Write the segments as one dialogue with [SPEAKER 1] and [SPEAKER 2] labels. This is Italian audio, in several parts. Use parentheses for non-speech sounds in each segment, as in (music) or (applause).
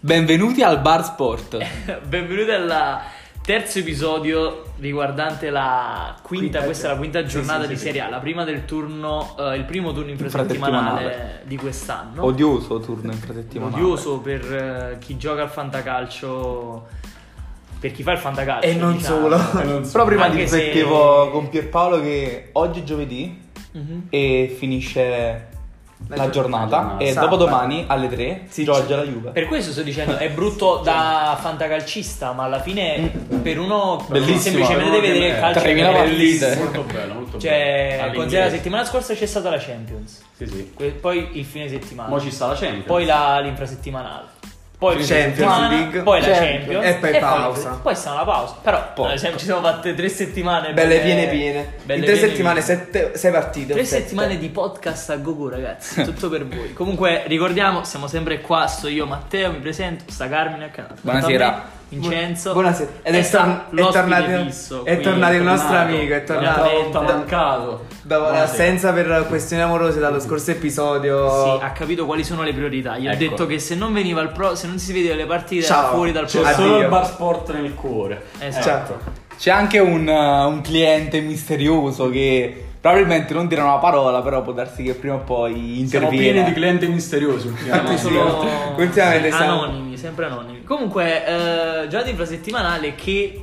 [SPEAKER 1] Benvenuti al Bar Sport.
[SPEAKER 2] Eh, Benvenuti al terzo episodio riguardante la quinta,
[SPEAKER 1] Quinta,
[SPEAKER 2] questa è la quinta
[SPEAKER 1] sì,
[SPEAKER 2] giornata
[SPEAKER 1] sì,
[SPEAKER 2] di
[SPEAKER 1] sì,
[SPEAKER 2] Serie A, la prima del turno, eh, il primo turno
[SPEAKER 1] Infrasettimanale.
[SPEAKER 2] infrasettimanale di quest'anno.
[SPEAKER 1] Odioso turno infrasettimanale.
[SPEAKER 2] Odioso per eh, chi gioca al fantacalcio, per chi fa il fantacalcio.
[SPEAKER 3] E non
[SPEAKER 2] diciamo. (laughs)
[SPEAKER 3] solo.
[SPEAKER 1] Però prima
[SPEAKER 2] Anche se-
[SPEAKER 1] riflettevo con Pierpaolo che oggi è giovedì
[SPEAKER 2] Mhm.
[SPEAKER 1] e finisce la
[SPEAKER 3] La
[SPEAKER 1] giornata
[SPEAKER 3] giornata.
[SPEAKER 1] e
[SPEAKER 3] Sabato.
[SPEAKER 1] dopodomani alle 3 si gioca la Juve.
[SPEAKER 2] Per questo sto dicendo, è
[SPEAKER 1] (laughs)
[SPEAKER 2] brutto da fantacalcista, ma alla fine per uno che
[SPEAKER 1] Bellissimo. eh,
[SPEAKER 2] semplicemente deve vedere il calcio.
[SPEAKER 1] 3.000
[SPEAKER 2] è
[SPEAKER 1] partite.
[SPEAKER 2] bellissimo.
[SPEAKER 4] Molto bello, molto bello.
[SPEAKER 2] Cioè,
[SPEAKER 4] All'inglese.
[SPEAKER 2] considera la settimana scorsa c'è stata la Champions.
[SPEAKER 4] Sì, sì.
[SPEAKER 2] Que- poi il fine settimana,
[SPEAKER 4] Mo ci sta la Champions.
[SPEAKER 2] poi la, l'infrasettimanale, poi il fine
[SPEAKER 3] Champions
[SPEAKER 2] settimana,
[SPEAKER 3] League.
[SPEAKER 2] poi la
[SPEAKER 3] Champions.
[SPEAKER 2] Champions
[SPEAKER 3] E poi pausa.
[SPEAKER 2] Poi, poi sta una pausa. Però
[SPEAKER 1] Poi.
[SPEAKER 2] eh, ci siamo fatte tre settimane
[SPEAKER 3] Belle piene piene.
[SPEAKER 2] belle
[SPEAKER 3] In tre
[SPEAKER 2] piene
[SPEAKER 3] settimane,
[SPEAKER 2] piene.
[SPEAKER 3] sette, sei partite.
[SPEAKER 2] Tre
[SPEAKER 3] sette.
[SPEAKER 2] settimane di podcast a gogo ragazzi, tutto per voi. Comunque ricordiamo, siamo sempre qua, sto io Matteo, mi presento, sta Carmine al canale.
[SPEAKER 1] Buonasera.
[SPEAKER 2] Accanto a me, Vincenzo.
[SPEAKER 3] Buonasera. Ed
[SPEAKER 2] E
[SPEAKER 3] è,
[SPEAKER 2] sta
[SPEAKER 3] tor- è
[SPEAKER 2] l'ospite
[SPEAKER 3] tornato,
[SPEAKER 2] fisso
[SPEAKER 3] è
[SPEAKER 2] qui,
[SPEAKER 3] tornato il nostro
[SPEAKER 4] tornato.
[SPEAKER 3] amico. È
[SPEAKER 2] Veramente.
[SPEAKER 3] tornato
[SPEAKER 4] Ho mancato.
[SPEAKER 3] dopo
[SPEAKER 4] Buonasera.
[SPEAKER 3] l'assenza per questioni amorose dallo scorso episodio.
[SPEAKER 2] Sì, ha capito quali sono le priorità. Gli ho
[SPEAKER 4] Ecco.
[SPEAKER 2] detto che se non veniva al pro, se non si vedeva le partite
[SPEAKER 3] Ciao.
[SPEAKER 2] era fuori dal
[SPEAKER 3] Ciao.
[SPEAKER 4] C'è
[SPEAKER 2] programma.
[SPEAKER 4] solo
[SPEAKER 3] Addio.
[SPEAKER 4] il bar sport nel cuore. Eh,
[SPEAKER 3] Cioè,
[SPEAKER 2] Esatto.
[SPEAKER 1] C'è anche un, uh, un cliente misterioso che probabilmente non dirà una parola, però può darsi che prima o poi
[SPEAKER 4] Siamo pieni di
[SPEAKER 1] interviene.
[SPEAKER 4] clienti misteriosi
[SPEAKER 2] Infatti
[SPEAKER 4] ultimamente.
[SPEAKER 2] sono
[SPEAKER 3] (laughs) Ultimamente siamo-
[SPEAKER 2] anonimi, sempre anonimi. Comunque, eh, giornata infrasettimanale che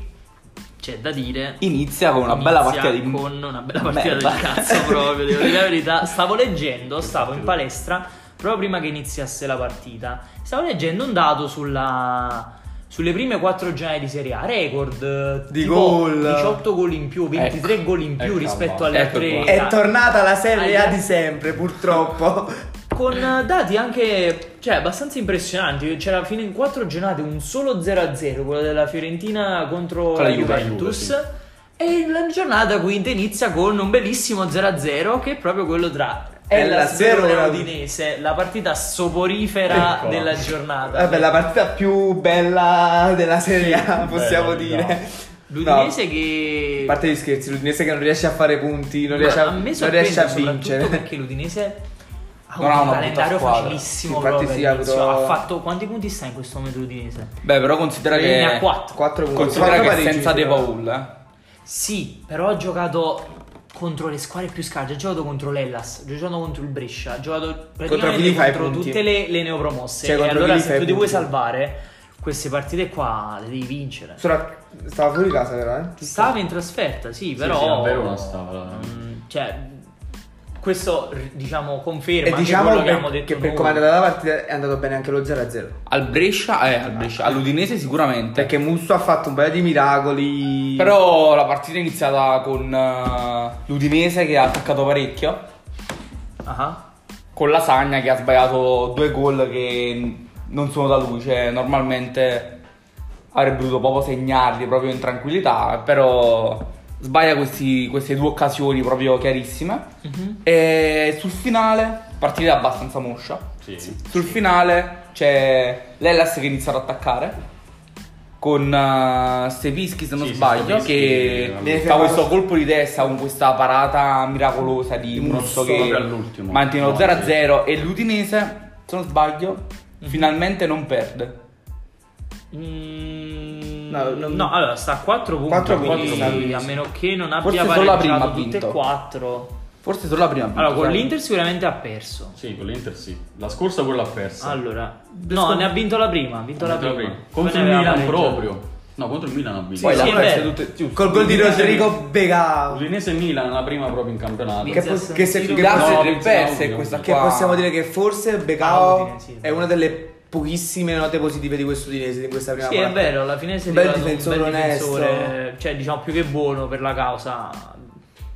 [SPEAKER 2] c'è da dire.
[SPEAKER 1] Inizia con una bella
[SPEAKER 2] Inizia
[SPEAKER 1] partita di
[SPEAKER 2] con una bella partita
[SPEAKER 1] Merda.
[SPEAKER 2] del cazzo
[SPEAKER 1] (laughs)
[SPEAKER 2] proprio, devo dire la verità. Stavo leggendo, stavo in palestra proprio prima che iniziasse la partita. Stavo leggendo un dato sulla sulle prime quattro giornate di Serie A, record eh,
[SPEAKER 3] Di
[SPEAKER 2] tipo
[SPEAKER 3] gol.
[SPEAKER 2] 18 gol in più, 23 gol in più
[SPEAKER 4] Ecco
[SPEAKER 2] rispetto
[SPEAKER 4] qua.
[SPEAKER 2] alle
[SPEAKER 1] Ecco
[SPEAKER 2] altre
[SPEAKER 1] qua.
[SPEAKER 3] È tornata la Serie A
[SPEAKER 2] Ahia.
[SPEAKER 3] di sempre, purtroppo.
[SPEAKER 2] Con eh, dati anche cioè, abbastanza impressionanti, c'era fino in quattro giornate un solo 0-0, quello della Fiorentina contro
[SPEAKER 1] Con
[SPEAKER 2] la
[SPEAKER 1] la Juve,
[SPEAKER 2] Juventus.
[SPEAKER 4] Juve,
[SPEAKER 2] E la giornata quinta inizia con un bellissimo 0-0 che è proprio quello tra
[SPEAKER 3] È
[SPEAKER 2] la
[SPEAKER 3] la
[SPEAKER 2] Sverona e
[SPEAKER 3] Verona.
[SPEAKER 2] Udinese, la partita soporifera
[SPEAKER 4] Eccola.
[SPEAKER 2] della giornata.
[SPEAKER 3] Vabbè, la partita più bella della Serie A, possiamo
[SPEAKER 4] bella,
[SPEAKER 3] dire.
[SPEAKER 2] L'Udinese
[SPEAKER 3] No,
[SPEAKER 2] che
[SPEAKER 3] A parte gli scherzi, l'Udinese che non riesce a fare punti, non
[SPEAKER 2] Beh,
[SPEAKER 3] riesce a,
[SPEAKER 2] a me
[SPEAKER 3] non riesce a
[SPEAKER 2] sorprende soprattutto
[SPEAKER 3] vincere.
[SPEAKER 2] perché l'Udinese ha
[SPEAKER 1] Non ha
[SPEAKER 2] un
[SPEAKER 1] una brutta
[SPEAKER 2] calendario
[SPEAKER 1] squadra.
[SPEAKER 2] facilissimo
[SPEAKER 3] Sì, infatti
[SPEAKER 2] proprio
[SPEAKER 3] sì, ha
[SPEAKER 2] all'inizio.
[SPEAKER 3] avuto-
[SPEAKER 2] ha fatto quanti punti sta in questo momento l'Udinese?
[SPEAKER 1] Beh, però considera che.
[SPEAKER 2] ne ha 4
[SPEAKER 3] 4 punti.
[SPEAKER 1] Considera
[SPEAKER 3] Quattro cioè.
[SPEAKER 1] che
[SPEAKER 3] pareggi,
[SPEAKER 1] senza
[SPEAKER 3] sì.
[SPEAKER 1] De Paul, eh.
[SPEAKER 2] Sì, però ha giocato contro le squadre più scarse. Ha giocato contro l'Ellas, ha giocato contro il Brescia, ha giocato praticamente
[SPEAKER 3] Vili fai
[SPEAKER 2] contro
[SPEAKER 3] punti.
[SPEAKER 2] tutte le, le neopromosse.
[SPEAKER 3] Cioè,
[SPEAKER 2] e
[SPEAKER 3] contro
[SPEAKER 2] allora
[SPEAKER 3] Vili
[SPEAKER 2] se
[SPEAKER 3] fai
[SPEAKER 2] tu ti vuoi
[SPEAKER 3] punti.
[SPEAKER 2] salvare, queste partite qua le devi vincere.
[SPEAKER 3] Solo- Stava fuori casa, però, eh?
[SPEAKER 2] Stava in trasferta, sì, però...
[SPEAKER 4] sì, a Verona stava. eh.
[SPEAKER 2] Mm, cioè, questo r- diciamo conferma
[SPEAKER 3] E
[SPEAKER 2] anche
[SPEAKER 3] diciamo
[SPEAKER 2] quello
[SPEAKER 3] per-
[SPEAKER 2] che abbiamo
[SPEAKER 3] che,
[SPEAKER 2] detto
[SPEAKER 3] per
[SPEAKER 2] noi.
[SPEAKER 3] come è andata la partita è andato bene anche lo 0-0.
[SPEAKER 1] Al Brescia, eh, al Brescia, all'Udinese sicuramente.
[SPEAKER 3] Perché Musso ha fatto un paio di miracoli.
[SPEAKER 1] Però la partita è iniziata con eh, l'Udinese che ha attaccato parecchio,
[SPEAKER 2] Ah,
[SPEAKER 1] con la Sagna che ha sbagliato due gol che n- non sono da lui, cioè normalmente avrebbe dovuto proprio segnarli proprio in tranquillità, però sbaglia questi- queste due occasioni proprio chiarissime.
[SPEAKER 2] mhm.
[SPEAKER 1] E sul finale, partita abbastanza moscia,
[SPEAKER 4] Sì.
[SPEAKER 1] sul finale c'è l'Ellas che inizia ad attaccare. Con eh, Stepischi, se non
[SPEAKER 4] Sì, sì,
[SPEAKER 1] sbaglio,
[SPEAKER 4] Stepischi,
[SPEAKER 1] che
[SPEAKER 4] viene
[SPEAKER 1] fa
[SPEAKER 3] fermato.
[SPEAKER 1] questo colpo di testa con questa parata miracolosa di
[SPEAKER 4] Il
[SPEAKER 1] Musso
[SPEAKER 4] Musso
[SPEAKER 1] che
[SPEAKER 4] proprio all'ultimo.
[SPEAKER 1] mantiene lo
[SPEAKER 4] No,
[SPEAKER 1] 0-0 e l'Udinese, se non sbaglio,
[SPEAKER 2] Mhm.
[SPEAKER 1] finalmente non perde.
[SPEAKER 2] Mm,
[SPEAKER 3] No,
[SPEAKER 2] No,
[SPEAKER 3] non-
[SPEAKER 2] allora sta a 4 punti,
[SPEAKER 3] Quattro
[SPEAKER 2] quindi,
[SPEAKER 3] punti sta
[SPEAKER 2] a
[SPEAKER 3] l'Udinese.
[SPEAKER 2] meno che non
[SPEAKER 1] Forse
[SPEAKER 2] abbia
[SPEAKER 1] solo la prima
[SPEAKER 2] pareggiato
[SPEAKER 1] ha
[SPEAKER 2] tutte e
[SPEAKER 1] vinto.
[SPEAKER 2] quattro.
[SPEAKER 1] Forse solo la prima. ha vinto,
[SPEAKER 2] Allora, con
[SPEAKER 1] sai.
[SPEAKER 2] l'Inter sicuramente ha perso.
[SPEAKER 4] Sì, con l'Inter sì. La scorsa quella l'ha persa.
[SPEAKER 2] Allora, no, ne ha vinto la prima, ha vinto la prima. Poi
[SPEAKER 4] Contro
[SPEAKER 2] ne
[SPEAKER 4] il
[SPEAKER 2] aveva
[SPEAKER 4] Milan
[SPEAKER 2] pareggiato.
[SPEAKER 4] proprio. No, contro il Milan ha vinto.
[SPEAKER 1] Poi
[SPEAKER 2] sì,
[SPEAKER 1] la
[SPEAKER 2] è
[SPEAKER 1] persa
[SPEAKER 2] vero.
[SPEAKER 1] tutte- giusto.
[SPEAKER 3] Col gol di
[SPEAKER 4] Udinese-
[SPEAKER 3] Rodrigo Begao.
[SPEAKER 4] Udinese Milan la prima proprio in campionato.
[SPEAKER 3] Che,
[SPEAKER 2] Sì,
[SPEAKER 3] pos-
[SPEAKER 2] sì,
[SPEAKER 3] che
[SPEAKER 2] sì,
[SPEAKER 3] se-
[SPEAKER 2] sì,
[SPEAKER 3] che
[SPEAKER 4] sì.
[SPEAKER 3] forse-
[SPEAKER 1] Grazie
[SPEAKER 4] No,
[SPEAKER 1] tre
[SPEAKER 4] pensavo
[SPEAKER 1] perse
[SPEAKER 4] che-
[SPEAKER 1] questa
[SPEAKER 3] che
[SPEAKER 1] qua.
[SPEAKER 3] possiamo dire che forse
[SPEAKER 2] Ah,
[SPEAKER 3] Begao
[SPEAKER 2] Udinese, sì,
[SPEAKER 3] è una delle pochissime note positive di questo Udinese di questa prima
[SPEAKER 2] Sì, è
[SPEAKER 3] parte.
[SPEAKER 2] vero, alla fine si è
[SPEAKER 3] Un bel
[SPEAKER 2] rivelato un bel
[SPEAKER 3] difensore onesto. Cioè,
[SPEAKER 2] difensore, cioè diciamo più che buono per la causa.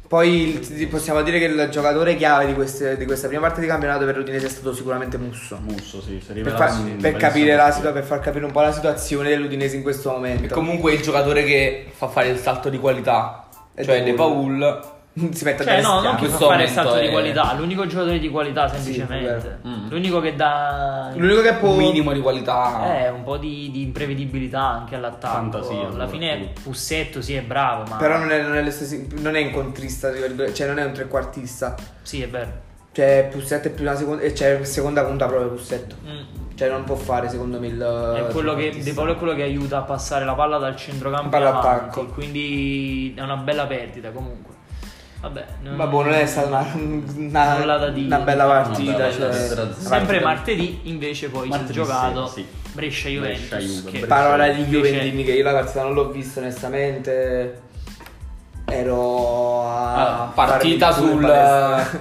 [SPEAKER 3] Poi il- possiamo dire che il giocatore chiave di, queste- di questa prima parte di campionato per l'Udinese è stato sicuramente Musso.
[SPEAKER 4] Musso, sì, si è
[SPEAKER 3] Per,
[SPEAKER 4] rivelato
[SPEAKER 3] fa-
[SPEAKER 4] un
[SPEAKER 3] per
[SPEAKER 4] bellissimo
[SPEAKER 3] capire la
[SPEAKER 4] partito.
[SPEAKER 3] situa- per far capire un po' la situazione dell'Udinese in questo momento.
[SPEAKER 1] E comunque il giocatore che fa fare il salto di qualità,
[SPEAKER 3] È
[SPEAKER 1] cioè
[SPEAKER 3] De
[SPEAKER 1] De
[SPEAKER 3] Paul.
[SPEAKER 1] Paul,
[SPEAKER 3] (laughs) si mette a
[SPEAKER 2] Cioè, no, non
[SPEAKER 3] destra.
[SPEAKER 1] in
[SPEAKER 2] che fa
[SPEAKER 1] questo
[SPEAKER 2] fare il salto
[SPEAKER 1] momento
[SPEAKER 2] di
[SPEAKER 1] è-
[SPEAKER 2] qualità, l'unico giocatore di qualità
[SPEAKER 3] è
[SPEAKER 2] semplicemente.
[SPEAKER 3] vero.
[SPEAKER 4] Mm.
[SPEAKER 2] L'unico che dà
[SPEAKER 3] L'unico che può
[SPEAKER 1] un minimo di qualità.
[SPEAKER 2] Eh, un po' di, di imprevedibilità anche all'attacco.
[SPEAKER 4] Fantasia,
[SPEAKER 2] Alla fine
[SPEAKER 4] soprattutto.
[SPEAKER 2] Pussetto sì è bravo, ma
[SPEAKER 3] Però non è, non è lo stesso- non è incontrista, tra virgolette, cioè non è un trequartista.
[SPEAKER 2] sì, è vero.
[SPEAKER 3] Cioè, Pussetto è più una seconda. E c'è seconda punta proprio Pussetto.
[SPEAKER 2] Mm.
[SPEAKER 3] Cioè, non può fare, secondo me, il.
[SPEAKER 2] È quello che, De Paolo è quello che aiuta a passare la palla dal centrocampo
[SPEAKER 3] Palla
[SPEAKER 2] in avanti,
[SPEAKER 3] attacco.
[SPEAKER 2] Quindi è una bella perdita comunque. Vabbè, non-
[SPEAKER 3] Vabbè, boh, non è stata una, una,
[SPEAKER 2] Nulla da dire.
[SPEAKER 3] una bella
[SPEAKER 2] Una
[SPEAKER 3] partita.
[SPEAKER 4] bella
[SPEAKER 3] cioè,
[SPEAKER 4] partita.
[SPEAKER 3] una
[SPEAKER 2] Sempre
[SPEAKER 3] partita-
[SPEAKER 2] martedì invece poi si è
[SPEAKER 4] Martedì
[SPEAKER 2] giocato
[SPEAKER 4] sera, sì.
[SPEAKER 2] Brescia Juventus.
[SPEAKER 4] Brescia-Juve,
[SPEAKER 2] che-
[SPEAKER 4] Brescia.
[SPEAKER 3] Parola di
[SPEAKER 2] Invece-
[SPEAKER 3] Juventini che io la partita non l'ho vista onestamente. Ero a.
[SPEAKER 1] Ah, partita
[SPEAKER 3] farmi il culo in
[SPEAKER 1] sul,
[SPEAKER 3] palestra.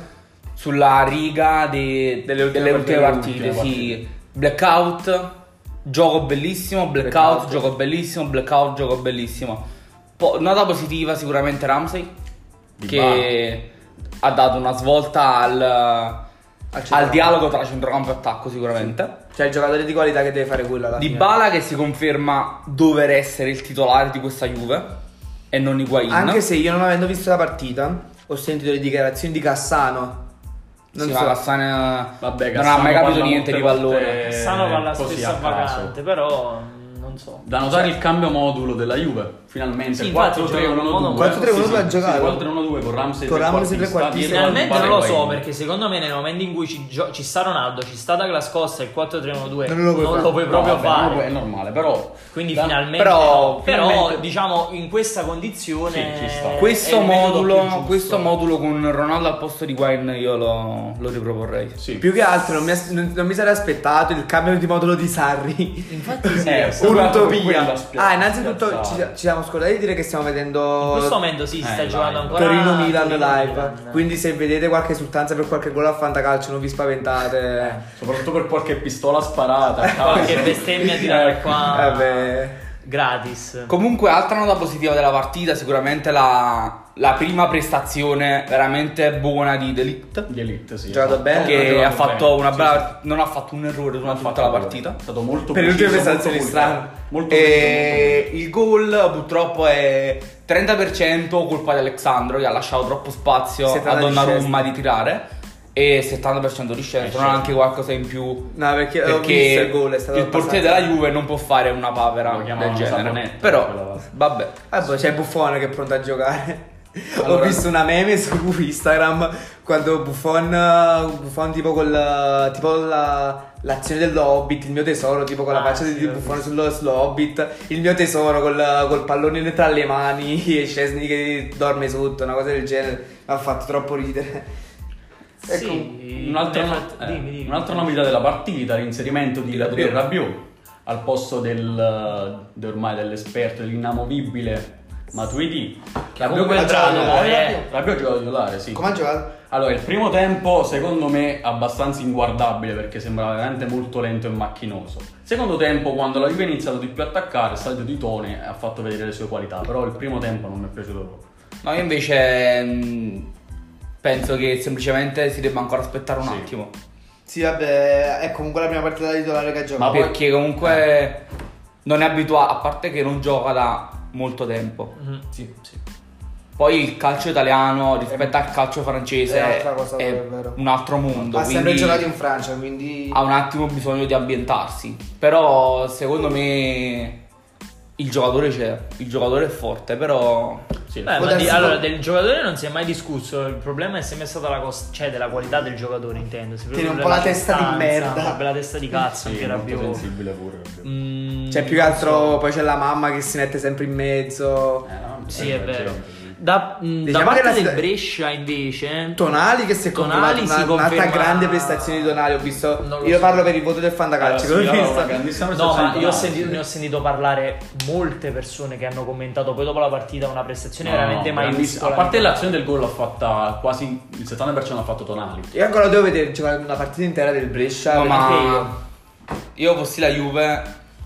[SPEAKER 1] (laughs) sulla riga de-
[SPEAKER 3] Delle ultime
[SPEAKER 1] delle ultime
[SPEAKER 3] partite,
[SPEAKER 1] partite,
[SPEAKER 4] ultime
[SPEAKER 1] sì. Blackout, gioco bellissimo, blackout,
[SPEAKER 3] Blackout.
[SPEAKER 1] gioco bellissimo, blackout, gioco bellissimo. Po- nota positiva sicuramente Ramsey,
[SPEAKER 4] Dybala.
[SPEAKER 1] che ha dato una svolta al, al
[SPEAKER 3] centrocampo.
[SPEAKER 1] dialogo tra centrocampo e attacco sicuramente.
[SPEAKER 3] Cioè, il giocatore di qualità che deve fare quella. alla
[SPEAKER 1] Di
[SPEAKER 3] fine.
[SPEAKER 1] Bala che si conferma dover essere il titolare di questa Juve e non Higuain.
[SPEAKER 3] Anche se io non avendo visto la partita, ho sentito le dichiarazioni di Cassano. Non
[SPEAKER 1] Sì,
[SPEAKER 3] so.
[SPEAKER 1] ma Cassane
[SPEAKER 4] Vabbè,
[SPEAKER 1] non ha
[SPEAKER 4] Cassano
[SPEAKER 1] mai capito
[SPEAKER 4] parla
[SPEAKER 1] niente di
[SPEAKER 4] molte volte-
[SPEAKER 1] pallone.
[SPEAKER 2] Cassano va alla
[SPEAKER 4] Eh, Così,
[SPEAKER 2] stessa
[SPEAKER 4] a caso.
[SPEAKER 2] vacante, però mm, non so.
[SPEAKER 4] Da notare il cambio modulo della Juve, finalmente
[SPEAKER 2] Sì, infatti, giocano
[SPEAKER 4] 4-3-1-2.
[SPEAKER 3] 4-3-1-2 ha
[SPEAKER 4] Sì,
[SPEAKER 3] giocato.
[SPEAKER 4] 4-3-1-2 con Ramsey
[SPEAKER 3] Con Ramsey trequartista.
[SPEAKER 2] Finalmente non lo so
[SPEAKER 4] perché
[SPEAKER 2] perché secondo me nel momento in cui ci, gio- ci sta Ronaldo, ci sta Douglas Costa e il 4-3-1-2
[SPEAKER 3] Non lo puoi fare.
[SPEAKER 2] puoi
[SPEAKER 4] No,
[SPEAKER 2] proprio
[SPEAKER 4] vabbè,
[SPEAKER 2] fare.
[SPEAKER 4] È normale, però.
[SPEAKER 2] Quindi
[SPEAKER 4] da-
[SPEAKER 2] finalmente
[SPEAKER 1] però-
[SPEAKER 2] no. Però,
[SPEAKER 1] finalmente-
[SPEAKER 2] diciamo in questa condizione
[SPEAKER 4] Sì, ci sta.
[SPEAKER 2] è
[SPEAKER 1] Questo
[SPEAKER 2] il metodo più
[SPEAKER 1] modulo,
[SPEAKER 2] giusto.
[SPEAKER 1] questo modulo con Ronaldo al posto di Wine io lo, lo riproporrei.
[SPEAKER 4] Sì.
[SPEAKER 3] Più che altro non mi, as- non- non mi sarei aspettato il cambio di modulo di Sarri.
[SPEAKER 2] Infatti sì.
[SPEAKER 3] (laughs)
[SPEAKER 4] Eh, sì.
[SPEAKER 3] Un'utopia.
[SPEAKER 4] Quella spia-
[SPEAKER 3] Ah, innanzitutto ci,
[SPEAKER 4] spiazzata.
[SPEAKER 3] ci siamo scordati di dire che stiamo
[SPEAKER 2] in questo
[SPEAKER 3] vedendo
[SPEAKER 2] momento sì,
[SPEAKER 4] Eh,
[SPEAKER 2] sta
[SPEAKER 4] live.
[SPEAKER 2] giocando ancora
[SPEAKER 3] Torino-Milan live.
[SPEAKER 2] Torino-Milan.
[SPEAKER 3] Quindi se vedete qualche esultanza per qualche gol a fantacalcio non vi
[SPEAKER 2] Eh.
[SPEAKER 3] spaventate.
[SPEAKER 4] Soprattutto per qualche pistola sparata. a caso.
[SPEAKER 3] (laughs)
[SPEAKER 2] qualche bestemmia
[SPEAKER 3] Eh,
[SPEAKER 2] tirare qua
[SPEAKER 3] Vabbè.
[SPEAKER 2] gratis.
[SPEAKER 1] Comunque, altra nota positiva della partita, sicuramente la, la prima prestazione veramente buona di Delict.
[SPEAKER 4] Di Elite, sì.
[SPEAKER 3] Giocato
[SPEAKER 4] esatto.
[SPEAKER 3] bene,
[SPEAKER 4] Ha
[SPEAKER 1] Che
[SPEAKER 4] giocato
[SPEAKER 1] ha fatto
[SPEAKER 4] bene,
[SPEAKER 1] una
[SPEAKER 4] sì,
[SPEAKER 1] bella.
[SPEAKER 4] sì.
[SPEAKER 1] part- Non ha fatto un errore
[SPEAKER 4] Non ha
[SPEAKER 1] durante
[SPEAKER 4] fatto
[SPEAKER 1] tutta la
[SPEAKER 4] gol.
[SPEAKER 1] partita.
[SPEAKER 4] È stato molto
[SPEAKER 3] Per le ultime
[SPEAKER 4] preciso, molto
[SPEAKER 3] prestazioni
[SPEAKER 4] pulito.
[SPEAKER 3] strane.
[SPEAKER 4] Molto preciso,
[SPEAKER 1] E il gol purtroppo è 30% colpa di Alexandro che ha lasciato troppo spazio a
[SPEAKER 3] 70 di
[SPEAKER 1] Donnarumma
[SPEAKER 3] Szczesny.
[SPEAKER 1] di tirare e 70% di scelta, non ha anche qualcosa in più
[SPEAKER 3] Eh, No, perché, ho visto
[SPEAKER 1] perché
[SPEAKER 3] il gol, è stato
[SPEAKER 1] il portiere
[SPEAKER 3] abbastanza-
[SPEAKER 1] della Juve non può fare una papera
[SPEAKER 4] Lo chiamavano
[SPEAKER 1] del genere.
[SPEAKER 4] Saponetto, quella
[SPEAKER 1] Però
[SPEAKER 4] volta.
[SPEAKER 1] vabbè.
[SPEAKER 3] Ah, poi c'è Buffon che è pronto a giocare.
[SPEAKER 1] Allora-
[SPEAKER 3] Ho visto una meme su Instagram quando Buffon, Buffon tipo con la- tipo la- l'azione dello Hobbit, il mio tesoro, tipo con la
[SPEAKER 2] Ah,
[SPEAKER 3] faccia
[SPEAKER 2] sì,
[SPEAKER 3] di
[SPEAKER 2] l'ho
[SPEAKER 3] Buffon sullo, sullo Hobbit, il mio tesoro col, col pallone tra le mani (laughs) e Scesni che dorme sotto, una cosa del genere, mi ha fatto troppo ridere.
[SPEAKER 2] Sì,
[SPEAKER 4] comunque- Un'altra,
[SPEAKER 2] ne fa-
[SPEAKER 4] eh,
[SPEAKER 2] dimmi, dimmi.
[SPEAKER 4] un'altra novità della partita, l'inserimento di Ladrone
[SPEAKER 3] Rabiot.
[SPEAKER 4] Rabiot al posto del, de- ormai dell'esperto, dell'inamovibile Matuidi. Rabiot
[SPEAKER 2] comunque
[SPEAKER 4] ha
[SPEAKER 2] è entrato
[SPEAKER 4] giocato
[SPEAKER 2] poi,
[SPEAKER 4] titolare.
[SPEAKER 2] eh.
[SPEAKER 4] Rabiot ha giocato titolare, sì.
[SPEAKER 3] Come ha giocato?
[SPEAKER 4] Allora, il primo tempo secondo me abbastanza inguardabile perché sembrava veramente molto lento e macchinoso. Secondo tempo, quando la Juve ha iniziato di più a attaccare, Sergio Di Tone ha fatto vedere le sue qualità, però il primo tempo non mi è piaciuto proprio.
[SPEAKER 1] No, io invece mh, penso che semplicemente si debba ancora aspettare un
[SPEAKER 4] Sì.
[SPEAKER 1] attimo.
[SPEAKER 3] Sì, vabbè, è comunque la prima partita da titolare che ha
[SPEAKER 4] giocato. Ma poi- Eh.
[SPEAKER 1] perché comunque non è abituato, a parte che non gioca da molto tempo.
[SPEAKER 2] Mhm.
[SPEAKER 4] Sì, sì.
[SPEAKER 1] Poi il calcio italiano rispetto al calcio francese
[SPEAKER 3] è
[SPEAKER 1] è,
[SPEAKER 3] un'altra cosa, è vero. Ah,
[SPEAKER 1] un altro mondo. quindi Ah,
[SPEAKER 3] Francia, quindi...
[SPEAKER 1] ha un attimo bisogno di ambientarsi. Però secondo me il giocatore c'è, il giocatore è forte, però
[SPEAKER 4] Sì,
[SPEAKER 2] Beh,
[SPEAKER 3] Può
[SPEAKER 2] ma di-
[SPEAKER 3] darsi-
[SPEAKER 2] allora, del giocatore non si è mai discusso. Il problema è sempre stata la cos- cioè, della qualità del giocatore, intendo. Si
[SPEAKER 3] Tiene un
[SPEAKER 2] proprio
[SPEAKER 3] po' la
[SPEAKER 2] della
[SPEAKER 3] testa di
[SPEAKER 2] sostanza,
[SPEAKER 3] merda.
[SPEAKER 2] proprio La testa di cazzo,
[SPEAKER 4] sì,
[SPEAKER 2] anche
[SPEAKER 4] molto
[SPEAKER 2] rabbioso.
[SPEAKER 4] sensibile pure Rabiot.
[SPEAKER 2] Mm.
[SPEAKER 3] C'è Cioè, più che altro, poi c'è la mamma che si mette sempre in mezzo.
[SPEAKER 4] Eh, no,
[SPEAKER 2] Sì, è vero.
[SPEAKER 4] sì.
[SPEAKER 2] Da, mh, da
[SPEAKER 3] Diciamo
[SPEAKER 2] parte
[SPEAKER 3] che la-
[SPEAKER 2] del Brescia, invece, eh,
[SPEAKER 3] Tonali che si è
[SPEAKER 2] Tonali
[SPEAKER 3] confermato
[SPEAKER 2] si
[SPEAKER 3] una, un'altra
[SPEAKER 2] conferma-
[SPEAKER 3] grande prestazione di Tonali, ho visto.
[SPEAKER 2] Non lo
[SPEAKER 3] Io
[SPEAKER 2] so.
[SPEAKER 3] parlo per il voto del fantacalcio, (laughs)
[SPEAKER 4] Allora,
[SPEAKER 3] l'ho
[SPEAKER 4] sì, no,
[SPEAKER 3] visto.
[SPEAKER 4] una
[SPEAKER 2] No,
[SPEAKER 4] grandissima prestazione
[SPEAKER 2] ma
[SPEAKER 4] di
[SPEAKER 2] io ho
[SPEAKER 4] Tonali.
[SPEAKER 2] sentito- ne ho sentito parlare molte persone che hanno commentato poi dopo la partita una prestazione
[SPEAKER 4] No,
[SPEAKER 2] veramente
[SPEAKER 4] no, grandissimo.
[SPEAKER 2] maiuscola.
[SPEAKER 4] A parte l'azione del gol l'ha fatta quasi il 70% l'ha fatto Tonali.
[SPEAKER 3] Io ancora devo vedere giocare una partita intera del Brescia.
[SPEAKER 1] No,
[SPEAKER 3] perché
[SPEAKER 1] ma
[SPEAKER 3] io-
[SPEAKER 1] io fossi la Juve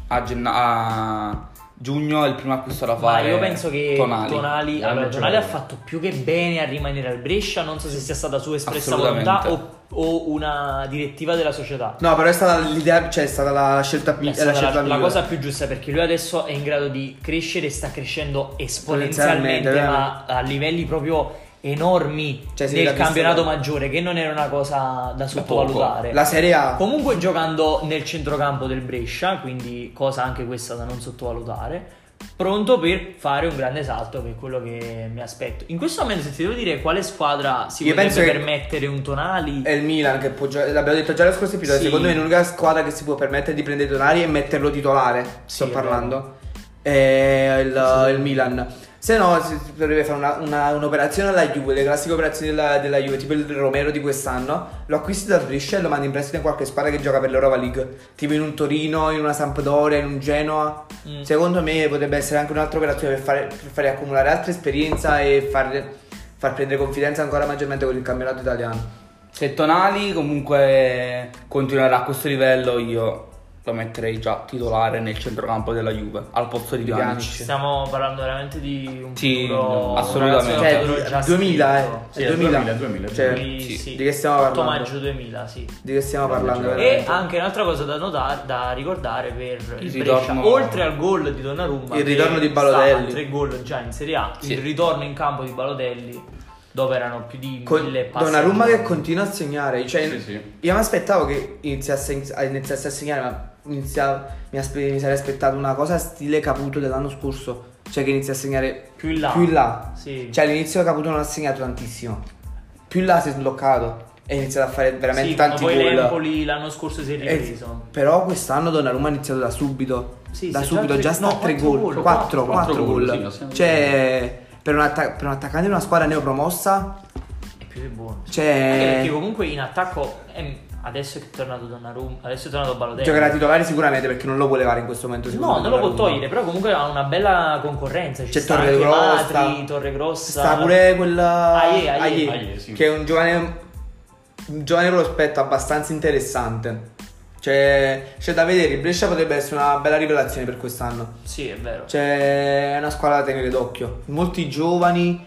[SPEAKER 1] a, genna- a giugno è il primo acquisto da
[SPEAKER 2] Ma
[SPEAKER 1] fare.
[SPEAKER 2] io penso che Tonali,
[SPEAKER 1] Tonali.
[SPEAKER 4] grande
[SPEAKER 2] allora, Tonali ha
[SPEAKER 4] giocatore.
[SPEAKER 2] fatto più che bene a rimanere al Brescia, non so se sia stata sua espressa volontà
[SPEAKER 1] Assolutamente.
[SPEAKER 2] o, o una direttiva della società.
[SPEAKER 3] No, però è stata l'idea, cioè è stata la scelta più...
[SPEAKER 2] È
[SPEAKER 3] La,
[SPEAKER 2] stata la,
[SPEAKER 3] scelta
[SPEAKER 2] la
[SPEAKER 3] migliore.
[SPEAKER 2] cosa più giusta perché lui adesso è in grado di crescere e sta crescendo esponenzialmente,
[SPEAKER 3] Esponenzialmente,
[SPEAKER 2] ma a livelli proprio enormi
[SPEAKER 3] Cioè, si
[SPEAKER 2] nel
[SPEAKER 3] era visto-
[SPEAKER 2] campionato maggiore, che non era una cosa da sottovalutare.
[SPEAKER 3] La Serie A.
[SPEAKER 2] Comunque giocando nel centrocampo del Brescia, quindi cosa anche questa da non sottovalutare. pronto per fare un grande salto, che è quello che mi aspetto. In questo momento, se ti devo dire quale squadra si
[SPEAKER 3] Io
[SPEAKER 2] potrebbe
[SPEAKER 3] penso che-
[SPEAKER 2] permettere un Tonali,
[SPEAKER 3] È il Milan che può già, l'abbiamo detto già lo scorso episodio,
[SPEAKER 2] Sì.
[SPEAKER 3] secondo me è l'unica squadra che si può permettere di prendere Tonali e metterlo titolare, sto
[SPEAKER 2] è vero.
[SPEAKER 3] parlando, è il, il Milan. Se no si si dovrebbe fare una- una- un'operazione alla Juve, le classiche operazioni della, della Juve, tipo il Romero di quest'anno, lo acquisti da Brescia e lo mandi in prestito in qualche squadra che gioca per l'Europa League, tipo in un Torino, in una Sampdoria, in un Genoa.
[SPEAKER 2] Mm.
[SPEAKER 3] Secondo me potrebbe essere anche un'altra operazione per fare, per fare accumulare altra esperienza e farle- far prendere confidenza ancora maggiormente con il campionato italiano.
[SPEAKER 1] Se Tonali comunque continuerà a questo livello, io lo metterei già titolare nel centrocampo della Juve, al posto di
[SPEAKER 3] Di
[SPEAKER 1] Pjanic.
[SPEAKER 3] Pjanic.
[SPEAKER 2] stiamo parlando veramente di un
[SPEAKER 1] Sì,
[SPEAKER 2] futuro
[SPEAKER 1] assolutamente.
[SPEAKER 2] un
[SPEAKER 3] Cioè,
[SPEAKER 2] futuro già
[SPEAKER 3] 2000,
[SPEAKER 2] scritto.
[SPEAKER 3] eh.
[SPEAKER 4] Sì, è
[SPEAKER 3] 2000,
[SPEAKER 4] 2000, 2000.
[SPEAKER 3] Cioè,
[SPEAKER 2] Quindi,
[SPEAKER 1] Sì,
[SPEAKER 2] sì,
[SPEAKER 3] di che stiamo
[SPEAKER 2] 8
[SPEAKER 3] parlando?
[SPEAKER 2] maggio 2000, sì.
[SPEAKER 3] Di che stiamo parlando?
[SPEAKER 2] E
[SPEAKER 3] veramente?
[SPEAKER 2] anche un'altra cosa da, notare, da ricordare per il,
[SPEAKER 1] Il
[SPEAKER 2] Brescia,
[SPEAKER 1] ritorno-
[SPEAKER 2] oltre al gol di Donnarumma,
[SPEAKER 3] Il
[SPEAKER 2] che
[SPEAKER 3] ritorno di
[SPEAKER 2] sta
[SPEAKER 3] Balotelli.
[SPEAKER 2] a tre gol già in Serie A,
[SPEAKER 1] Sì.
[SPEAKER 2] il ritorno in campo di Balotelli, dove erano più di
[SPEAKER 3] Con
[SPEAKER 2] mille passi.
[SPEAKER 3] Donnarumma che continua a segnare. Cioè,
[SPEAKER 4] Sì, sì.
[SPEAKER 3] Io mi aspettavo che iniziasse a- iniziasse a segnare, ma inizia- mi, aspe- mi sarei aspettato una cosa stile Caputo dell'anno scorso. Cioè, che inizia a segnare
[SPEAKER 2] Più in là.
[SPEAKER 3] più in là.
[SPEAKER 2] Sì.
[SPEAKER 3] Cioè, all'inizio Caputo non ha segnato tantissimo. Più in là si è sbloccato. E ha iniziato a fare veramente
[SPEAKER 2] Sì,
[SPEAKER 3] tanti
[SPEAKER 2] poi
[SPEAKER 3] gol.
[SPEAKER 2] l'Empoli l'anno scorso si è
[SPEAKER 3] Eh,
[SPEAKER 2] ripreso.
[SPEAKER 3] però quest'anno Donnarumma ha iniziato da subito.
[SPEAKER 2] Sì,
[SPEAKER 3] da
[SPEAKER 2] sì,
[SPEAKER 3] subito
[SPEAKER 2] già
[SPEAKER 3] già
[SPEAKER 2] tre-
[SPEAKER 3] sta a
[SPEAKER 2] no,
[SPEAKER 3] 3
[SPEAKER 2] quattro
[SPEAKER 3] gol,
[SPEAKER 2] gol,
[SPEAKER 4] quattro
[SPEAKER 3] 4, 4
[SPEAKER 4] gol, sì,
[SPEAKER 3] gol.
[SPEAKER 4] lo stiamo
[SPEAKER 3] Cioè, per un, atta- per un attaccante di una squadra neopromossa,
[SPEAKER 2] È più che buono.
[SPEAKER 3] Cioè-
[SPEAKER 2] Anche perché comunque in attacco è- adesso è tornato Donnarumma, adesso è tornato Balotelli.
[SPEAKER 3] giocherà titolare sicuramente perché non lo può levare in questo momento. secondo
[SPEAKER 2] Eh. No,
[SPEAKER 3] me,
[SPEAKER 2] non lo può
[SPEAKER 3] Donnarumma.
[SPEAKER 2] togliere, però comunque ha una bella concorrenza. Ci
[SPEAKER 3] C'è
[SPEAKER 2] sta
[SPEAKER 3] Torre
[SPEAKER 2] anche
[SPEAKER 3] Grossa,
[SPEAKER 2] Matri, Torre Grossa.
[SPEAKER 3] sta pure quella
[SPEAKER 2] Aie, Aie.
[SPEAKER 4] Aie, sì.
[SPEAKER 3] che è un giovane, un giovane prospetto abbastanza interessante. Cioè, c'è da vedere. Il Brescia potrebbe essere una bella rivelazione per quest'anno.
[SPEAKER 2] Sì, è vero.
[SPEAKER 3] C'è una squadra da tenere d'occhio. Molti giovani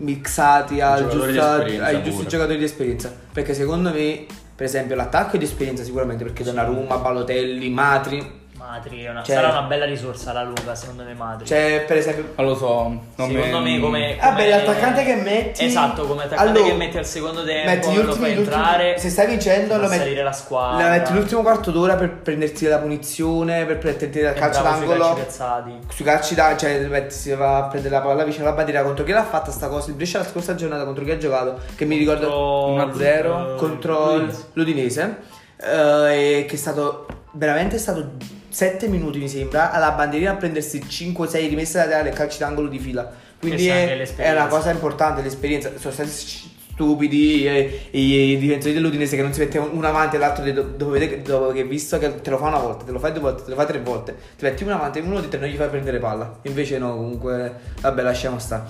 [SPEAKER 3] mixati al
[SPEAKER 4] Giocatori di
[SPEAKER 3] giusta-
[SPEAKER 4] esperienza
[SPEAKER 3] ai giusti
[SPEAKER 4] pure.
[SPEAKER 3] giocatori di esperienza. Perché secondo me, per esempio, l'attacco è di esperienza sicuramente. Perché Donnarumma, Balotelli, Matri.
[SPEAKER 2] Matri è una-
[SPEAKER 3] Cioè-
[SPEAKER 2] sarà una bella risorsa alla lunga, secondo me Matri.
[SPEAKER 3] Cioè, per esempio.
[SPEAKER 1] Non Ah, lo so. non
[SPEAKER 2] secondo me come, come
[SPEAKER 3] Vabbè, Eh, l'attaccante che metti.
[SPEAKER 2] Esatto, come attaccante
[SPEAKER 3] Allora,
[SPEAKER 2] che metti al secondo tempo,
[SPEAKER 3] metti gli
[SPEAKER 2] lo
[SPEAKER 3] ultimi-
[SPEAKER 2] fai
[SPEAKER 3] gli ultimi-
[SPEAKER 2] entrare.
[SPEAKER 3] Se stai vincendo,
[SPEAKER 2] fa
[SPEAKER 3] lo metti.
[SPEAKER 2] salire la squadra.
[SPEAKER 3] La metti l'ultimo quarto d'ora per prenderti la punizione, per prenderti dal
[SPEAKER 2] è
[SPEAKER 3] calcio
[SPEAKER 2] bravo sui
[SPEAKER 3] d'angolo.
[SPEAKER 2] calci piazzati.
[SPEAKER 3] Sui calci da, cioè, metti, si va a prendere la palla vicino alla bandiera. Contro chi l'ha fatta sta cosa? Il Brescia la scorsa giornata contro chi ha giocato? Che mi ricordo
[SPEAKER 2] Contro-
[SPEAKER 3] 1-0 contro
[SPEAKER 2] Luiz.
[SPEAKER 3] l'Udinese. eh, e che è stato veramente è stato 7 minuti, mi sembra, alla bandierina a prendersi 5-6 rimesse laterali e calci d'angolo di fila. Quindi
[SPEAKER 2] Questa è anche
[SPEAKER 3] è, è
[SPEAKER 2] l'esperienza.
[SPEAKER 3] una cosa importante l'esperienza. Sono stati sci- stupidi eh, i, i difensori dell'Udinese che non si mettevano uno avanti e l'altro de- dopo, vede- dopo che visto che te lo fa una volta, te lo fai due volte, te lo fai tre volte, ti metti uno avanti e uno di te non gli fai prendere palla. Invece no, comunque vabbè, lasciamo stare.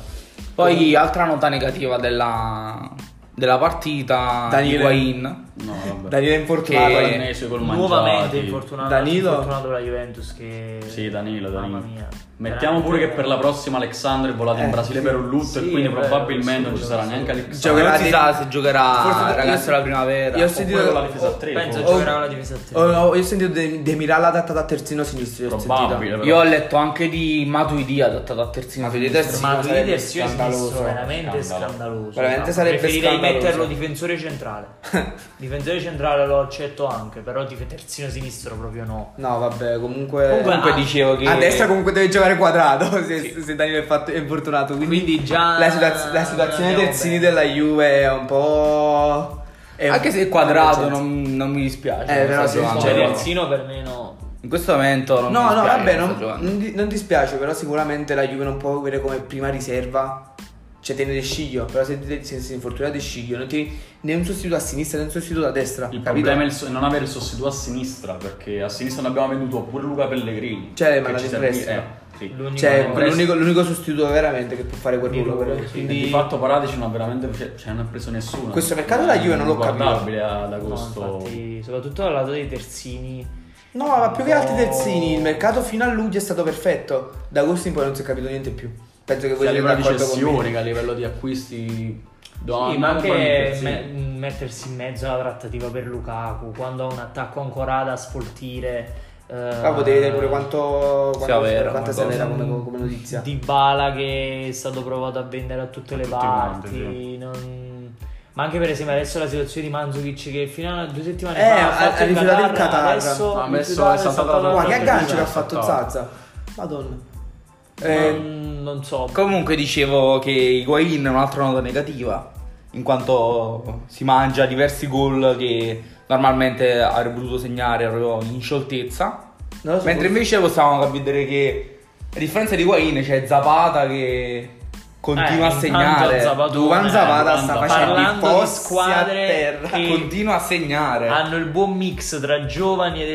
[SPEAKER 1] Poi altra nota negativa della, della partita
[SPEAKER 3] Daniele.
[SPEAKER 1] di Higuain.
[SPEAKER 4] No, vabbè.
[SPEAKER 3] Daniele è infortunato.
[SPEAKER 1] Che-
[SPEAKER 3] eh.
[SPEAKER 4] Danese col
[SPEAKER 2] Nuovamente
[SPEAKER 4] Mangiati.
[SPEAKER 2] infortunato,
[SPEAKER 3] Danilo?
[SPEAKER 2] infortunato la Juventus che...
[SPEAKER 4] Sì, Danilo, Danilo.
[SPEAKER 2] Mamma mia.
[SPEAKER 4] Mettiamo pure che per la prossima Alexandro è volato
[SPEAKER 3] Eh,
[SPEAKER 4] in Brasile per un lutto
[SPEAKER 2] sì,
[SPEAKER 4] e quindi
[SPEAKER 2] è vero,
[SPEAKER 4] probabilmente non
[SPEAKER 2] sì,
[SPEAKER 4] ci sarà
[SPEAKER 2] sì.
[SPEAKER 4] neanche Alexandro.
[SPEAKER 3] Giocherà
[SPEAKER 1] Non si
[SPEAKER 3] di-
[SPEAKER 1] sa se giocherà
[SPEAKER 3] Cioè, Forse-
[SPEAKER 1] ragazzi
[SPEAKER 3] io-
[SPEAKER 1] della primavera.
[SPEAKER 3] io ho
[SPEAKER 4] Oppure
[SPEAKER 3] sentito
[SPEAKER 4] con la difesa a tre,
[SPEAKER 2] Penso
[SPEAKER 4] forse.
[SPEAKER 2] giocherà con la difesa a tre.
[SPEAKER 3] Ho, ho- io ho sentito De, De Miralla adattato a terzino sinistro. io ho
[SPEAKER 4] Probabile,
[SPEAKER 3] sentito.
[SPEAKER 4] però.
[SPEAKER 1] Io ho letto anche di Matuidi adattato a terzino
[SPEAKER 3] Matuidi è
[SPEAKER 1] sinistro.
[SPEAKER 2] Ma
[SPEAKER 3] sarebbe
[SPEAKER 2] Guidi è sinistro,
[SPEAKER 3] scandaloso.
[SPEAKER 2] veramente
[SPEAKER 4] Scandalo.
[SPEAKER 2] scandaloso.
[SPEAKER 3] Veramente
[SPEAKER 2] No,
[SPEAKER 3] sarebbe
[SPEAKER 2] Preferirei
[SPEAKER 3] scandaloso.
[SPEAKER 2] metterlo difensore
[SPEAKER 3] (laughs)
[SPEAKER 2] centrale. difensore centrale lo accetto anche, però di terzino sinistro proprio no.
[SPEAKER 3] No, vabbè, comunque.
[SPEAKER 1] Comunque
[SPEAKER 2] Ah,
[SPEAKER 1] dicevo che
[SPEAKER 3] A destra comunque deve giocare quadrato (laughs) se, se Danilo è, fatto- è infortunato. Quindi,
[SPEAKER 2] Quindi già-
[SPEAKER 3] la, situaz- la situazione
[SPEAKER 2] andiamo
[SPEAKER 3] terzini
[SPEAKER 2] bene.
[SPEAKER 3] della Juve è un po'. è un-
[SPEAKER 1] anche se è quadrato non, non mi dispiace.
[SPEAKER 3] Eh,
[SPEAKER 1] non
[SPEAKER 3] però
[SPEAKER 1] sta
[SPEAKER 3] sì,
[SPEAKER 1] giocando.
[SPEAKER 2] Cioè,
[SPEAKER 3] no.
[SPEAKER 2] terzino per me no.
[SPEAKER 1] In questo momento non mi
[SPEAKER 3] No, no,
[SPEAKER 1] dispiace,
[SPEAKER 3] vabbè,
[SPEAKER 1] sta
[SPEAKER 3] non,
[SPEAKER 1] giocando.
[SPEAKER 3] non di- non dispiace, però sicuramente la Juve non può avere come prima riserva. Cioè tenere Sciglio, però se, se, se si infortuna di Sciglio non tieni né un sostituto a sinistra né un sostituto a destra.
[SPEAKER 4] Il
[SPEAKER 3] capito?
[SPEAKER 4] problema è il so- non avere il sostituto a sinistra, perché a sinistra ne abbiamo venduto pure Luca Pellegrini.
[SPEAKER 3] Cioè, ma
[SPEAKER 4] che
[SPEAKER 3] la
[SPEAKER 4] ci
[SPEAKER 3] destra-
[SPEAKER 4] servì- eh, sì.
[SPEAKER 2] L'unico
[SPEAKER 3] Cioè,
[SPEAKER 2] no.
[SPEAKER 4] Presto.
[SPEAKER 3] l'unico, l'unico sostituto veramente che può fare quel
[SPEAKER 2] Di
[SPEAKER 3] ruolo.
[SPEAKER 2] ruolo,
[SPEAKER 3] però.
[SPEAKER 2] sì.
[SPEAKER 4] E
[SPEAKER 3] Quindi,
[SPEAKER 4] Di fatto Paradici non ha veramente cioè, cioè, non ha preso nessuno.
[SPEAKER 3] Questo mercato la Juve non l'ho capito.
[SPEAKER 4] Guardabile ad
[SPEAKER 2] No,
[SPEAKER 4] agosto.
[SPEAKER 2] infatti, soprattutto dal lato dei terzini.
[SPEAKER 3] no, ma più che altri
[SPEAKER 2] No.
[SPEAKER 3] terzini, il mercato fino a luglio è stato perfetto. Da agosto in poi non si è capito niente più. Penso che voi
[SPEAKER 4] sia a
[SPEAKER 3] siete
[SPEAKER 4] livello di
[SPEAKER 3] d'accordo con me.
[SPEAKER 4] cessioni che a livello di acquisti dovevamo
[SPEAKER 2] Sì, ma
[SPEAKER 4] andare a fare
[SPEAKER 2] anche
[SPEAKER 4] un
[SPEAKER 2] me-
[SPEAKER 4] terzino.
[SPEAKER 2] mettersi in mezzo alla trattativa per Lukaku quando ha un attacco ancora da sfoltire. eh,
[SPEAKER 3] Qua Ah, potete vedere pure quanto, quanto
[SPEAKER 1] vero,
[SPEAKER 3] quanta
[SPEAKER 1] ma
[SPEAKER 3] severa come, come notizia.
[SPEAKER 2] Di Bala che è stato provato a vendere a tutte le
[SPEAKER 4] Tutti
[SPEAKER 2] parti.
[SPEAKER 4] quanti,
[SPEAKER 2] non- Ma anche per esempio adesso la situazione di Manzukic che fino a due settimane
[SPEAKER 3] Eh,
[SPEAKER 2] fa
[SPEAKER 3] ha-
[SPEAKER 2] fatto
[SPEAKER 3] ha rifiutato il Qatar.
[SPEAKER 2] Adesso,
[SPEAKER 4] Ha
[SPEAKER 2] il
[SPEAKER 4] messo-
[SPEAKER 2] Qatar
[SPEAKER 4] è saltato la
[SPEAKER 2] saltato
[SPEAKER 4] porta
[SPEAKER 3] Guarda
[SPEAKER 2] la
[SPEAKER 3] che
[SPEAKER 4] Guarda,
[SPEAKER 3] aggancio
[SPEAKER 4] che
[SPEAKER 3] che ha fatto
[SPEAKER 4] saltava.
[SPEAKER 3] Zazza. Madonna. Eh,
[SPEAKER 2] Mm, non so.
[SPEAKER 1] Comunque dicevo che Higuain è un'altra nota negativa, in quanto si mangia diversi gol che normalmente avrebbe potuto segnare proprio in scioltezza.
[SPEAKER 3] Non lo so,
[SPEAKER 1] Mentre invece possiamo capire che a differenza di Higuain c'è Zapata che continua
[SPEAKER 2] Eh,
[SPEAKER 1] a
[SPEAKER 2] intanto
[SPEAKER 1] segnare.
[SPEAKER 2] Zapata-
[SPEAKER 3] Duvan
[SPEAKER 2] eh,
[SPEAKER 3] Zapata
[SPEAKER 4] Duvan
[SPEAKER 3] sta
[SPEAKER 4] Zapata.
[SPEAKER 3] facendo i
[SPEAKER 2] Parlando di
[SPEAKER 3] posti a
[SPEAKER 2] squadre
[SPEAKER 3] terra.
[SPEAKER 2] che-
[SPEAKER 1] Continua a segnare.
[SPEAKER 2] Hanno il buon mix tra giovani ed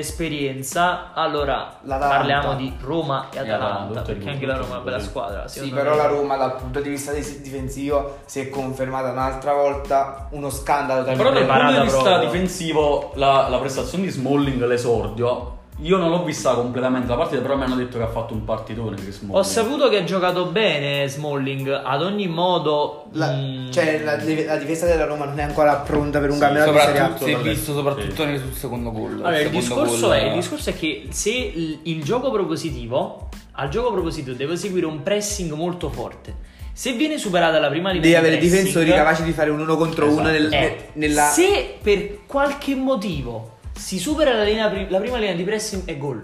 [SPEAKER 2] esperienza. Allora,
[SPEAKER 3] L'Atalanta.
[SPEAKER 2] parliamo di Roma e
[SPEAKER 4] E Atalanta,
[SPEAKER 2] Atalanta.
[SPEAKER 4] tutto il
[SPEAKER 2] Perché
[SPEAKER 4] mondo,
[SPEAKER 2] anche la Roma è
[SPEAKER 4] tutto
[SPEAKER 2] una bella
[SPEAKER 4] il mondo.
[SPEAKER 2] squadra.
[SPEAKER 3] Sì,
[SPEAKER 2] secondo
[SPEAKER 3] però
[SPEAKER 2] me.
[SPEAKER 3] la Roma dal punto di vista di- difensivo si è confermata un'altra volta uno scandalo. tra
[SPEAKER 4] Però dal punto
[SPEAKER 3] virgolette.
[SPEAKER 2] Parata
[SPEAKER 4] di vista
[SPEAKER 2] proprio.
[SPEAKER 4] difensivo, la, la prestazione di Smalling, l'esordio, io non l'ho vista completamente la partita, però mi hanno detto che ha fatto un partitone Chris Smalling.
[SPEAKER 2] Ho saputo che ha giocato bene Smalling. Ad ogni modo,
[SPEAKER 3] La-
[SPEAKER 2] mm,
[SPEAKER 3] Cioè, la, la difesa della Roma non è ancora pronta per un
[SPEAKER 4] Sì,
[SPEAKER 3] campionato di Serie A.
[SPEAKER 1] soprattutto, si è visto soprattutto nel- sul secondo gol.
[SPEAKER 2] Allora, il,
[SPEAKER 1] secondo
[SPEAKER 2] discorso
[SPEAKER 1] gol-
[SPEAKER 2] è, il discorso è che se il, il gioco propositivo, al gioco propositivo devo seguire un pressing molto forte. Se viene superata la prima linea
[SPEAKER 3] Devi
[SPEAKER 2] di
[SPEAKER 3] avere
[SPEAKER 2] pressing,
[SPEAKER 3] difensori capaci di fare un uno contro uno
[SPEAKER 4] Esatto.
[SPEAKER 3] nel-
[SPEAKER 2] eh,
[SPEAKER 3] nella.
[SPEAKER 2] Se per qualche motivo si supera la, linea pri- la prima linea di pressing è gol.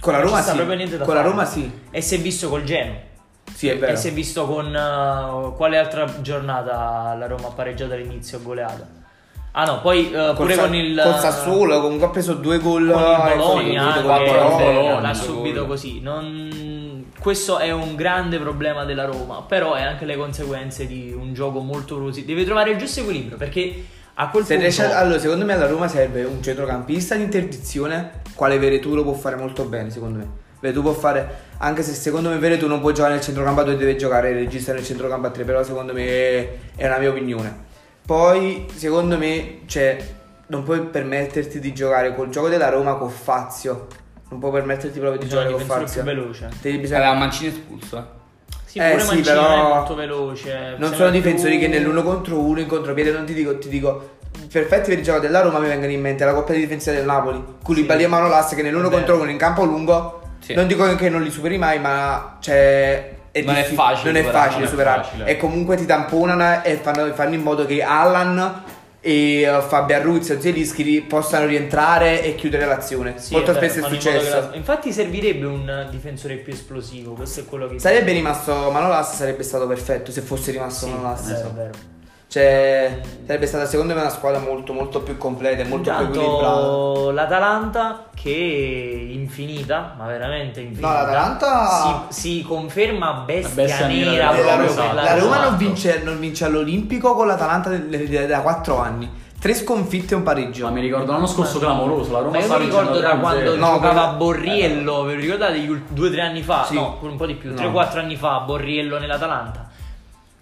[SPEAKER 3] Con la
[SPEAKER 2] Non ci
[SPEAKER 3] Roma
[SPEAKER 2] sta
[SPEAKER 3] sì.
[SPEAKER 2] proprio niente da
[SPEAKER 3] Con la
[SPEAKER 2] fare.
[SPEAKER 3] Roma sì.
[SPEAKER 2] E si è visto col Genoa.
[SPEAKER 3] Sì, è vero.
[SPEAKER 2] E si è visto con uh, quale altra giornata la Roma ha pareggiato all'inizio a goleata. Ah no, poi uh,
[SPEAKER 3] Col
[SPEAKER 2] pure
[SPEAKER 3] Sa-
[SPEAKER 2] con il
[SPEAKER 3] col Sassuolo comunque ha preso due gol
[SPEAKER 2] con
[SPEAKER 3] eh,
[SPEAKER 2] il Bologna
[SPEAKER 3] subito,
[SPEAKER 2] anche,
[SPEAKER 3] quattro
[SPEAKER 1] con il
[SPEAKER 3] gol.
[SPEAKER 1] Bologna.
[SPEAKER 2] l'ha
[SPEAKER 1] due
[SPEAKER 2] subito
[SPEAKER 1] gol.
[SPEAKER 2] così Non- questo è un grande problema della Roma però è anche le conseguenze di un gioco molto così deve trovare il giusto equilibrio perché a quel
[SPEAKER 3] Se
[SPEAKER 2] punto
[SPEAKER 3] riesce a- allora, secondo me alla Roma serve un centrocampista di interdizione, quale Veretù lo può fare molto bene, secondo me. Veretù può fare, anche se secondo me Veretù non può giocare nel centrocampo a 2, deve giocare il regista nel centrocampo a 3, però secondo me è una mia opinione. Poi, secondo me, cioè, non puoi permetterti di giocare col gioco della Roma con Fazio. Non puoi permetterti proprio di
[SPEAKER 2] bisogna
[SPEAKER 3] giocare con
[SPEAKER 2] difensore più
[SPEAKER 3] Fazio.
[SPEAKER 2] veloce
[SPEAKER 3] Devi- bisogna-
[SPEAKER 1] Aveva Mancini espulso. eh.
[SPEAKER 2] sì,
[SPEAKER 3] Eh,
[SPEAKER 2] pure
[SPEAKER 3] sì,
[SPEAKER 2] Mancini
[SPEAKER 3] però-
[SPEAKER 2] non è molto veloce
[SPEAKER 3] Non
[SPEAKER 2] sembra
[SPEAKER 3] sono difensori
[SPEAKER 2] più-
[SPEAKER 3] che nell'uno contro uno, in contropiede, non ti dico, ti dico. Perfetti per il gioco della Roma mi vengono in mente la coppia di difensiva del Napoli, Koulibaly
[SPEAKER 2] Sì.
[SPEAKER 3] e Manolas che nell'uno
[SPEAKER 2] Vero.
[SPEAKER 3] contro uno in campo lungo,
[SPEAKER 1] Sì.
[SPEAKER 3] non dico che non li superi mai, ma cioè,
[SPEAKER 1] Non è
[SPEAKER 3] diffi-
[SPEAKER 1] facile
[SPEAKER 3] non è
[SPEAKER 1] superare,
[SPEAKER 3] facile
[SPEAKER 4] non è
[SPEAKER 3] superare.
[SPEAKER 4] facile.
[SPEAKER 3] E comunque ti tamponano e fanno, fanno in modo che Allan e eh, Fabio Arruzzi o Zielinski ri- possano rientrare e chiudere l'azione.
[SPEAKER 2] Sì,
[SPEAKER 3] Molto
[SPEAKER 2] è vero,
[SPEAKER 3] spesso è
[SPEAKER 2] fanno in modo che
[SPEAKER 3] successo.
[SPEAKER 2] la- infatti servirebbe un difensore più esplosivo questo è quello che
[SPEAKER 3] Sarebbe rimasto Manolas, sarebbe stato perfetto se fosse rimasto
[SPEAKER 2] sì, eh,
[SPEAKER 3] Manolas.
[SPEAKER 2] è vero, è vero.
[SPEAKER 3] Cioè, sarebbe stata secondo me una squadra molto molto più completa e molto più equilibrata.
[SPEAKER 2] Intanto l'Atalanta che è infinita, ma veramente infinita.
[SPEAKER 3] No, l'Atalanta-
[SPEAKER 2] si, si conferma bestia,
[SPEAKER 4] La bestia nera
[SPEAKER 2] nera
[SPEAKER 4] della
[SPEAKER 2] proprio
[SPEAKER 3] Roma,
[SPEAKER 4] Roma,
[SPEAKER 2] per
[SPEAKER 4] esatto.
[SPEAKER 2] Eh, la
[SPEAKER 3] la Roma non
[SPEAKER 2] Roma.
[SPEAKER 3] vince, non vince all'Olimpico con l'Atalanta del- del- da 4 anni. Tre sconfitte e un pareggio.
[SPEAKER 4] Ma mi ricordo l'anno scorso clamoroso, la Roma
[SPEAKER 2] Ma io
[SPEAKER 4] stava
[SPEAKER 2] mi ricordo
[SPEAKER 4] vincendo
[SPEAKER 2] da quando
[SPEAKER 4] 3-0.
[SPEAKER 3] No,
[SPEAKER 2] giocava
[SPEAKER 3] quella-
[SPEAKER 2] Borriello, ve lo ricordate? Gli ult- Due o tre anni fa,
[SPEAKER 3] Sì.
[SPEAKER 2] no, un po' di più,
[SPEAKER 3] No.
[SPEAKER 2] 3-4 anni fa Borriello nell'Atalanta.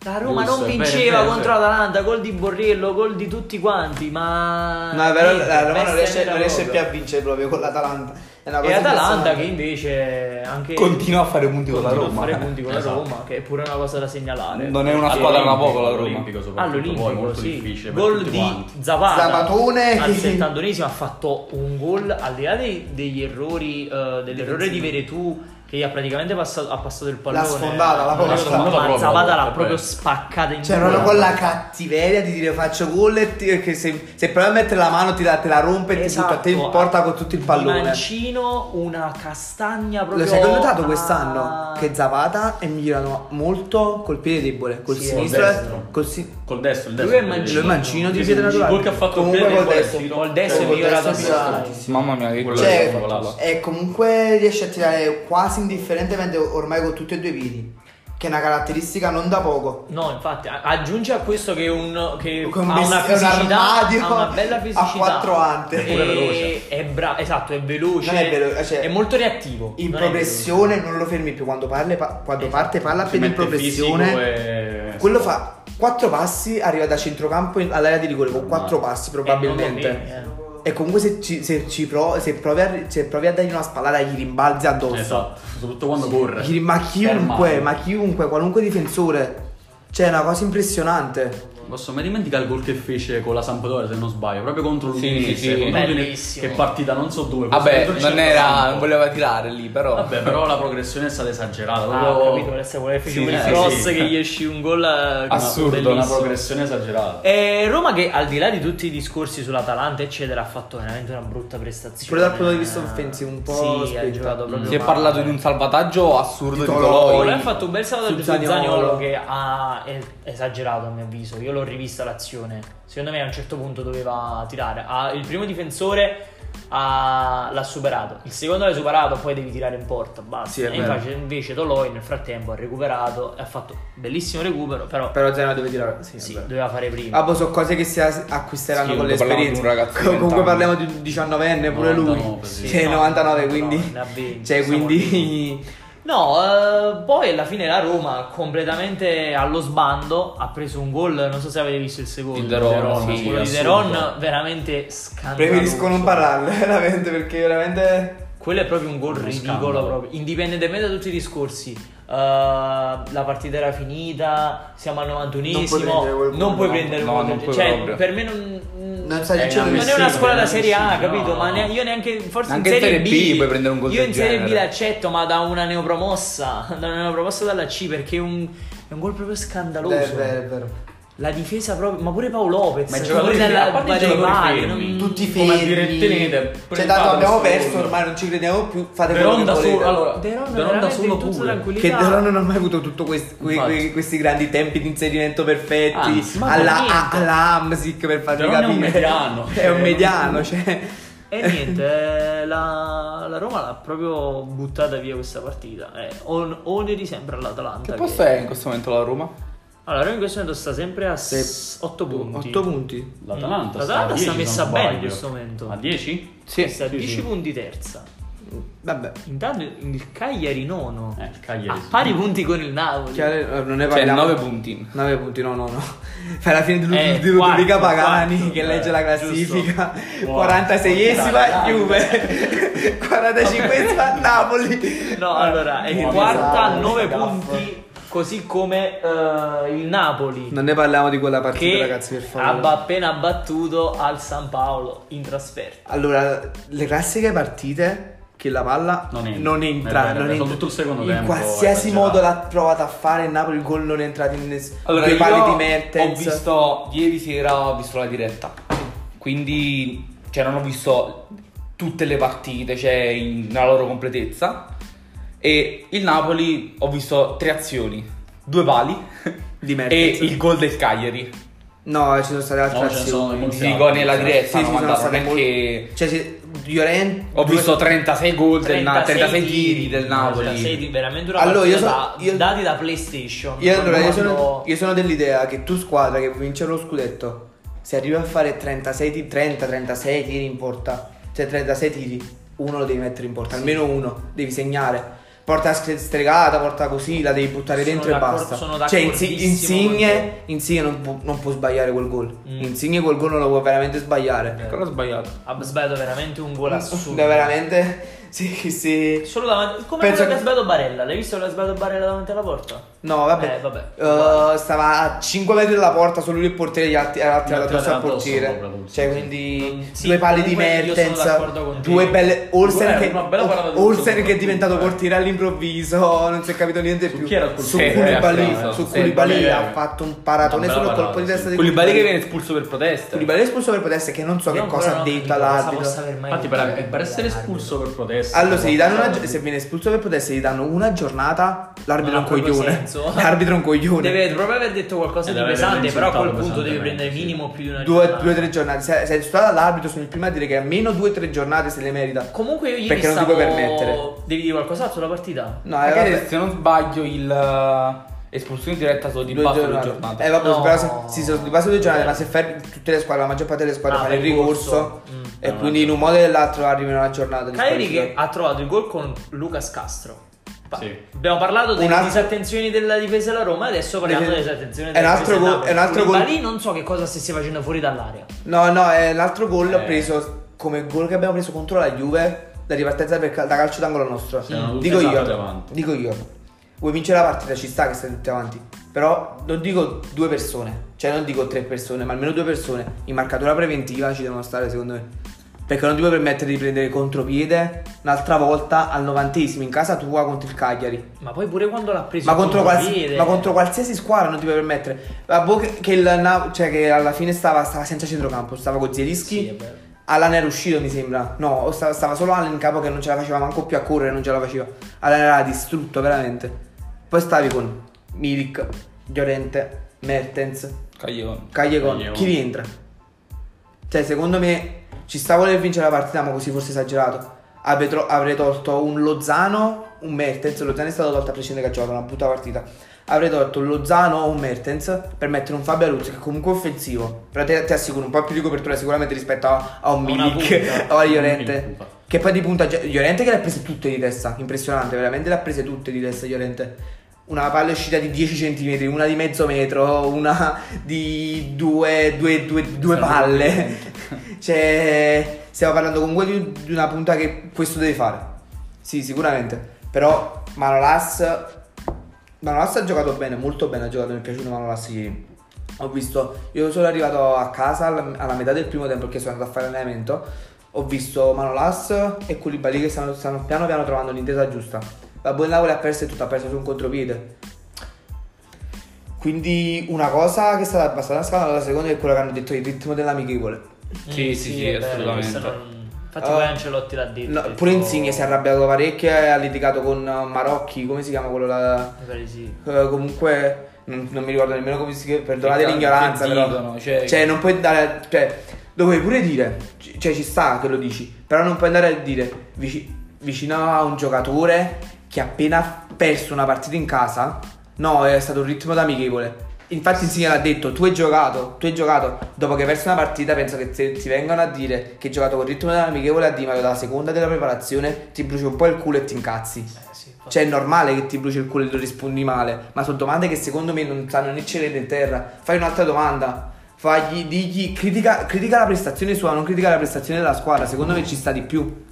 [SPEAKER 2] La Roma
[SPEAKER 4] Giusto,
[SPEAKER 2] non
[SPEAKER 4] è vero,
[SPEAKER 2] vinceva
[SPEAKER 4] è vero,
[SPEAKER 2] contro
[SPEAKER 4] è vero.
[SPEAKER 2] l'Atalanta, gol di Borriello, gol di tutti quanti, ma...
[SPEAKER 3] No, è vero, la Roma
[SPEAKER 2] bestia
[SPEAKER 3] non riesce,
[SPEAKER 2] nera
[SPEAKER 3] non riesce
[SPEAKER 2] proprio.
[SPEAKER 3] più a vincere proprio con l'Atalanta. È una
[SPEAKER 2] E
[SPEAKER 3] cosa
[SPEAKER 2] Atalanta che
[SPEAKER 3] impressionante.
[SPEAKER 2] invece anche
[SPEAKER 1] Continua a fare punti con la
[SPEAKER 2] continua
[SPEAKER 1] Roma.
[SPEAKER 2] a fare punti con la
[SPEAKER 4] Esatto.
[SPEAKER 2] Roma, che è pure una cosa da segnalare.
[SPEAKER 1] Non è una squadra da poco la Roma.
[SPEAKER 4] All'Olimpico soprattutto, poi
[SPEAKER 2] All'Olimpico,
[SPEAKER 4] molto
[SPEAKER 2] Ah, sì.
[SPEAKER 4] difficile per
[SPEAKER 2] Gol
[SPEAKER 4] tutti
[SPEAKER 2] di
[SPEAKER 4] quanti.
[SPEAKER 2] Zapata.
[SPEAKER 3] Zapatone
[SPEAKER 2] al
[SPEAKER 3] che-
[SPEAKER 2] 71esimo ha fatto un gol al di là dei- degli errori eh, dell'errore di
[SPEAKER 3] Difensivo.
[SPEAKER 2] Veretù che gli ha praticamente passato, ha passato il pallone.
[SPEAKER 3] L'ha sfondata, l'ha proprio
[SPEAKER 2] Ma
[SPEAKER 4] sfondata proprio,
[SPEAKER 2] Zapata l'ha
[SPEAKER 4] proprio. eh.
[SPEAKER 2] proprio spaccata in
[SPEAKER 3] Cioè,
[SPEAKER 2] due.
[SPEAKER 3] proprio con la cattiveria di dire faccio gol e ti- perché se, se provi a mettere la mano ti la- te la rompe e ti
[SPEAKER 2] Esatto,
[SPEAKER 3] butta a te in porta con tutto il
[SPEAKER 2] di
[SPEAKER 3] pallone.
[SPEAKER 2] Mancino, una castagna proprio.
[SPEAKER 3] Lo sai che ho notato
[SPEAKER 2] a-
[SPEAKER 3] quest'anno? Che Zapata è migliorato molto col piede debole, col
[SPEAKER 2] Sì,
[SPEAKER 3] sinistro.
[SPEAKER 4] col destro.
[SPEAKER 3] col si-
[SPEAKER 4] Col destro, il
[SPEAKER 2] Lui
[SPEAKER 4] destro.
[SPEAKER 2] è Mancino.
[SPEAKER 3] Lui è mancino di
[SPEAKER 4] Sì,
[SPEAKER 3] piede
[SPEAKER 4] sì,
[SPEAKER 3] naturale.
[SPEAKER 4] Col che ha fatto
[SPEAKER 3] Comunque
[SPEAKER 4] bene
[SPEAKER 3] col
[SPEAKER 4] col
[SPEAKER 3] destro.
[SPEAKER 4] destro.
[SPEAKER 2] Cioè, Col destro è
[SPEAKER 3] Col
[SPEAKER 2] migliorato
[SPEAKER 3] destro è
[SPEAKER 2] assai.
[SPEAKER 3] migliorato.
[SPEAKER 1] Mamma mia, che
[SPEAKER 4] Quello
[SPEAKER 1] gol
[SPEAKER 3] Cioè,
[SPEAKER 1] è quello là.
[SPEAKER 3] e comunque riesce a tirare quasi indifferentemente ormai con tutti e due i piedi, che è una caratteristica non da poco.
[SPEAKER 2] No, infatti, a- aggiungi a questo che, un, che
[SPEAKER 3] Con
[SPEAKER 2] ha
[SPEAKER 3] un
[SPEAKER 2] una
[SPEAKER 3] vestito, un
[SPEAKER 2] fisicità,
[SPEAKER 3] armadio
[SPEAKER 2] ha una bella
[SPEAKER 3] a
[SPEAKER 2] fisicità.
[SPEAKER 3] quattro ante.
[SPEAKER 2] E-
[SPEAKER 4] È pure veloce.
[SPEAKER 2] È bravo, esatto, è veloce.
[SPEAKER 3] Non è velo- cioè,
[SPEAKER 2] è molto reattivo.
[SPEAKER 3] In
[SPEAKER 2] non è
[SPEAKER 3] progressione non lo fermi più, quando, parle, pa- quando
[SPEAKER 2] Esatto.
[SPEAKER 3] parte palla
[SPEAKER 4] Si
[SPEAKER 3] appena in
[SPEAKER 4] mette Eh, fisico
[SPEAKER 3] progressione,
[SPEAKER 4] e...
[SPEAKER 3] quello fa quattro passi, arriva da centrocampo in- all'area di rigore con quattro passi
[SPEAKER 2] veloce. E non lo
[SPEAKER 3] probabilmente.
[SPEAKER 2] vedi, eh.
[SPEAKER 3] E comunque se, ci, se, ci pro- se provi a, se provi a dargli una spallata gli rimbalzi addosso.
[SPEAKER 4] Esatto, soprattutto quando corre.
[SPEAKER 3] Gli- ma chiunque,
[SPEAKER 4] Fermato.
[SPEAKER 3] ma chiunque, qualunque difensore. Cioè, è una cosa impressionante.
[SPEAKER 4] Posso mai dimenticare il gol che fece con la Sampdoria, se non sbaglio, proprio contro
[SPEAKER 1] Sì,
[SPEAKER 4] l'Udinese.
[SPEAKER 1] sì.
[SPEAKER 4] contro l'Udinese,
[SPEAKER 2] Bellissimo.
[SPEAKER 4] Che partita, non so dove. forse
[SPEAKER 1] Vabbè,
[SPEAKER 4] dentro il
[SPEAKER 2] Cioè,
[SPEAKER 1] non
[SPEAKER 4] centrocampo.
[SPEAKER 1] era. Non voleva tirare lì, però.
[SPEAKER 4] Vabbè, però la progressione è stata esagerata.
[SPEAKER 2] Ah, ho
[SPEAKER 4] proprio-
[SPEAKER 2] capito, adesso vuole fece
[SPEAKER 4] Sì,
[SPEAKER 2] quel
[SPEAKER 4] sì,
[SPEAKER 2] cross
[SPEAKER 4] sì. Ah.
[SPEAKER 2] che gli esci un gol eh,
[SPEAKER 1] Assurdo,
[SPEAKER 2] bellissimo.
[SPEAKER 4] Una progressione esagerata.
[SPEAKER 2] E Roma che al di là di tutti i discorsi sull'Atalanta eccetera ha fatto veramente una brutta prestazione.
[SPEAKER 3] Pure dal punto di vista offensivo un po'
[SPEAKER 2] Sì, ha
[SPEAKER 3] spenta.
[SPEAKER 2] giocato proprio
[SPEAKER 1] Si è
[SPEAKER 2] male.
[SPEAKER 1] parlato di un salvataggio assurdo
[SPEAKER 3] Di
[SPEAKER 1] di
[SPEAKER 3] Toloi.
[SPEAKER 2] Poi ha
[SPEAKER 1] Toloi.
[SPEAKER 2] fatto un bel salvaggio su
[SPEAKER 3] Zaniolo.
[SPEAKER 2] Zaniolo che ha è esagerato a mio avviso. Io l'ho rivista l'azione. Secondo me a un certo punto doveva tirare. Ha- il primo difensore ha- l'ha superato. Il secondo l'ha superato, poi devi tirare in porta. Basta.
[SPEAKER 3] Sì, è
[SPEAKER 2] E
[SPEAKER 3] vero.
[SPEAKER 2] invece, invece Toloi nel frattempo ha recuperato e ha fatto bellissimo recupero, però
[SPEAKER 3] Però Zeno deve tirare. Sì,
[SPEAKER 2] sì,
[SPEAKER 3] vabbè.
[SPEAKER 2] doveva fare prima.
[SPEAKER 3] Ah, boh, sono cose che si as- acquisteranno
[SPEAKER 1] Sì,
[SPEAKER 3] con
[SPEAKER 1] comunque parliamo di
[SPEAKER 3] l'esperienza.
[SPEAKER 1] un ragazzo di
[SPEAKER 3] Com- comunque
[SPEAKER 1] 20
[SPEAKER 3] parliamo di un 19enne, pure lui.
[SPEAKER 4] 99, sì.
[SPEAKER 3] Cioè,
[SPEAKER 2] No,
[SPEAKER 3] 99,
[SPEAKER 2] 99,
[SPEAKER 3] quindi.
[SPEAKER 2] ne ha 20,
[SPEAKER 3] cioè,
[SPEAKER 2] siamo
[SPEAKER 3] (laughs) quindi.
[SPEAKER 2] No, eh, poi alla fine la Roma completamente allo sbando ha preso un gol, non so se avete visto il secondo.
[SPEAKER 1] Il De Ron, sì,
[SPEAKER 2] quello di De
[SPEAKER 4] assurdo.
[SPEAKER 2] Ron veramente scandaloso.
[SPEAKER 3] Preferisco non parlarne, (laughs) veramente, perché veramente.
[SPEAKER 2] Quello è proprio un gol
[SPEAKER 4] Uno
[SPEAKER 2] ridicolo,
[SPEAKER 4] scandalo.
[SPEAKER 2] proprio. indipendentemente da tutti i discorsi. eh, la partita era finita, siamo al 91esimo, non
[SPEAKER 3] Non
[SPEAKER 2] puoi
[SPEAKER 3] puoi
[SPEAKER 2] prendere
[SPEAKER 1] quel gol,
[SPEAKER 2] un gol.
[SPEAKER 1] no, non puoi
[SPEAKER 2] cioè,
[SPEAKER 1] proprio.
[SPEAKER 2] per me non,
[SPEAKER 3] Non sai
[SPEAKER 4] Eh,
[SPEAKER 3] che c'è
[SPEAKER 4] non
[SPEAKER 2] non è una
[SPEAKER 4] Sì,
[SPEAKER 2] scuola da
[SPEAKER 4] sì,
[SPEAKER 2] Serie A,
[SPEAKER 4] no.
[SPEAKER 2] capito? Ma ne- io neanche forse
[SPEAKER 1] Anche
[SPEAKER 2] in Serie
[SPEAKER 1] in Serie
[SPEAKER 2] B
[SPEAKER 1] B puoi prendere un gol
[SPEAKER 2] Io
[SPEAKER 1] del
[SPEAKER 2] in Serie B
[SPEAKER 1] genere.
[SPEAKER 2] l'accetto, ma da una neopromossa, (laughs) da una neopromossa dalla C perché è un, è un gol proprio scandaloso.
[SPEAKER 3] Beh, beh, è vero.
[SPEAKER 2] La difesa proprio, ma pure Paolo Lopez,
[SPEAKER 4] Ma i
[SPEAKER 2] fuori
[SPEAKER 4] giocatori
[SPEAKER 2] dalla-
[SPEAKER 4] a parte i
[SPEAKER 2] dai
[SPEAKER 4] giocatori
[SPEAKER 2] pali,
[SPEAKER 4] fermi,
[SPEAKER 2] non-
[SPEAKER 3] Tutti
[SPEAKER 4] Come a
[SPEAKER 3] fermi.
[SPEAKER 4] dire, tenete,
[SPEAKER 3] Cioè,
[SPEAKER 4] prendete
[SPEAKER 3] tanto
[SPEAKER 4] la
[SPEAKER 3] abbiamo
[SPEAKER 4] seconda.
[SPEAKER 3] perso ormai, non ci crediamo più. Fate
[SPEAKER 4] De
[SPEAKER 3] quello
[SPEAKER 4] Ron
[SPEAKER 3] che
[SPEAKER 4] da solo,
[SPEAKER 3] volete.
[SPEAKER 2] De
[SPEAKER 4] allora,
[SPEAKER 2] Ron
[SPEAKER 4] De Ron da
[SPEAKER 2] veramente
[SPEAKER 4] solo
[SPEAKER 2] in tutta
[SPEAKER 4] pure.
[SPEAKER 2] tranquillità.
[SPEAKER 3] Che Deron non ha mai avuto tutti questi,
[SPEAKER 4] Infatti.
[SPEAKER 3] grandi tempi di inserimento perfetti
[SPEAKER 4] Anzi,
[SPEAKER 2] ma
[SPEAKER 3] alla,
[SPEAKER 2] niente.
[SPEAKER 3] a- alla Amsic per farvi
[SPEAKER 4] Deron è
[SPEAKER 3] capire.
[SPEAKER 4] un mediano,
[SPEAKER 3] (laughs) È un
[SPEAKER 4] cioè.
[SPEAKER 3] mediano, cioè.
[SPEAKER 2] E niente, eh, la, la Roma l'ha proprio buttata via questa partita. Eh, on- oneri sempre all'Atalanta.
[SPEAKER 1] Che posto è in questo momento la Roma?
[SPEAKER 2] Allora, Roma in questo momento sta sempre a 8 punti.
[SPEAKER 3] 8 punti.
[SPEAKER 4] L'Atalanta,
[SPEAKER 2] Mm,
[SPEAKER 4] sta,
[SPEAKER 2] l'Atalanta
[SPEAKER 4] a
[SPEAKER 2] sta
[SPEAKER 4] 10,
[SPEAKER 2] messa
[SPEAKER 4] se non
[SPEAKER 2] bene in
[SPEAKER 4] sbaglio.
[SPEAKER 2] questo momento.
[SPEAKER 4] A 10?
[SPEAKER 1] Sì.
[SPEAKER 2] Sta a 10
[SPEAKER 4] sì.
[SPEAKER 2] punti terza.
[SPEAKER 3] Vabbè.
[SPEAKER 2] Intanto il Cagliari nono.
[SPEAKER 4] Eh, il Cagliari.
[SPEAKER 2] A pari punti con il Napoli.
[SPEAKER 3] Chiaro, eh, non ne
[SPEAKER 1] Cioè,
[SPEAKER 3] parliamo.
[SPEAKER 1] 9 punti.
[SPEAKER 3] 9 punti, no, no, no. (laughs) Fai la fine di, Lu-
[SPEAKER 2] Eh,
[SPEAKER 3] di Ludovica
[SPEAKER 2] quarto,
[SPEAKER 3] Pagani
[SPEAKER 2] quarto,
[SPEAKER 3] che
[SPEAKER 2] eh,
[SPEAKER 3] legge la classifica. (laughs) 46esima
[SPEAKER 4] Dai,
[SPEAKER 3] Juve. (laughs) 45esima Napoli. Esatto.
[SPEAKER 2] No, allora, è
[SPEAKER 3] Buona
[SPEAKER 2] quarta a
[SPEAKER 3] Napoli,
[SPEAKER 2] 9
[SPEAKER 3] gaffo.
[SPEAKER 2] punti. Così come eh, il Napoli.
[SPEAKER 3] Non ne parliamo di quella partita,
[SPEAKER 2] Che
[SPEAKER 3] ragazzi, per favore.
[SPEAKER 2] ha appena battuto al San Paolo in trasferta.
[SPEAKER 3] Allora, le classiche partite che la palla
[SPEAKER 4] Non
[SPEAKER 3] non
[SPEAKER 4] entra.
[SPEAKER 3] entra,
[SPEAKER 4] È vero,
[SPEAKER 3] non
[SPEAKER 4] sono
[SPEAKER 3] entra.
[SPEAKER 4] tutto il secondo
[SPEAKER 3] in
[SPEAKER 4] tempo,
[SPEAKER 3] qualsiasi
[SPEAKER 4] esagerato.
[SPEAKER 3] modo l'ha provata a fare il Napoli, il gol non è entrato in nessuno.
[SPEAKER 1] Allora,
[SPEAKER 3] due palle
[SPEAKER 1] io
[SPEAKER 3] di Mertens.
[SPEAKER 1] ho visto ieri sera ho visto la diretta. Quindi cioè non ho visto tutte le partite, cioè in- nella loro completezza. E il Napoli ho visto tre azioni, due pali
[SPEAKER 3] Di
[SPEAKER 1] e
[SPEAKER 3] Mertens.
[SPEAKER 1] il gol del Cagliari.
[SPEAKER 3] No, ci sono state altre
[SPEAKER 4] No, ce ne sono
[SPEAKER 3] azioni.
[SPEAKER 4] molte.
[SPEAKER 1] Ti dico nella
[SPEAKER 4] sì,
[SPEAKER 3] Sì,
[SPEAKER 1] diretta,
[SPEAKER 3] sì,
[SPEAKER 1] non
[SPEAKER 3] sono
[SPEAKER 1] mandato,
[SPEAKER 3] state
[SPEAKER 1] non è che
[SPEAKER 3] molte. Cioè, sì, Llorente-
[SPEAKER 1] ho
[SPEAKER 3] due-
[SPEAKER 1] visto 36 gol del Na- 36 tiri del Napoli.
[SPEAKER 2] 36 tiri, veramente una
[SPEAKER 3] Allora, io
[SPEAKER 2] partita
[SPEAKER 3] sono-
[SPEAKER 2] da-
[SPEAKER 3] io-
[SPEAKER 2] dati da PlayStation.
[SPEAKER 3] Io, allora, io, sono,
[SPEAKER 2] Quando-
[SPEAKER 3] io sono dell'idea che tu squadra che vince lo scudetto, se arrivi a fare 36 tiri, 30, 36 tiri in porta, cioè 36 tiri, uno lo devi mettere in porta, almeno uno, devi segnare. Porta stre- stregata, porta così, la devi buttare
[SPEAKER 2] Sono
[SPEAKER 3] dentro e
[SPEAKER 2] d'accordo-
[SPEAKER 3] basta.
[SPEAKER 2] sono
[SPEAKER 3] cioè, Insi-
[SPEAKER 2] d'accordissimo con
[SPEAKER 3] Insigne, Insigne non, può, non può sbagliare quel gol.
[SPEAKER 2] Mm.
[SPEAKER 3] Insigne quel gol non lo può veramente sbagliare.
[SPEAKER 1] Ancora sbagliato.
[SPEAKER 2] Ha Ecco, sbagliato veramente un gol assurdo.
[SPEAKER 3] Mm, Da veramente... (laughs) Sì, sì.
[SPEAKER 2] Solo davanti. Come quello
[SPEAKER 3] Penso
[SPEAKER 2] che ha
[SPEAKER 3] che-
[SPEAKER 2] sbagliato Barella? L'hai visto che ha sbagliato Barella davanti alla porta?
[SPEAKER 3] No, vabbè.
[SPEAKER 2] Eh, vabbè.
[SPEAKER 3] Eh, stava a 5 metri dalla porta, solo lui il portiere, gli altri
[SPEAKER 4] Gli
[SPEAKER 3] era
[SPEAKER 4] altri
[SPEAKER 3] addosso al
[SPEAKER 4] erano addosso
[SPEAKER 3] portiere.
[SPEAKER 4] proprio, sì,
[SPEAKER 3] Cioè,
[SPEAKER 4] sì.
[SPEAKER 3] quindi
[SPEAKER 2] Sì,
[SPEAKER 3] due pali di
[SPEAKER 2] comunque io sono d'accordo con
[SPEAKER 3] Mertens,
[SPEAKER 2] te.
[SPEAKER 3] due belle
[SPEAKER 4] Guarda,
[SPEAKER 3] Olsen che,
[SPEAKER 4] una bella parata di
[SPEAKER 3] Olsen
[SPEAKER 4] Olsen
[SPEAKER 3] che è diventato
[SPEAKER 4] soprattutto, eh.
[SPEAKER 3] portiere all'improvviso, non si è capito niente
[SPEAKER 4] Su
[SPEAKER 3] più.
[SPEAKER 4] chi era il
[SPEAKER 3] Su
[SPEAKER 1] portiere? Eh,
[SPEAKER 3] Koulibaly,
[SPEAKER 1] assurdo.
[SPEAKER 3] su
[SPEAKER 1] Sì,
[SPEAKER 3] Koulibaly
[SPEAKER 4] Koulibaly.
[SPEAKER 3] ha fatto un paratone
[SPEAKER 4] Una bella
[SPEAKER 3] solo
[SPEAKER 4] parata,
[SPEAKER 3] colpo di
[SPEAKER 4] sì.
[SPEAKER 3] testa di
[SPEAKER 1] Koulibaly che viene espulso per protesta.
[SPEAKER 3] Koulibaly è espulso per protesta che non so
[SPEAKER 2] Io
[SPEAKER 3] che
[SPEAKER 2] ancora
[SPEAKER 3] cosa
[SPEAKER 2] non
[SPEAKER 3] ha
[SPEAKER 2] ho
[SPEAKER 3] detto
[SPEAKER 2] capito cosa
[SPEAKER 3] all'arbitro.
[SPEAKER 2] possa aver mai
[SPEAKER 4] Infatti,
[SPEAKER 2] detto
[SPEAKER 4] per, per essere
[SPEAKER 2] l'arbitro.
[SPEAKER 4] espulso per protesta.
[SPEAKER 3] Allora, se gli danno una gio-
[SPEAKER 4] Eh,
[SPEAKER 3] se viene espulso per protesta, gli danno una giornata, l'arbitro è
[SPEAKER 2] Non
[SPEAKER 3] un
[SPEAKER 2] ha proprio
[SPEAKER 3] coglione.
[SPEAKER 2] senso.
[SPEAKER 3] (laughs) L'arbitro è un coglione.
[SPEAKER 2] Deve proprio aver detto qualcosa
[SPEAKER 4] E
[SPEAKER 2] di
[SPEAKER 4] deve aver
[SPEAKER 2] pesante, però a quel
[SPEAKER 4] insultato
[SPEAKER 2] punto devi
[SPEAKER 4] pesantemente,
[SPEAKER 2] prendere
[SPEAKER 4] sì.
[SPEAKER 2] minimo più di una
[SPEAKER 3] due,
[SPEAKER 2] giornata.
[SPEAKER 3] due o tre giornate. Se, se tu dall'arbitro sono il primo a dire che almeno due o tre giornate se le merita.
[SPEAKER 2] Comunque io ieri
[SPEAKER 3] Perché non ti
[SPEAKER 2] stavo...
[SPEAKER 3] puoi permettere.
[SPEAKER 2] Devi dire qualcos'altro sulla partita?
[SPEAKER 3] No, eh,
[SPEAKER 1] Perché
[SPEAKER 3] vabbè.
[SPEAKER 1] se non sbaglio il eh, espulsione diretta sono di
[SPEAKER 3] Due
[SPEAKER 1] basso due
[SPEAKER 3] giornate.
[SPEAKER 1] giornate.
[SPEAKER 3] Eh, vabbè,
[SPEAKER 2] No.
[SPEAKER 3] però se- sì, sono di base due giornate, ma se fai tutte le squadre, la maggior parte delle squadre
[SPEAKER 2] Ah,
[SPEAKER 3] fanno il
[SPEAKER 2] fai il
[SPEAKER 3] ricorso.
[SPEAKER 2] corso. Mm.
[SPEAKER 3] E quindi in un modo o nell'altro arrivi in una giornata. di
[SPEAKER 2] Cagliari che
[SPEAKER 3] squalifica.
[SPEAKER 2] ha trovato il gol con Lucas Castro. Pa-
[SPEAKER 4] Sì.
[SPEAKER 2] Abbiamo parlato delle
[SPEAKER 3] Un altro-
[SPEAKER 2] disattenzioni della difesa della Roma, adesso parliamo
[SPEAKER 3] Deve-
[SPEAKER 2] delle disattenzioni
[SPEAKER 3] è
[SPEAKER 2] della
[SPEAKER 3] un altro
[SPEAKER 2] difesa
[SPEAKER 3] gol-
[SPEAKER 2] della Napoli.
[SPEAKER 3] è un altro gol-
[SPEAKER 2] Koulibaly non so che cosa stesse facendo fuori dall'area.
[SPEAKER 3] No, no, eh, l'altro gol
[SPEAKER 4] Eh.
[SPEAKER 3] preso come gol che abbiamo preso contro la Juve. La ripartenza per cal- da calcio d'angolo nostro.
[SPEAKER 4] C'erano tutti
[SPEAKER 3] Dico
[SPEAKER 4] esatto
[SPEAKER 3] io.
[SPEAKER 4] davanti.
[SPEAKER 3] Dico io. Vuoi vincere la partita? Ci sta che stai tutti avanti. Però non dico due persone, cioè non dico tre persone, ma almeno due persone. In marcatura preventiva ci devono stare secondo me. Perché non ti puoi permettere di prendere contropiede un'altra volta al novantesimo in casa tua contro il Cagliari.
[SPEAKER 2] Ma poi pure quando l'ha preso eh,
[SPEAKER 3] Ma
[SPEAKER 2] il
[SPEAKER 3] contro, quals-
[SPEAKER 2] contropiede-
[SPEAKER 3] ma contro qualsiasi squadra non ti puoi permettere. Ma boh che, che il Na- cioè che alla fine stava, stava senza centrocampo, stava con Zielinski.
[SPEAKER 2] Sì, è vero.
[SPEAKER 3] Alan era uscito, mi sembra. No, o stava, stava solo Alan in capo che non ce la faceva manco più a correre, non ce la faceva. Alan era distrutto, veramente. Poi stavi con Milik, Llorente, Mertens,
[SPEAKER 1] Caglione.
[SPEAKER 3] Cagliacon.
[SPEAKER 4] Cagliacon.
[SPEAKER 3] Chi rientra? Cioè, secondo me ci sta a voler vincere la partita, ma così forse esagerato. Avrei, tro- avrei tolto un Lozano, un Mertens. Lozano è stato tolto a prescindere che ha giocato una brutta partita. Avrei tolto un Lozano o un Mertens per mettere un Fabio Aruzzi, che è comunque offensivo. Però te- ti assicuro un po' più di copertura sicuramente rispetto a, a un
[SPEAKER 2] A una
[SPEAKER 3] Milik
[SPEAKER 2] punta.
[SPEAKER 3] o a
[SPEAKER 4] Milik,
[SPEAKER 3] Llorente.
[SPEAKER 4] infatti.
[SPEAKER 3] Che poi di punta Llorente che le ha prese tutte di testa, impressionante, veramente le ha prese tutte di testa Llorente. Una palla è uscita di 10 cm, una di mezzo metro, una di due, due, due, due palle. (laughs) cioè, stiamo parlando comunque di, di una punta che questo deve fare. Sì, sicuramente. Però Manolas Manolas ha giocato bene, molto bene ha giocato, mi è piaciuto Manolas ieri. Ho visto, io sono arrivato a casa alla, alla metà del primo tempo perché sono andato a fare allenamento. Ho visto Manolas e Koulibaly che stanno, stanno piano piano trovando l'intesa giusta. La buona Napoli ha perso e tutto, ha perso su un contropiede. Quindi una cosa che è stata abbastanza scandalosa secondo me è quello che hanno detto il ritmo dell'amichevole.
[SPEAKER 1] Sì, sì, sì,
[SPEAKER 2] Eh, è vero,
[SPEAKER 1] assolutamente.
[SPEAKER 2] questo non- Infatti
[SPEAKER 3] Ah.
[SPEAKER 2] poi Ancelotti l'ha detto.
[SPEAKER 3] No,
[SPEAKER 2] ha detto-
[SPEAKER 3] pure Insigne si è arrabbiato parecchio e ha litigato con eh, Marocchi, come si chiama quello là?
[SPEAKER 2] Mi pare di sì.
[SPEAKER 3] Eh, comunque non, non mi ricordo nemmeno come si chiama, perdonate
[SPEAKER 1] Che
[SPEAKER 3] l'ignoranza,
[SPEAKER 1] che
[SPEAKER 3] però.
[SPEAKER 1] dicono, cioè-
[SPEAKER 3] Cioè, non puoi dare. Cioè, lo puoi pure dire. c- Cioè, ci sta che lo dici. Però non puoi andare a dire vici- vicino a un giocatore che ha appena perso una partita in casa. No, è stato un ritmo da amichevole. Infatti il signore ha detto tu hai giocato, tu hai giocato Dopo che hai perso una partita penso che se ti vengano a dire Che hai giocato con ritmo da amichevole a dire Ma dalla seconda della preparazione ti bruci un po' il culo e ti incazzi
[SPEAKER 2] Eh, sì, infatti.
[SPEAKER 3] cioè è normale che ti bruci il culo e lo rispondi male, ma sono domande che secondo me non sanno né cielo né terra. Fai un'altra domanda, fagli, digli, critica, critica la prestazione sua, non critica la prestazione della squadra, secondo me ci sta di più.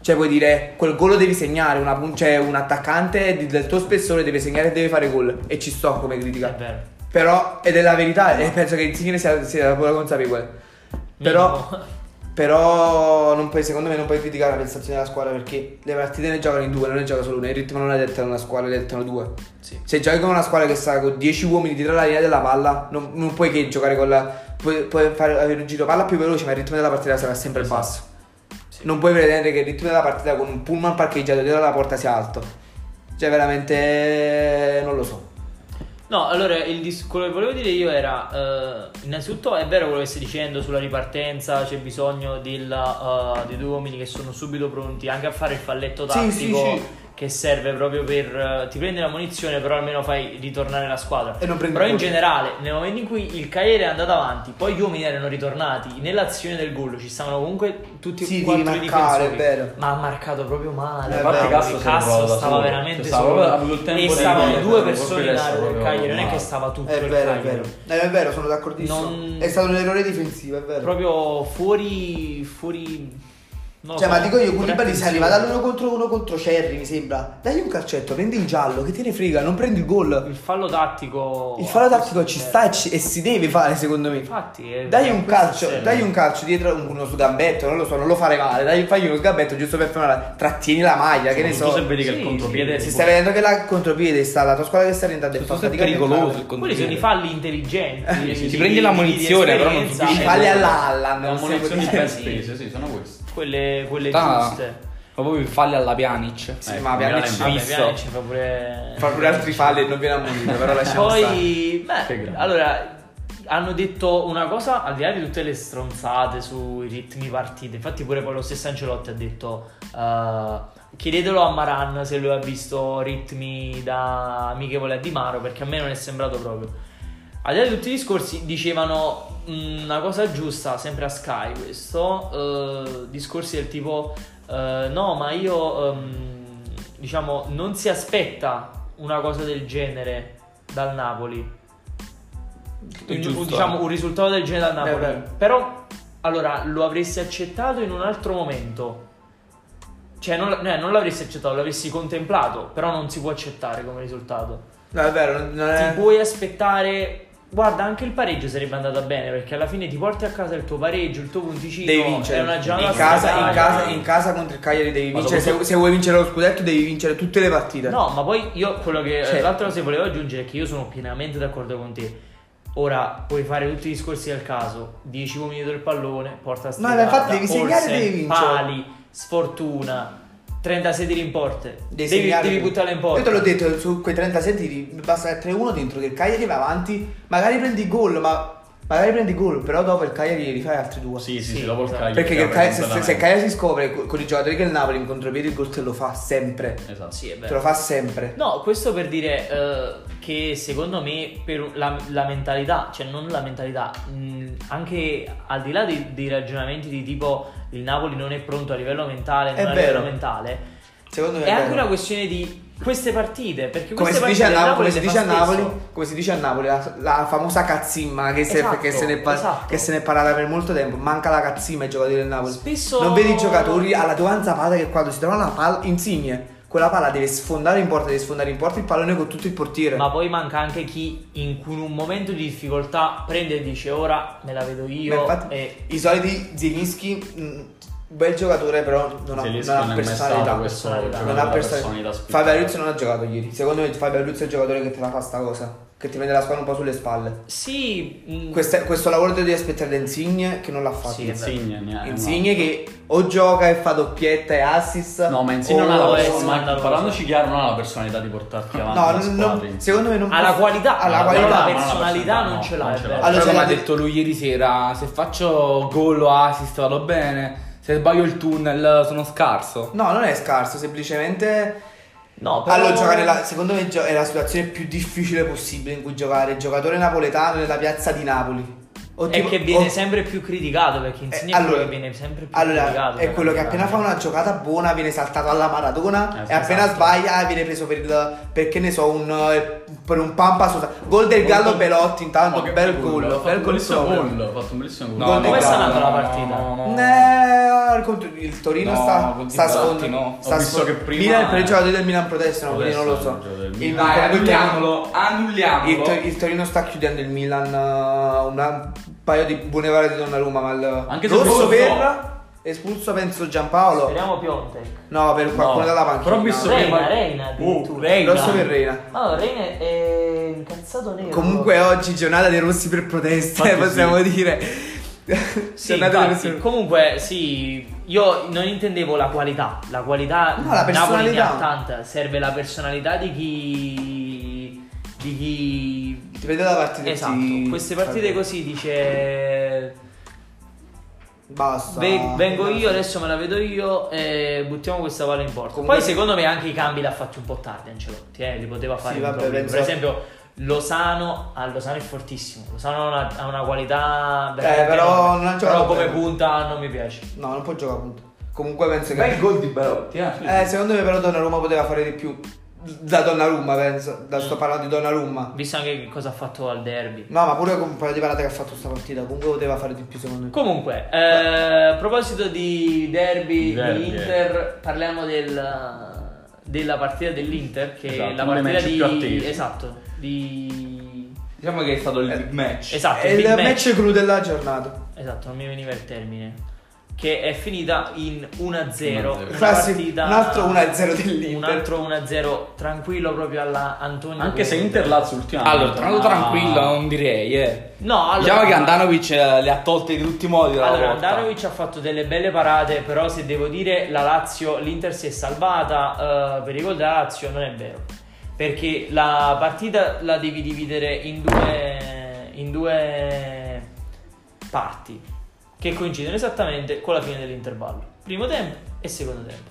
[SPEAKER 3] Cioè puoi dire, quel gol lo devi segnare, una pun- cioè, un attaccante di- del tuo spessore deve segnare e deve fare gol. E ci sto come
[SPEAKER 2] È
[SPEAKER 3] critica.
[SPEAKER 2] vero.
[SPEAKER 3] Però, ed è la verità, e penso che Insigne sia, sia pure consapevole. Però...
[SPEAKER 2] Minimo.
[SPEAKER 3] Però non puoi- secondo me non puoi criticare la prestazione della squadra perché le partite ne giocano in due, non ne gioca solo una. Il ritmo non è dettato una squadra, è dettato due.
[SPEAKER 2] Sì.
[SPEAKER 3] Se giochi con una squadra che sta con 10 uomini dietro la linea della palla, non, non puoi che giocare con la. Puoi, puoi fare, avere un giro palla più veloce, ma il ritmo della partita sarà sempre
[SPEAKER 2] Esatto.
[SPEAKER 3] basso. Non puoi pretendere che il ritmo della partita con un pullman parcheggiato dietro la porta sia alto. Cioè, veramente. non lo so.
[SPEAKER 2] No, allora il dis- quello che volevo dire io era: eh, innanzitutto è vero quello che stai dicendo sulla ripartenza, c'è bisogno del, eh, di due uomini che sono subito pronti anche a fare il falletto
[SPEAKER 3] Sì,
[SPEAKER 2] tattico
[SPEAKER 3] sì, sì.
[SPEAKER 2] che serve proprio per. eh, ti prendi la munizione, però almeno fai ritornare la squadra.
[SPEAKER 3] E non prendi
[SPEAKER 2] Però in
[SPEAKER 3] gol.
[SPEAKER 2] generale, nel momento in cui il Cagliari è andato avanti, poi gli uomini erano ritornati nell'azione del gol, ci stavano comunque tutti
[SPEAKER 3] Sì,
[SPEAKER 2] e
[SPEAKER 3] di
[SPEAKER 2] quattro i
[SPEAKER 3] rimarcare,
[SPEAKER 2] difensori.
[SPEAKER 3] è vero.
[SPEAKER 2] Ma ha marcato proprio male.
[SPEAKER 3] Eh,
[SPEAKER 2] Infatti
[SPEAKER 3] beh,
[SPEAKER 2] Casso,
[SPEAKER 4] Casso si è trovato da
[SPEAKER 2] stava
[SPEAKER 4] solo.
[SPEAKER 2] veramente
[SPEAKER 4] Cioè, stava
[SPEAKER 2] solo.
[SPEAKER 4] proprio- ha avuto il tempo
[SPEAKER 2] e
[SPEAKER 4] di-
[SPEAKER 2] stavano
[SPEAKER 4] di-
[SPEAKER 2] due
[SPEAKER 4] di-
[SPEAKER 2] persone in
[SPEAKER 4] di-
[SPEAKER 2] area del
[SPEAKER 4] proprio-
[SPEAKER 2] Cagliari, non è che
[SPEAKER 4] no.
[SPEAKER 2] stava tutto
[SPEAKER 3] È
[SPEAKER 2] il
[SPEAKER 3] vero, è
[SPEAKER 2] Cagliari.
[SPEAKER 3] vero. Eh, È vero, sono d'accordissimo.
[SPEAKER 2] Non-
[SPEAKER 3] È stato un errore difensivo, è vero.
[SPEAKER 2] Proprio fuori fuori non
[SPEAKER 4] Oh,
[SPEAKER 2] lo
[SPEAKER 3] Cioè,
[SPEAKER 2] so,
[SPEAKER 3] ma dico io,
[SPEAKER 2] fuori
[SPEAKER 3] Koulibaly si è
[SPEAKER 2] attenzione.
[SPEAKER 3] arrivato all'uno contro uno contro Cerri, mi sembra. Dagli un calcetto, prendi il giallo, che te ne frega, non prendi il gol.
[SPEAKER 2] il fallo tattico eh,
[SPEAKER 3] Il fallo tattico ci sta e, ci- e si deve fare, secondo me.
[SPEAKER 2] Infatti, è-
[SPEAKER 3] Dagli un
[SPEAKER 2] questo
[SPEAKER 3] calcio,
[SPEAKER 2] serve.
[SPEAKER 3] dagli un calcio dietro uno su gambetto, non lo so, non lo fare male, dagli fagli uno sgambetto giusto per fermare, trattieni la maglia, che ne
[SPEAKER 4] Soprattutto se
[SPEAKER 3] so.
[SPEAKER 4] vedi che
[SPEAKER 2] Sì,
[SPEAKER 4] il contropiede
[SPEAKER 2] sì.
[SPEAKER 3] Si
[SPEAKER 4] si
[SPEAKER 3] stai vedendo che la contropiede sta la tua squadra che sta rientrando e fa
[SPEAKER 1] Questo è
[SPEAKER 3] fatica a
[SPEAKER 1] pericoloso il
[SPEAKER 3] entrare.
[SPEAKER 2] quelli
[SPEAKER 1] contropiede.
[SPEAKER 2] sono i falli intelligenti
[SPEAKER 4] Sì, sì,
[SPEAKER 2] di-
[SPEAKER 4] Eh, ti
[SPEAKER 1] prendi la
[SPEAKER 2] di- di
[SPEAKER 1] munizione, però non
[SPEAKER 2] esperienza.
[SPEAKER 1] subisci
[SPEAKER 3] I falli all'Allan,
[SPEAKER 4] La
[SPEAKER 3] non stiamo
[SPEAKER 4] munizione
[SPEAKER 3] dicendo-
[SPEAKER 4] ben spese, sì, sono queste.
[SPEAKER 2] quelle, quelle
[SPEAKER 1] Ah,
[SPEAKER 2] giuste
[SPEAKER 1] Ma proprio falli alla Pjanic.
[SPEAKER 3] Sì,
[SPEAKER 4] Eh,
[SPEAKER 3] ma
[SPEAKER 4] Milan
[SPEAKER 3] Pjanic
[SPEAKER 4] è in
[SPEAKER 2] Vabbè,
[SPEAKER 1] visto.
[SPEAKER 2] Pjanic fa pure
[SPEAKER 3] Fa pure altri falli e non viene a morire, però lasciamo stare.
[SPEAKER 2] Poi,
[SPEAKER 4] Che
[SPEAKER 2] beh,
[SPEAKER 4] grande.
[SPEAKER 2] allora hanno detto una cosa al di là di tutte le stronzate sui ritmi partite. Infatti, pure poi lo stesso Ancelotti ha detto. eh, Chiedetelo a Maran se lui ha visto ritmi da amichevole a Di Maro perché a me non è sembrato proprio. Al di là di tutti i discorsi, dicevano mh, una cosa giusta, sempre a Sky questo, eh, discorsi del tipo eh, no ma io ehm, diciamo non si aspetta una cosa del genere dal Napoli.
[SPEAKER 1] È
[SPEAKER 2] Un-
[SPEAKER 1] giusto,
[SPEAKER 2] diciamo
[SPEAKER 1] eh.
[SPEAKER 2] un risultato del genere dal
[SPEAKER 3] Eh,
[SPEAKER 2] Napoli.
[SPEAKER 3] beh.
[SPEAKER 2] Però allora lo avresti accettato in un altro momento. Cioè non, eh, non l'avresti accettato, l'avresti contemplato, però non si può accettare come risultato.
[SPEAKER 3] No, è vero, non- non è...
[SPEAKER 2] ti puoi aspettare. Guarda, anche il pareggio sarebbe andata bene perché alla fine ti porti a casa il tuo pareggio, il tuo punticino.
[SPEAKER 3] Devi vincere
[SPEAKER 2] È una giornata
[SPEAKER 3] in, casa, in,
[SPEAKER 2] serale.
[SPEAKER 3] casa, in casa contro il Cagliari devi
[SPEAKER 4] Ma
[SPEAKER 3] vincere. Se,
[SPEAKER 4] soprattutto-
[SPEAKER 3] se vuoi vincere lo scudetto, devi vincere tutte le partite.
[SPEAKER 2] No, ma poi io quello che
[SPEAKER 3] Cioè-
[SPEAKER 2] l'altra cosa che volevo aggiungere è che io sono pienamente d'accordo con te. Ora puoi fare tutti i discorsi del caso, 10 uomini del pallone, porta
[SPEAKER 3] No,
[SPEAKER 2] stregata,
[SPEAKER 3] ma infatti devi segnare e
[SPEAKER 2] Olsen,
[SPEAKER 3] devi vincere.
[SPEAKER 2] Pali, sfortuna, 36 tiri in porte.
[SPEAKER 3] Devi
[SPEAKER 2] Devi,
[SPEAKER 3] segnare.
[SPEAKER 2] devi buttarla in
[SPEAKER 3] Io te
[SPEAKER 2] porta.
[SPEAKER 3] l'ho detto, su quei 30 senti basta il 3-1 dentro che il Cagliari va avanti. Magari prendi gol, ma magari prendi gol, però dopo il Cagliari rifai altri due.
[SPEAKER 4] Sì, sì,
[SPEAKER 2] Sì,
[SPEAKER 4] sì, dopo il
[SPEAKER 2] esatto.
[SPEAKER 4] Cagliari.
[SPEAKER 3] Perché che il
[SPEAKER 4] cambia
[SPEAKER 3] Cagliari- se, se- se il
[SPEAKER 4] completamente.
[SPEAKER 3] Cagliari si scopre co- con i giocatori che il Napoli in contropiede il gol te lo fa sempre.
[SPEAKER 4] Esatto.
[SPEAKER 2] Sì, è
[SPEAKER 3] Te
[SPEAKER 2] vero.
[SPEAKER 3] lo fa sempre.
[SPEAKER 2] No, questo per dire eh, che secondo me per la, la mentalità, cioè non la mentalità, mh, anche al di là dei, dei ragionamenti di tipo il Napoli non è pronto a livello mentale, non
[SPEAKER 3] È
[SPEAKER 2] a
[SPEAKER 3] vero.
[SPEAKER 2] livello mentale,
[SPEAKER 3] Secondo me
[SPEAKER 2] è anche
[SPEAKER 3] vero.
[SPEAKER 2] una questione di queste partite, perché
[SPEAKER 3] Eh, come
[SPEAKER 2] queste
[SPEAKER 3] si dice
[SPEAKER 2] partite
[SPEAKER 3] a
[SPEAKER 2] il
[SPEAKER 3] Napoli, come si
[SPEAKER 2] le
[SPEAKER 3] dice a
[SPEAKER 2] fa spesso.
[SPEAKER 3] Napoli, come si dice a Napoli, la, la famosa cazzimma che, se-
[SPEAKER 2] Esatto,
[SPEAKER 3] che se ne par-
[SPEAKER 2] esatto.
[SPEAKER 3] che se ne è parlata per molto tempo. Manca la cazzimma ai giocatori del Napoli.
[SPEAKER 2] Spesso-
[SPEAKER 3] Non vedi i giocatori alla tua anzapata che quando si trova una palla insigne, quella palla deve sfondare in porta, deve sfondare in porta il pallone con tutto il portiere.
[SPEAKER 2] Ma poi manca anche chi in cui in un momento di difficoltà prende e dice ora me la vedo io
[SPEAKER 3] Beh, infatti,
[SPEAKER 2] e
[SPEAKER 3] I soliti Zielinski, mh, bel giocatore, però non ha,
[SPEAKER 4] Zielinski
[SPEAKER 3] non ha
[SPEAKER 4] non è mai
[SPEAKER 3] personalità.
[SPEAKER 4] stato questo
[SPEAKER 2] personalità.
[SPEAKER 4] giocatore
[SPEAKER 3] Non ha
[SPEAKER 4] da
[SPEAKER 3] personalità.
[SPEAKER 4] spiccata.
[SPEAKER 3] Fabio Aruzzo non ha giocato ieri. Secondo me Fabio Aruzzo è il giocatore che te la fa sta cosa. Che ti prende la squadra un po' sulle spalle.
[SPEAKER 2] sì, mm, mh,
[SPEAKER 3] Questa- questo lavoro devi aspettare da Insigne che non l'ha fatto.
[SPEAKER 2] Sì, è vero.
[SPEAKER 4] Insigne, ne ha-
[SPEAKER 3] Insigne che o gioca e fa doppietta e assist.
[SPEAKER 4] No, ma Insigne
[SPEAKER 3] o-
[SPEAKER 4] non ha la
[SPEAKER 2] Oh, è
[SPEAKER 4] personalità.
[SPEAKER 2] scandaloso.
[SPEAKER 4] Parlandoci chiaro, non ha la personalità di portarti avanti.
[SPEAKER 3] No,
[SPEAKER 4] la
[SPEAKER 3] non-
[SPEAKER 4] squadra,
[SPEAKER 3] non-
[SPEAKER 4] Insigne.
[SPEAKER 3] secondo me non
[SPEAKER 2] ha la qualità,
[SPEAKER 3] alla
[SPEAKER 2] però
[SPEAKER 3] qualità,
[SPEAKER 2] la
[SPEAKER 4] ma non la
[SPEAKER 2] personalità
[SPEAKER 4] personalità,
[SPEAKER 2] non
[SPEAKER 4] no,
[SPEAKER 2] ce l'ha, eh,
[SPEAKER 4] non
[SPEAKER 2] è
[SPEAKER 4] ce
[SPEAKER 2] vero.
[SPEAKER 4] l'ha.
[SPEAKER 1] Allora,
[SPEAKER 3] Allora,
[SPEAKER 1] Cioè, come
[SPEAKER 3] se
[SPEAKER 1] ha
[SPEAKER 3] la-
[SPEAKER 1] detto lui ieri sera, se faccio gol o assist vado bene, se sbaglio il tunnel sono scarso.
[SPEAKER 3] No, non è scarso, semplicemente.
[SPEAKER 2] No, però
[SPEAKER 3] Allora, giocare la- secondo me gio- è la situazione più difficile possibile in cui giocare. Giocatore napoletano nella piazza di Napoli. O
[SPEAKER 2] è
[SPEAKER 3] tipo-
[SPEAKER 2] che viene
[SPEAKER 3] o-
[SPEAKER 2] sempre più criticato perché
[SPEAKER 3] oh. Eh,
[SPEAKER 2] Insigne
[SPEAKER 3] allora,
[SPEAKER 2] è quello che viene sempre più
[SPEAKER 3] allora,
[SPEAKER 2] criticato.
[SPEAKER 3] è quello che appena fa una giocata buona viene saltato alla maratona
[SPEAKER 4] Eh,
[SPEAKER 3] e appena
[SPEAKER 4] esatto.
[SPEAKER 3] sbaglia viene preso per il perché ne so un eh, per un pampa sotto. Gol del Gallo Belotti intanto
[SPEAKER 4] Oh, che
[SPEAKER 3] bel
[SPEAKER 4] gol, ha
[SPEAKER 3] gol,
[SPEAKER 4] fatto
[SPEAKER 3] bel
[SPEAKER 4] un
[SPEAKER 3] gol
[SPEAKER 4] bellissimo
[SPEAKER 3] sopra.
[SPEAKER 4] gol, ha fatto un bellissimo gol.
[SPEAKER 3] No, Gol di
[SPEAKER 2] Come
[SPEAKER 3] Bravo.
[SPEAKER 2] sta andando la
[SPEAKER 1] no,
[SPEAKER 2] partita?
[SPEAKER 1] no, no, no.
[SPEAKER 3] Eh, al contr- il Torino
[SPEAKER 1] No,
[SPEAKER 3] sta,
[SPEAKER 1] gol di
[SPEAKER 3] sta
[SPEAKER 1] Belotti,
[SPEAKER 3] scontando.
[SPEAKER 1] no.
[SPEAKER 3] Sta
[SPEAKER 4] Ho visto
[SPEAKER 3] scon-
[SPEAKER 4] che prima-
[SPEAKER 3] Milan, per i giocatori del Milan protestano, quindi non lo so.
[SPEAKER 4] Protestano i giocatori del
[SPEAKER 3] Il,
[SPEAKER 1] Dai,
[SPEAKER 3] comunque il Torino-
[SPEAKER 1] annulliamolo, annulliamolo.
[SPEAKER 3] il Tor- il Torino sta chiudendo il Milan eh, una- un paio di buone varie di Donnarumma, ma il
[SPEAKER 4] Anche se
[SPEAKER 3] rosso
[SPEAKER 4] Rosso-
[SPEAKER 3] per espulso penso Giampaolo.
[SPEAKER 2] Speriamo Piontek.
[SPEAKER 3] No, per qualcuno
[SPEAKER 4] No,
[SPEAKER 3] dalla panchina.
[SPEAKER 4] però ho visto che-
[SPEAKER 2] Reina, Reina,
[SPEAKER 4] Uh,
[SPEAKER 2] addirittura.
[SPEAKER 4] Reina.
[SPEAKER 3] Rosso per Reina.
[SPEAKER 2] Ma no, Reina è incazzato nero.
[SPEAKER 3] Comunque oggi giornata dei rossi per proteste,
[SPEAKER 4] Infatti sì.
[SPEAKER 3] possiamo dire.
[SPEAKER 2] Sì,
[SPEAKER 3] giornata dei
[SPEAKER 2] infatti,
[SPEAKER 3] rossi per-
[SPEAKER 2] comunque sì, io non intendevo la qualità, la qualità
[SPEAKER 3] No, la
[SPEAKER 2] di Napoli ne ha
[SPEAKER 3] personalità.
[SPEAKER 2] tanta, serve la personalità di chi di chi
[SPEAKER 3] Ti vede la partita
[SPEAKER 2] Esatto,
[SPEAKER 3] ti-
[SPEAKER 2] queste partite così dice
[SPEAKER 3] Basta.
[SPEAKER 2] "Ve- vengo io, adesso me la vedo io e buttiamo questa palla in porta.
[SPEAKER 3] Comunque-
[SPEAKER 2] Poi secondo me anche i cambi l'ha fatti un po' tardi Ancelotti, eh, li poteva fare
[SPEAKER 3] Sì,
[SPEAKER 2] un
[SPEAKER 3] vabbè,
[SPEAKER 2] po' prima.
[SPEAKER 3] penso-
[SPEAKER 2] Per esempio Losano, ah, Losano è fortissimo, Losano ha una, ha una qualità
[SPEAKER 3] Eh, però
[SPEAKER 2] enorme.
[SPEAKER 3] non ha giocato
[SPEAKER 2] però come
[SPEAKER 3] bene.
[SPEAKER 2] punta non mi piace.
[SPEAKER 3] No, non può giocare appunto. Comunque penso che
[SPEAKER 1] Bel gol di Belotti, eh.
[SPEAKER 3] Eh, secondo me però Donnarumma poteva fare di più. Da Donnarumma, penso. Da sto parlando di Donnarumma.
[SPEAKER 2] Visto anche che cosa ha fatto al derby.
[SPEAKER 3] No, ma pure con un paio di parate che ha fatto sta partita, comunque poteva fare di più secondo me.
[SPEAKER 2] Comunque, eh, a proposito di derby,
[SPEAKER 4] Derby,
[SPEAKER 2] di Inter, parliamo del- della partita dell'Inter, che
[SPEAKER 4] Esatto,
[SPEAKER 2] è la
[SPEAKER 4] uno dei
[SPEAKER 2] partita
[SPEAKER 4] match più
[SPEAKER 2] di...
[SPEAKER 4] attesi.
[SPEAKER 2] Esatto, di...
[SPEAKER 1] Diciamo che è stato il big match.
[SPEAKER 2] Esatto,
[SPEAKER 3] È
[SPEAKER 2] il
[SPEAKER 3] il
[SPEAKER 2] big
[SPEAKER 3] match,
[SPEAKER 2] match.
[SPEAKER 3] clou della giornata.
[SPEAKER 2] Esatto, non mi veniva il termine. Che è finita in 1-0.
[SPEAKER 4] 1-0.
[SPEAKER 2] Una
[SPEAKER 3] Classico,
[SPEAKER 2] partita-
[SPEAKER 3] un altro 1-0 dell'Inter.
[SPEAKER 2] Un altro 1-0 tranquillo proprio alla Antonio.
[SPEAKER 4] Anche se
[SPEAKER 2] Conte.
[SPEAKER 4] Inter Lazio ultimamente.
[SPEAKER 1] Allora, tornando
[SPEAKER 4] ma-
[SPEAKER 1] tranquillo,
[SPEAKER 3] Ah.
[SPEAKER 1] non direi, eh.
[SPEAKER 2] No, allora...
[SPEAKER 1] Diciamo che Andanovic eh, le ha tolte di tutti i modi dalla
[SPEAKER 2] Allora,
[SPEAKER 1] porta.
[SPEAKER 2] Andanovic ha fatto delle belle parate, però se devo dire la Lazio, l'Inter si è salvata eh, per i gol della Lazio, non è vero. Perché la partita la devi dividere in due, in due parti che coincidono esattamente con la fine dell'intervallo. Primo tempo e secondo tempo.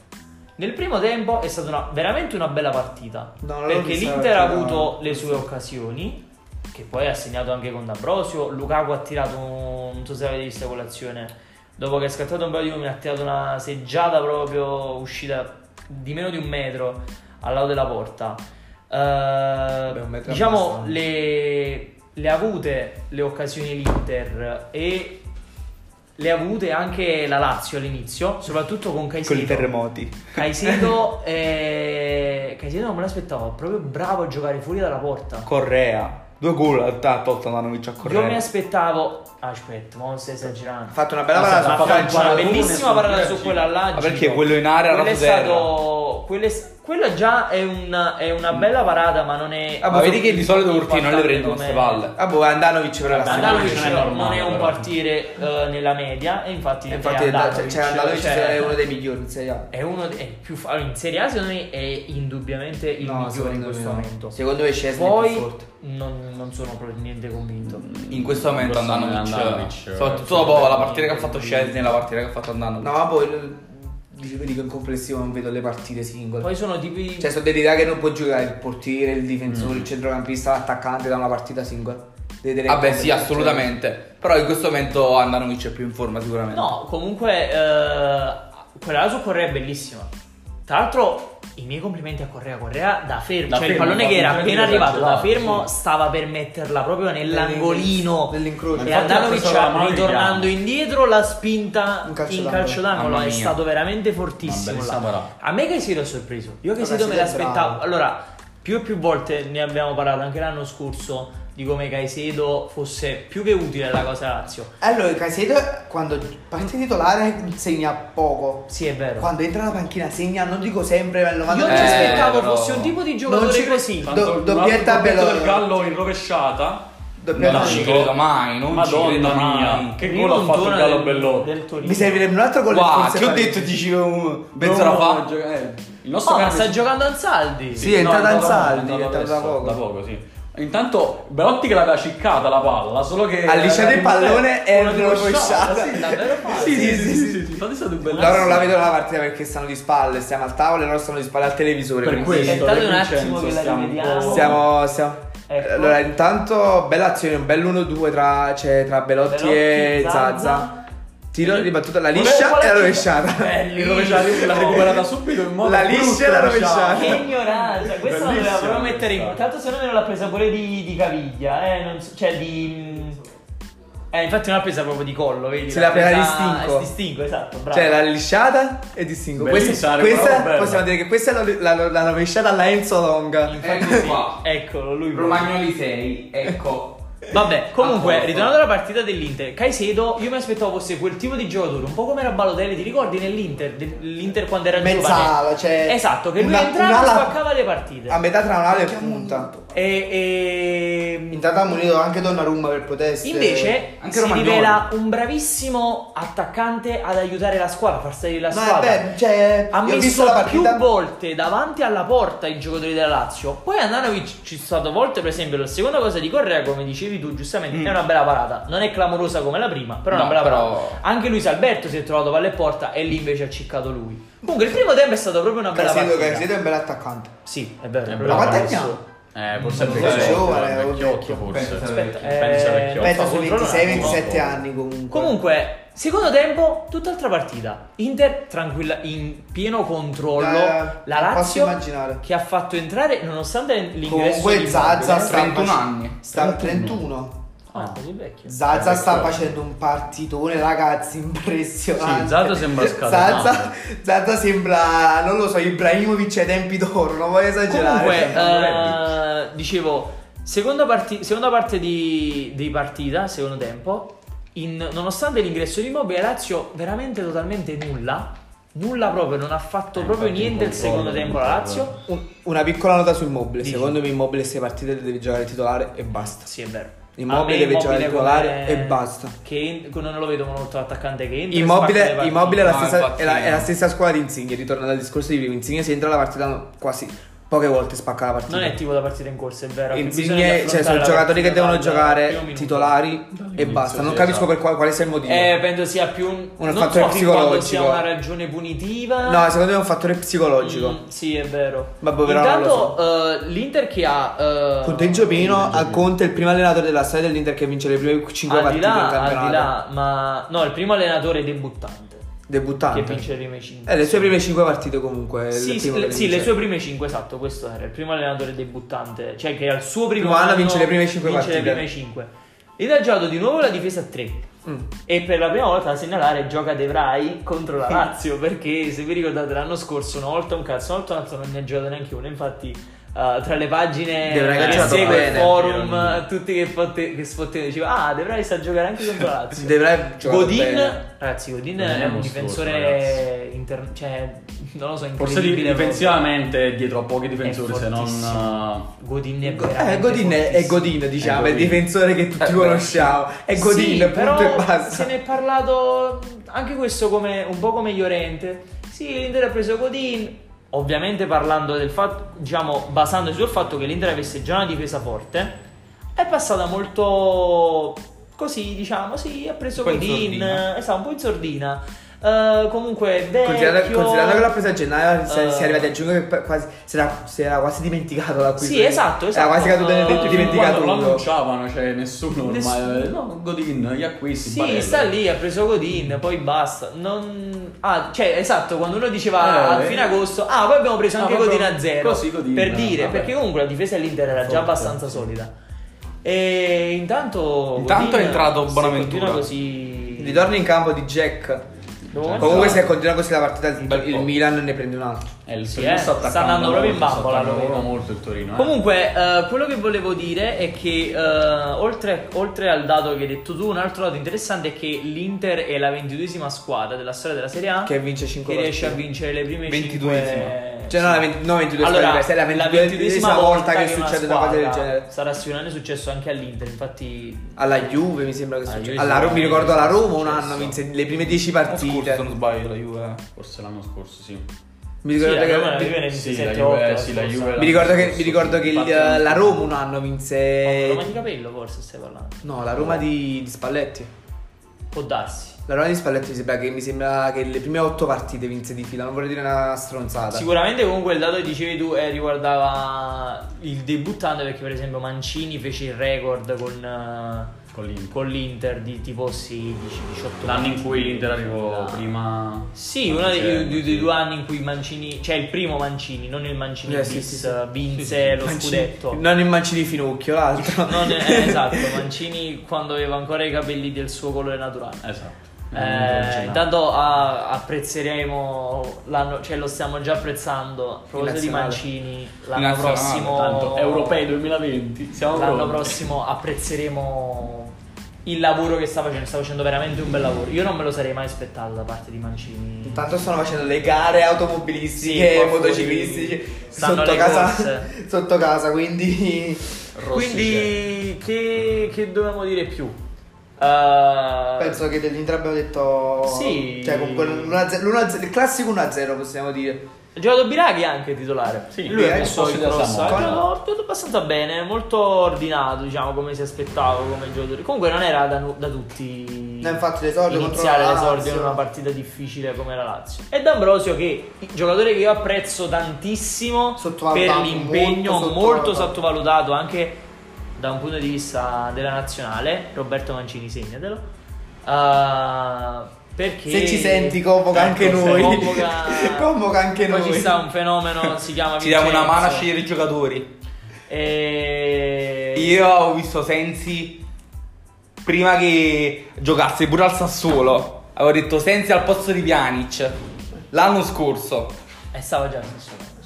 [SPEAKER 2] Nel primo tempo è stata una- veramente una bella partita,
[SPEAKER 3] No, non l'ho
[SPEAKER 2] perché
[SPEAKER 3] vista la
[SPEAKER 2] l'Inter ha
[SPEAKER 3] partita,
[SPEAKER 2] avuto
[SPEAKER 3] no.
[SPEAKER 2] le sue occasioni, che poi ha segnato anche con D'Ambrosio. Lukaku ha tirato, un- non so se avete visto quell'azione, dopo che è scattato un paio di uomini, ha tirato una seggiata proprio uscita di meno di un metro al lato della porta. Eh,
[SPEAKER 3] un metro
[SPEAKER 2] diciamo
[SPEAKER 3] abbastanza.
[SPEAKER 2] le, le ha avute le occasioni l'Inter e le ha avute anche la Lazio all'inizio, soprattutto con
[SPEAKER 1] con i
[SPEAKER 2] Caicedo.
[SPEAKER 1] terremoti.
[SPEAKER 3] (laughs)
[SPEAKER 2] Caicedo, eh, Caicedo non me l'aspettavo, proprio bravo a giocare fuori dalla porta.
[SPEAKER 1] Correa. Due gol ha tolto Andanovic a Correa.
[SPEAKER 2] Io mi aspettavo. Aspetta, ma non stai esagerando.
[SPEAKER 3] Ha fatto una bella
[SPEAKER 2] Ma
[SPEAKER 3] parata
[SPEAKER 2] sta-
[SPEAKER 3] sulla
[SPEAKER 2] ha fatto
[SPEAKER 3] Francia.
[SPEAKER 2] una bellissima
[SPEAKER 4] Nessuno
[SPEAKER 2] parata
[SPEAKER 4] riesce.
[SPEAKER 2] su quella là.
[SPEAKER 1] Ma perché
[SPEAKER 2] Giro.
[SPEAKER 1] quello in area era
[SPEAKER 2] Quello è
[SPEAKER 1] rasoterra.
[SPEAKER 2] stato. Quello è s- quella già è, un- è una bella parata, ma non è.
[SPEAKER 1] Ah, Ma vedi che di solito Urtino non le prende queste palle.
[SPEAKER 3] Ah, boh, Andanovic però la
[SPEAKER 4] Vabbè,
[SPEAKER 3] stima.
[SPEAKER 2] Andanovic
[SPEAKER 4] non
[SPEAKER 2] non
[SPEAKER 4] è
[SPEAKER 2] è,
[SPEAKER 4] normale,
[SPEAKER 2] un
[SPEAKER 4] però.
[SPEAKER 2] partire eh, nella media, e infatti,
[SPEAKER 3] Infatti,
[SPEAKER 2] è
[SPEAKER 3] è da-
[SPEAKER 2] Andanovic,
[SPEAKER 3] cioè, Andanovic
[SPEAKER 2] cioè,
[SPEAKER 3] è uno dei migliori in Serie A.
[SPEAKER 2] è uno dei- è più fa- allora, in Serie A secondo me è indubbiamente il migliore in
[SPEAKER 3] secondo me
[SPEAKER 2] questo
[SPEAKER 3] no.
[SPEAKER 2] momento.
[SPEAKER 3] Secondo me Scesni è più
[SPEAKER 2] Poi
[SPEAKER 3] forte.
[SPEAKER 2] non, non sono per niente convinto.
[SPEAKER 1] In questo momento
[SPEAKER 4] questo
[SPEAKER 1] Andanovic,
[SPEAKER 4] Andanovic,
[SPEAKER 1] soprattutto dopo la partita che ha fatto Scesni e la partita che ha fatto Andanovic.
[SPEAKER 3] No, ma poi l- dico, dico in complessivo non vedo le partite singole.
[SPEAKER 2] Poi sono tipi
[SPEAKER 3] Cioè, sono delle idee che non può giocare il portiere, il difensore, il centrocampista, l'attaccante da una partita singola. Vedere
[SPEAKER 1] Vabbè, sì, assolutamente. Però in questo momento Andanovic è più in forma sicuramente.
[SPEAKER 2] No, comunque eh, quella su Correa è bellissima. Tra l'altro i miei complimenti a Correa, Correa da fermo,
[SPEAKER 4] Da
[SPEAKER 2] cioè
[SPEAKER 4] fermo,
[SPEAKER 2] il pallone
[SPEAKER 4] fa
[SPEAKER 2] che era
[SPEAKER 4] un
[SPEAKER 2] appena
[SPEAKER 4] giro
[SPEAKER 2] arrivato da
[SPEAKER 4] esagerato,
[SPEAKER 2] fermo stava per metterla proprio nell'angolino
[SPEAKER 3] Nell'incrocio.
[SPEAKER 2] e
[SPEAKER 4] Infatti l'ha preso la mano
[SPEAKER 2] Andanovic
[SPEAKER 4] di
[SPEAKER 2] ritornando
[SPEAKER 4] Piano.
[SPEAKER 2] indietro l'ha spinta
[SPEAKER 3] Un
[SPEAKER 2] in
[SPEAKER 3] calcio
[SPEAKER 2] calcio,
[SPEAKER 3] d'angolo.
[SPEAKER 2] d'angolo,
[SPEAKER 1] Mamma
[SPEAKER 2] è
[SPEAKER 1] mia.
[SPEAKER 2] stato veramente
[SPEAKER 4] Una
[SPEAKER 2] fortissimo
[SPEAKER 4] bellissima
[SPEAKER 2] là.
[SPEAKER 4] parata.
[SPEAKER 2] A me Caicedo ha sorpreso, io Caicedo
[SPEAKER 3] Caicedo
[SPEAKER 2] me
[SPEAKER 3] è
[SPEAKER 2] l'aspettavo.
[SPEAKER 3] bravo.
[SPEAKER 2] Allora, più e più volte ne abbiamo parlato anche l'anno scorso di come Caicedo fosse più che utile alla cosa Lazio.
[SPEAKER 3] Allora, Casedo quando parte titolare segna poco.
[SPEAKER 2] Sì, è vero.
[SPEAKER 3] Quando entra la panchina segna, non dico sempre, ma il 90%
[SPEAKER 2] Io non
[SPEAKER 1] Eh,
[SPEAKER 2] ci aspettavo
[SPEAKER 1] però-
[SPEAKER 2] fosse un tipo di
[SPEAKER 3] Non ci
[SPEAKER 2] giocatore
[SPEAKER 3] cre-
[SPEAKER 2] così.
[SPEAKER 3] Do-
[SPEAKER 4] Tanto il
[SPEAKER 3] doppietta
[SPEAKER 4] colpo
[SPEAKER 3] Bellotti.
[SPEAKER 4] del Gallo in rovesciata.
[SPEAKER 3] Dobbiamo-
[SPEAKER 1] non ci credo mai, non ci credo
[SPEAKER 4] Madonna
[SPEAKER 1] mai.
[SPEAKER 4] mia. Che
[SPEAKER 2] Io
[SPEAKER 4] gol ha
[SPEAKER 2] non
[SPEAKER 4] fatto il
[SPEAKER 2] dono
[SPEAKER 4] Gallo
[SPEAKER 2] del-
[SPEAKER 4] Bellotti?
[SPEAKER 2] del Torino.
[SPEAKER 3] Mi servirebbe un altro gol e
[SPEAKER 1] Qua,
[SPEAKER 3] forse
[SPEAKER 1] ti ho
[SPEAKER 3] fare-
[SPEAKER 1] detto dici um, mezz'ora
[SPEAKER 4] No,
[SPEAKER 1] fa.
[SPEAKER 4] gio- eh, il nostro
[SPEAKER 2] Oh, ma
[SPEAKER 4] grande-
[SPEAKER 2] sta giocando Ansaldi.
[SPEAKER 3] Sì, è entrata
[SPEAKER 4] da
[SPEAKER 3] in
[SPEAKER 4] poco,
[SPEAKER 3] saldi,
[SPEAKER 4] da
[SPEAKER 3] è entrata da
[SPEAKER 4] adesso,
[SPEAKER 3] poco.
[SPEAKER 4] Da poco, sì. Intanto Belotti che l'aveva ciccata la palla, solo che
[SPEAKER 3] Ha lisciato il pallone e
[SPEAKER 4] Con la
[SPEAKER 3] lo
[SPEAKER 4] rovesciata,
[SPEAKER 3] rovesciata.
[SPEAKER 4] Sì, davvero facile.
[SPEAKER 3] Sì, sì, sì, sì, sì.
[SPEAKER 4] Infatti è stato un bellissimo.
[SPEAKER 3] Loro non la vedono la partita perché stanno di spalle, stiamo al tavolo e loro stanno di spalle al televisore.
[SPEAKER 4] Per
[SPEAKER 3] quindi-
[SPEAKER 4] questo,
[SPEAKER 2] Aspettate
[SPEAKER 4] De
[SPEAKER 2] un attimo
[SPEAKER 4] Vincenzo,
[SPEAKER 2] che la
[SPEAKER 4] stiamo un
[SPEAKER 2] rivediamo.
[SPEAKER 4] po'-
[SPEAKER 3] Siamo, siamo-
[SPEAKER 2] Ecco.
[SPEAKER 3] Allora, intanto bella azione, un bel 1-2 tra, cioè, tra Belotti,
[SPEAKER 2] Belotti,
[SPEAKER 3] e
[SPEAKER 2] Zaza.
[SPEAKER 3] Zazza. Tiro
[SPEAKER 2] E-
[SPEAKER 3] ribattuta la
[SPEAKER 2] Volevo
[SPEAKER 3] liscia
[SPEAKER 2] fare-
[SPEAKER 3] e la rovesciata.
[SPEAKER 4] Il rovesciato che l'ha recuperata subito in modo
[SPEAKER 3] Oh. La liscia e la
[SPEAKER 4] brutto,
[SPEAKER 3] rovesciata.
[SPEAKER 2] Che ignoranza, questa la doveva
[SPEAKER 4] Bellissimo.
[SPEAKER 2] proprio mettere in. Tanto se no non l'ha presa pure di, di caviglia, eh, non so- cioè di. Eh, infatti non l'ha presa proprio di collo, vedi?
[SPEAKER 3] Se
[SPEAKER 2] l'ha
[SPEAKER 3] l'ha presa di
[SPEAKER 2] presa-
[SPEAKER 3] stinco.
[SPEAKER 2] di stinco, esatto, bravo.
[SPEAKER 3] Cioè, la lisciata e distingo. Questa,
[SPEAKER 4] Bellissima,
[SPEAKER 3] questa
[SPEAKER 4] bravo, bella.
[SPEAKER 3] possiamo dire che questa è la, la, la rovesciata alla Enzo Longa.
[SPEAKER 1] Ecco qua.
[SPEAKER 2] Eccolo, lui.
[SPEAKER 1] Romagnoli 6, ecco.
[SPEAKER 2] Vabbè, comunque,
[SPEAKER 1] Apposta.
[SPEAKER 2] ritornando alla partita dell'Inter, Caicedo, io mi aspettavo fosse quel tipo di giocatore, un po' come era Balotelli, ti ricordi nell'Inter, de- l'Inter quando era
[SPEAKER 3] Mezzala,
[SPEAKER 2] giovane?
[SPEAKER 3] cioè,
[SPEAKER 2] Esatto, che lui
[SPEAKER 3] una-
[SPEAKER 2] entrava e
[SPEAKER 3] un'ala-
[SPEAKER 2] spaccava le partite.
[SPEAKER 3] A metà tra un'ala e punta.
[SPEAKER 2] E, e-
[SPEAKER 3] Intanto ha munito anche Donnarumma per potersi. Eh,
[SPEAKER 2] Invece
[SPEAKER 1] Anche
[SPEAKER 2] si
[SPEAKER 1] Romagnoli.
[SPEAKER 2] rivela un bravissimo attaccante ad aiutare la squadra, a far salire la
[SPEAKER 3] No,
[SPEAKER 2] squadra.
[SPEAKER 3] vabbè, cioè,
[SPEAKER 2] ha
[SPEAKER 3] io ho visto
[SPEAKER 2] messo
[SPEAKER 3] la partita-
[SPEAKER 2] più volte davanti alla porta i giocatori della Lazio. Poi Andanovic ci sono state volte, per esempio, la seconda cosa di Correa, come dicevi tu
[SPEAKER 3] Mm.
[SPEAKER 2] giustamente, è una bella parata. Non è clamorosa come la prima, però è una
[SPEAKER 1] No,
[SPEAKER 2] bella
[SPEAKER 1] però-
[SPEAKER 2] parata. Anche Luis Alberto si è trovato palle e porta e lì invece ha ciccato lui. Comunque il primo tempo è stato proprio una bella
[SPEAKER 3] Caicedo,
[SPEAKER 2] partita.
[SPEAKER 3] Caicedo è un bel attaccante.
[SPEAKER 2] Sì, è vero.
[SPEAKER 4] È
[SPEAKER 2] è
[SPEAKER 4] bravo.
[SPEAKER 2] proprio
[SPEAKER 3] Ma quanti anni
[SPEAKER 2] adesso.
[SPEAKER 3] ha?
[SPEAKER 4] Eh, forse è
[SPEAKER 1] Forse è
[SPEAKER 3] giovane,
[SPEAKER 4] vecchiotto, vecchiotto
[SPEAKER 3] vabbè.
[SPEAKER 4] forse.
[SPEAKER 2] Aspetta,
[SPEAKER 4] Pensa
[SPEAKER 2] eh,
[SPEAKER 4] vecchiotto.
[SPEAKER 2] pensa
[SPEAKER 3] Penso su
[SPEAKER 2] sul Ronaldo,
[SPEAKER 3] 26-27
[SPEAKER 4] no?
[SPEAKER 3] anni comunque.
[SPEAKER 2] Comunque, secondo tempo, tutt'altra partita. Inter tranquilla, in pieno controllo.
[SPEAKER 3] Eh,
[SPEAKER 2] la
[SPEAKER 3] posso
[SPEAKER 2] Lazio
[SPEAKER 3] immaginare.
[SPEAKER 2] che ha fatto entrare, nonostante l'ingresso
[SPEAKER 3] Comunque
[SPEAKER 2] di
[SPEAKER 3] Zaza
[SPEAKER 2] Immobile.
[SPEAKER 3] sta
[SPEAKER 1] 31
[SPEAKER 3] fac-
[SPEAKER 1] anni.
[SPEAKER 3] Sta 31.
[SPEAKER 2] Ah, così vecchio.
[SPEAKER 3] Zaza
[SPEAKER 4] Eh,
[SPEAKER 3] sta
[SPEAKER 4] vecchio.
[SPEAKER 3] facendo un partitone, ragazzi, impressionante.
[SPEAKER 4] Sì, Zaza sembra scatenato.
[SPEAKER 3] Zaza, Zaza sembra, non lo so, Ibrahimovic ai tempi d'oro, non voglio esagerare.
[SPEAKER 2] Comunque,
[SPEAKER 3] Cioè,
[SPEAKER 2] eh, dicevo, seconda, parti- seconda parte di, di partita, secondo tempo, in- nonostante l'ingresso di Immobile, Lazio veramente totalmente nulla. Nulla proprio, non ha fatto
[SPEAKER 4] Eh,
[SPEAKER 2] proprio
[SPEAKER 4] infatti,
[SPEAKER 2] niente il
[SPEAKER 4] controllo,
[SPEAKER 2] secondo tempo la
[SPEAKER 4] controllo.
[SPEAKER 2] Lazio.
[SPEAKER 3] un- una piccola nota su Immobile.
[SPEAKER 2] Dici.
[SPEAKER 3] Secondo me Immobile se partite le devi giocare titolare e basta.
[SPEAKER 2] Sì, è vero. Ah,
[SPEAKER 3] Immobile
[SPEAKER 2] A me
[SPEAKER 3] deve giocare titolare
[SPEAKER 2] come-
[SPEAKER 3] e basta.
[SPEAKER 2] eh, Che en- non lo vedo molto attaccante che entra. e spacca le
[SPEAKER 3] Immobile,
[SPEAKER 2] partite.
[SPEAKER 3] Immobile è, la
[SPEAKER 1] No,
[SPEAKER 3] stessa,
[SPEAKER 1] infatti
[SPEAKER 3] è, la, è la
[SPEAKER 1] no.
[SPEAKER 3] stessa squadra di Insigne, ritornando al discorso di prima. Insigne se entra la partita quasi poche volte spacca la partita.
[SPEAKER 2] Non è tipo da partita in corsa, è vero.
[SPEAKER 3] Insigne, cioè, sono giocatori che devono giocare titolari e
[SPEAKER 4] Dall'inizio,
[SPEAKER 3] basta. Non
[SPEAKER 4] sì,
[SPEAKER 3] capisco
[SPEAKER 4] esatto.
[SPEAKER 3] per quale, quale sia il motivo.
[SPEAKER 2] Eh, penso sia più un,
[SPEAKER 3] Un
[SPEAKER 2] non
[SPEAKER 3] fattore
[SPEAKER 2] so fin quando
[SPEAKER 3] psicologico.
[SPEAKER 2] sia una ragione punitiva.
[SPEAKER 3] no, secondo me è un fattore psicologico.
[SPEAKER 2] Mm, sì, è vero.
[SPEAKER 3] Vabbè, però non lo
[SPEAKER 2] Intanto eh, l'Inter che ha eh,
[SPEAKER 3] Conteggio Pino a Conte, il primo allenatore della storia dell'Inter che vince le prime 5
[SPEAKER 2] al di
[SPEAKER 3] partite in
[SPEAKER 2] là,
[SPEAKER 3] campionato.
[SPEAKER 2] al di là, ma no, il primo allenatore debuttante
[SPEAKER 3] Debuttante.
[SPEAKER 2] che vince le prime 5.
[SPEAKER 3] Eh, le sue prime 5 partite comunque.
[SPEAKER 2] Sì,
[SPEAKER 3] il
[SPEAKER 2] sì,
[SPEAKER 3] primo
[SPEAKER 2] le,
[SPEAKER 3] che
[SPEAKER 2] sì,
[SPEAKER 3] vince.
[SPEAKER 2] le sue prime 5, esatto, questo era il primo allenatore debuttante, cioè che al suo primo
[SPEAKER 3] Primo anno vince le prime cinque
[SPEAKER 2] vince le
[SPEAKER 3] partite.
[SPEAKER 2] prime 5. Ed ha giocato di nuovo la difesa a 3.
[SPEAKER 3] Mm.
[SPEAKER 2] E per la prima volta da segnalare gioca De Vrij contro
[SPEAKER 3] (laughs)
[SPEAKER 2] la Lazio, perché se vi ricordate l'anno scorso una volta un cazzo, una volta un cazzo non ne ha giocato neanche uno, infatti eh, tra le pagine
[SPEAKER 3] De Vrij ha
[SPEAKER 2] che
[SPEAKER 3] giocato
[SPEAKER 2] segue il
[SPEAKER 3] bene.
[SPEAKER 2] forum,
[SPEAKER 4] Io-
[SPEAKER 2] tutti che, fotte, che sfottevano, diceva ah De Vrij sta giocare anche contro la Lazio.
[SPEAKER 3] Dovrai giocare
[SPEAKER 2] Godin,
[SPEAKER 3] bene.
[SPEAKER 2] ragazzi, Godin
[SPEAKER 4] Non è
[SPEAKER 2] è un
[SPEAKER 4] uno sforzo,
[SPEAKER 2] difensore inter- cioè, non lo so,
[SPEAKER 4] Forse di-
[SPEAKER 2] incredibile.
[SPEAKER 4] difensivamente è dietro a pochi difensori,
[SPEAKER 2] È
[SPEAKER 4] se non.
[SPEAKER 2] fortissimo. Godin è
[SPEAKER 3] Go-
[SPEAKER 2] veramente
[SPEAKER 3] eh, Godin è, è
[SPEAKER 2] fortissimo.
[SPEAKER 3] Godin, diciamo, è il
[SPEAKER 4] Godin.
[SPEAKER 3] difensore che tutti
[SPEAKER 1] Eh,
[SPEAKER 3] conosciamo. È Godin,
[SPEAKER 2] Sì,
[SPEAKER 3] punto
[SPEAKER 2] però
[SPEAKER 3] e basta.
[SPEAKER 2] se ne è parlato anche questo come un po' come Llorente. Sì, l'Inter ha preso Godin. Ovviamente parlando del fatto, diciamo, basandosi sul fatto che l'Inter avesse già una difesa forte, è passata molto così, diciamo, sì, ha preso
[SPEAKER 1] Un po' in
[SPEAKER 2] Godin,
[SPEAKER 1] sordina.
[SPEAKER 2] esatto, un po' in sordina. Eh, comunque, vecchio,
[SPEAKER 3] Considerando, considerando che l'ha presa a gennaio, si è-
[SPEAKER 2] Eh.
[SPEAKER 3] si è arrivati a giugno che per- quasi, si, era, si era quasi dimenticato la
[SPEAKER 2] Sì, esatto, esatto.
[SPEAKER 3] Era quasi caduto nel
[SPEAKER 2] Eh,
[SPEAKER 3] dente- dimenticato.
[SPEAKER 4] Quando lo
[SPEAKER 3] uno.
[SPEAKER 4] annunciavano, cioè nessuno ormai. eh,
[SPEAKER 2] Nessuno.
[SPEAKER 4] No, Godin, gli acquisti.
[SPEAKER 2] Sì,
[SPEAKER 4] Barella.
[SPEAKER 2] sta lì, ha preso Godin, poi basta. Non... Ah, cioè, esatto, quando uno diceva
[SPEAKER 4] Eh,
[SPEAKER 2] a fine agosto, ah, poi abbiamo preso
[SPEAKER 4] Ah,
[SPEAKER 2] anche
[SPEAKER 4] proprio
[SPEAKER 2] Godin a zero.
[SPEAKER 4] così Godin,
[SPEAKER 2] per dire,
[SPEAKER 4] vabbè.
[SPEAKER 2] perché comunque la difesa dell'Inter era già
[SPEAKER 4] Forte.
[SPEAKER 2] abbastanza solida. E intanto...
[SPEAKER 1] Intanto
[SPEAKER 2] Godin,
[SPEAKER 1] è entrato
[SPEAKER 2] se
[SPEAKER 1] Bonaventura.
[SPEAKER 2] continua così...
[SPEAKER 3] Ritorno in campo di Jack.
[SPEAKER 2] Dove-
[SPEAKER 3] Comunque, se continua così la partita, il,
[SPEAKER 1] bel po'.
[SPEAKER 3] il Milan ne prende un altro.
[SPEAKER 4] È il
[SPEAKER 2] Sì,
[SPEAKER 4] primo
[SPEAKER 2] eh,
[SPEAKER 4] sta
[SPEAKER 2] sta
[SPEAKER 4] attaccando
[SPEAKER 2] andando proprio in
[SPEAKER 4] molto, sta
[SPEAKER 2] bambola,
[SPEAKER 4] attaccando
[SPEAKER 2] lo vedo.
[SPEAKER 4] molto il Torino. eh.
[SPEAKER 2] Comunque, eh, quello che volevo dire è che eh, oltre, oltre al dato che hai detto tu, un altro dato interessante è che l'Inter è la ventiduesima squadra della storia della Serie A
[SPEAKER 3] Che vince 5
[SPEAKER 2] che riesce a vincere le prime
[SPEAKER 1] 22esima.
[SPEAKER 2] 22
[SPEAKER 3] Cioè, no, la 20 no, 22
[SPEAKER 2] allora,
[SPEAKER 3] squadre diverse, è la 22esima volta che
[SPEAKER 2] una
[SPEAKER 3] succede una cosa del
[SPEAKER 2] squadra-
[SPEAKER 3] genere. Ah,
[SPEAKER 2] Sarà sicuramente successo anche all'Inter, infatti.
[SPEAKER 3] Alla Juve mi sembra che
[SPEAKER 2] Ah,
[SPEAKER 4] Alla
[SPEAKER 3] succeda.
[SPEAKER 4] Juve
[SPEAKER 3] Alla Roma, mi
[SPEAKER 4] sicuramente
[SPEAKER 3] ricordo alla
[SPEAKER 4] è
[SPEAKER 3] Roma un
[SPEAKER 4] successo.
[SPEAKER 3] anno vinse le prime 10
[SPEAKER 1] L'anno scorso, se
[SPEAKER 3] partite.
[SPEAKER 1] non sbaglio, la Juve.
[SPEAKER 4] Forse l'anno scorso, sì.
[SPEAKER 3] Mi ricordo
[SPEAKER 2] sì,
[SPEAKER 3] che
[SPEAKER 2] la
[SPEAKER 3] mi-
[SPEAKER 2] Juve ne vinse
[SPEAKER 4] sì, la
[SPEAKER 2] 7-8
[SPEAKER 4] Juve-
[SPEAKER 2] la
[SPEAKER 4] sì, la
[SPEAKER 2] scorsa.
[SPEAKER 4] Juve
[SPEAKER 3] mi ricordo che, mi ricordo che il-
[SPEAKER 4] Infatti,
[SPEAKER 3] la Roma un
[SPEAKER 2] Con Oh, Roma
[SPEAKER 3] anno vinse.
[SPEAKER 2] di capello, forse stai parlando.
[SPEAKER 3] No, la Roma di, di Spalletti.
[SPEAKER 2] Può darsi.
[SPEAKER 3] La Roma di Spalletti mi sembra che, mi sembra che le prime 8 partite vinse di fila. Non vorrei dire una stronzata.
[SPEAKER 2] Sicuramente comunque il dato che dicevi tu eh, riguardava il debuttante perché per esempio Mancini fece il record con, eh,
[SPEAKER 4] Con l'Inter.
[SPEAKER 2] con l'Inter di tipo 16-18
[SPEAKER 4] L'anno in cui l'Inter arrivò
[SPEAKER 2] Ah.
[SPEAKER 4] prima.
[SPEAKER 2] Sì, uno dei,
[SPEAKER 4] Cioè,
[SPEAKER 2] dei-
[SPEAKER 4] sì.
[SPEAKER 2] dei due anni in cui Mancini, cioè il primo Mancini, non il Mancini
[SPEAKER 3] Eh,
[SPEAKER 2] bis,
[SPEAKER 3] sì, sì, sì.
[SPEAKER 2] vinse lo
[SPEAKER 3] Mancini-
[SPEAKER 2] scudetto.
[SPEAKER 3] Non il mancini finocchio, l'altro.
[SPEAKER 2] Non- eh, esatto, Mancini quando aveva ancora i capelli del suo colore naturale.
[SPEAKER 4] Esatto.
[SPEAKER 2] Eh,
[SPEAKER 4] Eh,
[SPEAKER 2] intanto ah, apprezzeremo l'anno, cioè lo stiamo già apprezzando. A proposito di
[SPEAKER 3] nazionale.
[SPEAKER 2] Mancini,
[SPEAKER 1] In
[SPEAKER 2] l'anno
[SPEAKER 1] nazionale,
[SPEAKER 2] prossimo,
[SPEAKER 4] Tanto europei 2020. Siamo
[SPEAKER 2] Oh. l'anno
[SPEAKER 4] pronti.
[SPEAKER 2] prossimo apprezzeremo il lavoro che sta facendo. Sta facendo veramente un bel lavoro. Io non me lo sarei mai aspettato da parte di Mancini.
[SPEAKER 3] (laughs) Intanto stanno facendo le gare automobilistiche,
[SPEAKER 2] Sì, qua
[SPEAKER 3] motociclistiche
[SPEAKER 2] fuori stanno
[SPEAKER 3] sotto
[SPEAKER 2] le
[SPEAKER 3] casa,
[SPEAKER 2] corse.
[SPEAKER 3] (laughs) sotto casa, quindi
[SPEAKER 4] Rossi
[SPEAKER 2] Quindi, che, che dobbiamo dire più? Eh,
[SPEAKER 3] penso che dell'Inter abbiamo detto
[SPEAKER 2] Sì.
[SPEAKER 3] cioè con quel 1-0 l'1-0 il classico 1-0 possiamo dire. Eh,
[SPEAKER 2] Ha giocato Biraghi anche titolare.
[SPEAKER 4] Sì,
[SPEAKER 2] lui ha
[SPEAKER 3] Biraghi
[SPEAKER 2] messo
[SPEAKER 4] forse
[SPEAKER 2] il
[SPEAKER 4] da
[SPEAKER 2] cross. Ha
[SPEAKER 3] Esatto.
[SPEAKER 4] Samoa.
[SPEAKER 2] giocato, ha giocato abbastanza bene, molto ordinato, diciamo, come si aspettava come giocatore. Comunque non era da, nu- da tutti
[SPEAKER 3] No, infatti l'esordio contro
[SPEAKER 2] iniziare
[SPEAKER 3] la
[SPEAKER 2] l'esordio
[SPEAKER 3] Lazio.
[SPEAKER 2] in una partita difficile come la Lazio. E D'Ambrosio che giocatore che io apprezzo tantissimo per
[SPEAKER 3] Sottovalutato,
[SPEAKER 2] l'impegno
[SPEAKER 3] molto
[SPEAKER 2] molto,
[SPEAKER 3] sottovalutato.
[SPEAKER 2] sottovalutato anche da un punto di vista della nazionale, Roberto Mancini segnatelo. Ah, perché
[SPEAKER 3] Se ci senti convoca
[SPEAKER 2] Ecco,
[SPEAKER 3] anche
[SPEAKER 2] se
[SPEAKER 3] noi.
[SPEAKER 2] Convoca,
[SPEAKER 3] (laughs) Convoca anche
[SPEAKER 2] Poi
[SPEAKER 3] noi.
[SPEAKER 2] ci sta un fenomeno, si chiama
[SPEAKER 1] Ci diamo una
[SPEAKER 2] Vincenzo.
[SPEAKER 1] mano a scegliere i giocatori.
[SPEAKER 2] E...
[SPEAKER 1] Io ho visto Sensi prima che giocasse pure al Sassuolo. Avevo detto Sensi al posto di Pjanic l'anno scorso.
[SPEAKER 2] E stava Eh, già nessuno l'anno scorso.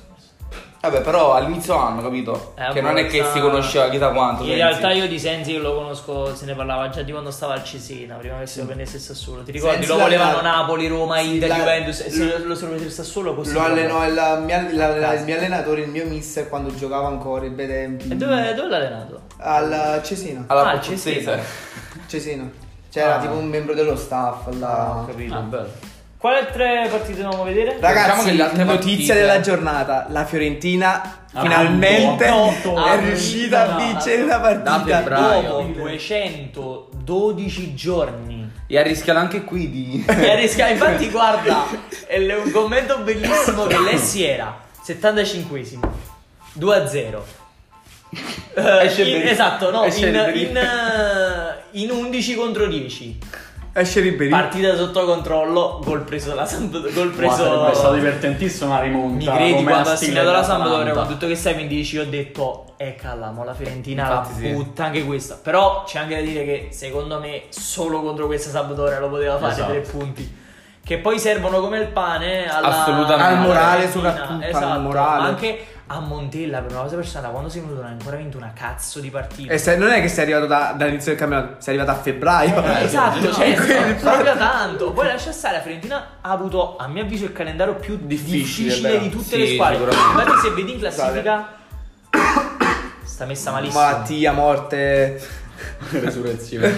[SPEAKER 1] Vabbè, però all'inizio anno, capito?
[SPEAKER 2] Eh,
[SPEAKER 1] che non è che
[SPEAKER 2] abbastanza-
[SPEAKER 1] si conosceva chissà quanto.
[SPEAKER 2] In
[SPEAKER 1] Sensi.
[SPEAKER 2] realtà io di Sensi lo conosco, se ne parlava già di quando stava al Cesena, prima che se lo prendesse il Sassuolo. Ti ricordi?
[SPEAKER 3] Sensi
[SPEAKER 2] lo
[SPEAKER 3] la-
[SPEAKER 2] volevano Napoli, Roma,
[SPEAKER 3] Sì,
[SPEAKER 2] Inter,
[SPEAKER 3] la-
[SPEAKER 2] Juventus e se lo, lo sono preso il Sassuolo così.
[SPEAKER 3] Lo allenò il mio, la- la- il mio allenatore, il mio mister quando giocava ancora i bei tempi.
[SPEAKER 2] E dove, dove l'ha allenato?
[SPEAKER 3] Al Cesena.
[SPEAKER 1] Alla
[SPEAKER 2] Ah, il
[SPEAKER 1] Puzzese.
[SPEAKER 2] Cesena.
[SPEAKER 3] Cesena. C'era
[SPEAKER 2] Ah.
[SPEAKER 3] tipo un membro dello staff là.
[SPEAKER 1] Ho capito.
[SPEAKER 4] Ah, bello.
[SPEAKER 2] Quali altre partite dobbiamo vedere?
[SPEAKER 1] Diciamo
[SPEAKER 3] Ragazzi,
[SPEAKER 1] che le altre
[SPEAKER 3] notizia
[SPEAKER 1] partite-
[SPEAKER 3] della giornata: la Fiorentina
[SPEAKER 4] Ha
[SPEAKER 3] finalmente
[SPEAKER 4] vinto,
[SPEAKER 2] ha
[SPEAKER 3] è
[SPEAKER 2] vinto.
[SPEAKER 3] riuscita a vincere una
[SPEAKER 5] Da
[SPEAKER 3] partita.
[SPEAKER 5] febbraio.
[SPEAKER 2] Dopo 212 giorni.
[SPEAKER 1] E arrischiano anche qui
[SPEAKER 2] (laughs)
[SPEAKER 1] di. (laughs)
[SPEAKER 2] Mi ha rischiato- Infatti, guarda, è l- un commento bellissimo che Lessi era 75esimo 2-0. Eh,
[SPEAKER 1] Esce
[SPEAKER 2] in-
[SPEAKER 1] dritto.
[SPEAKER 2] esatto, no,
[SPEAKER 1] Esce
[SPEAKER 2] in,
[SPEAKER 1] dritto.
[SPEAKER 2] in, eh, in 11 contro 10.
[SPEAKER 3] Esce Ribéry.
[SPEAKER 2] Partita sotto controllo, gol preso dalla Sampdoria. Gol
[SPEAKER 4] Guarda, sarebbe stata
[SPEAKER 2] preso.
[SPEAKER 4] divertentissima la
[SPEAKER 2] Mi
[SPEAKER 4] rimonta.
[SPEAKER 2] credi
[SPEAKER 4] come
[SPEAKER 2] quando
[SPEAKER 4] a
[SPEAKER 2] ha
[SPEAKER 4] stile
[SPEAKER 2] segnato la
[SPEAKER 4] dell'Atalanta.
[SPEAKER 2] Sampdoria con tutto che sei 15 io ho detto e calamo la Fiorentina
[SPEAKER 1] Infatti sì.
[SPEAKER 2] la butta anche questa. Però c'è anche da dire che secondo me solo contro questa Sampdoria lo poteva fare
[SPEAKER 4] Esatto.
[SPEAKER 2] tre punti. Che poi servono come il pane alla,
[SPEAKER 1] Assolutamente. Al
[SPEAKER 2] alla
[SPEAKER 3] morale
[SPEAKER 2] Fiorentina.
[SPEAKER 3] soprattutto, al
[SPEAKER 2] esatto.
[SPEAKER 3] morale.
[SPEAKER 2] Ma anche a Montella per una cosa personale, quando sei venuto non hai ancora vinto una cazzo di partita.
[SPEAKER 3] E se- non è che sei arrivato da- dall'inizio del campionato, sei arrivato a febbraio.
[SPEAKER 2] Eh, esatto,
[SPEAKER 4] no,
[SPEAKER 2] cioè,
[SPEAKER 3] quindi,
[SPEAKER 2] no,
[SPEAKER 3] infatti-
[SPEAKER 2] proprio tanto. Poi lascia stare, la Fiorentina ha avuto, a mio avviso, il calendario più
[SPEAKER 1] Difficile,
[SPEAKER 2] difficile,
[SPEAKER 1] vero.
[SPEAKER 2] di tutte
[SPEAKER 1] Sì,
[SPEAKER 2] le squadre.
[SPEAKER 1] sicuramente.
[SPEAKER 2] Infatti, se vedi in classifica, sta messa malissimo.
[SPEAKER 3] Malattia, morte.
[SPEAKER 4] Resurrezione.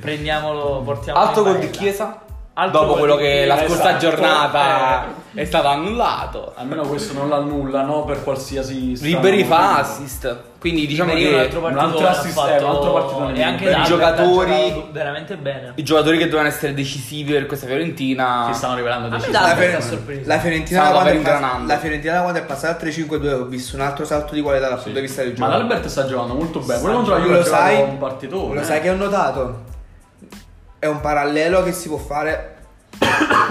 [SPEAKER 2] Prendiamolo, portiamo.
[SPEAKER 1] Alto
[SPEAKER 2] in
[SPEAKER 1] gol di
[SPEAKER 2] barella.
[SPEAKER 1] Chiesa.
[SPEAKER 2] Alto
[SPEAKER 1] dopo
[SPEAKER 2] gol
[SPEAKER 1] quello
[SPEAKER 2] di
[SPEAKER 1] che la
[SPEAKER 2] Chiesa,
[SPEAKER 1] scorsa
[SPEAKER 2] esatto. Eh.
[SPEAKER 1] giornata è stato annullato.
[SPEAKER 4] Almeno questo non l'annulla, no? Per qualsiasi. strano
[SPEAKER 1] Liberi fa
[SPEAKER 4] motivo.
[SPEAKER 1] assist. Quindi diciamo
[SPEAKER 2] Perché un altro
[SPEAKER 1] che
[SPEAKER 2] partitone
[SPEAKER 4] altro
[SPEAKER 2] ha
[SPEAKER 4] assist-
[SPEAKER 2] fatto-
[SPEAKER 4] eh, un altro partitone di
[SPEAKER 2] e anche
[SPEAKER 4] Liberi.
[SPEAKER 2] l'altro
[SPEAKER 1] I
[SPEAKER 2] ha
[SPEAKER 1] giocatori-
[SPEAKER 2] giocato veramente bene.
[SPEAKER 1] i giocatori che dovevano essere decisivi per questa Fiorentina.
[SPEAKER 4] Si stanno rivelando
[SPEAKER 2] me
[SPEAKER 4] dei
[SPEAKER 2] dà-
[SPEAKER 3] La,
[SPEAKER 2] Albert
[SPEAKER 3] Fiore-
[SPEAKER 2] a sorpresa.
[SPEAKER 3] la Fiorentina da
[SPEAKER 1] Stava
[SPEAKER 3] quando, è
[SPEAKER 1] per
[SPEAKER 3] pas-
[SPEAKER 1] ingranando.
[SPEAKER 3] la Fiorentina da quando è passata al 3-5-2 ho visto un altro salto di qualità dal punto di vista del
[SPEAKER 4] Ma
[SPEAKER 3] gioco.
[SPEAKER 4] l'Albert sta giocando molto bene. Quello contro la Juve
[SPEAKER 3] lo
[SPEAKER 4] ha giocato
[SPEAKER 3] sai,
[SPEAKER 4] un eh. partitone.
[SPEAKER 3] lo sai che ho notato? È un parallelo che si può fare. (coughs)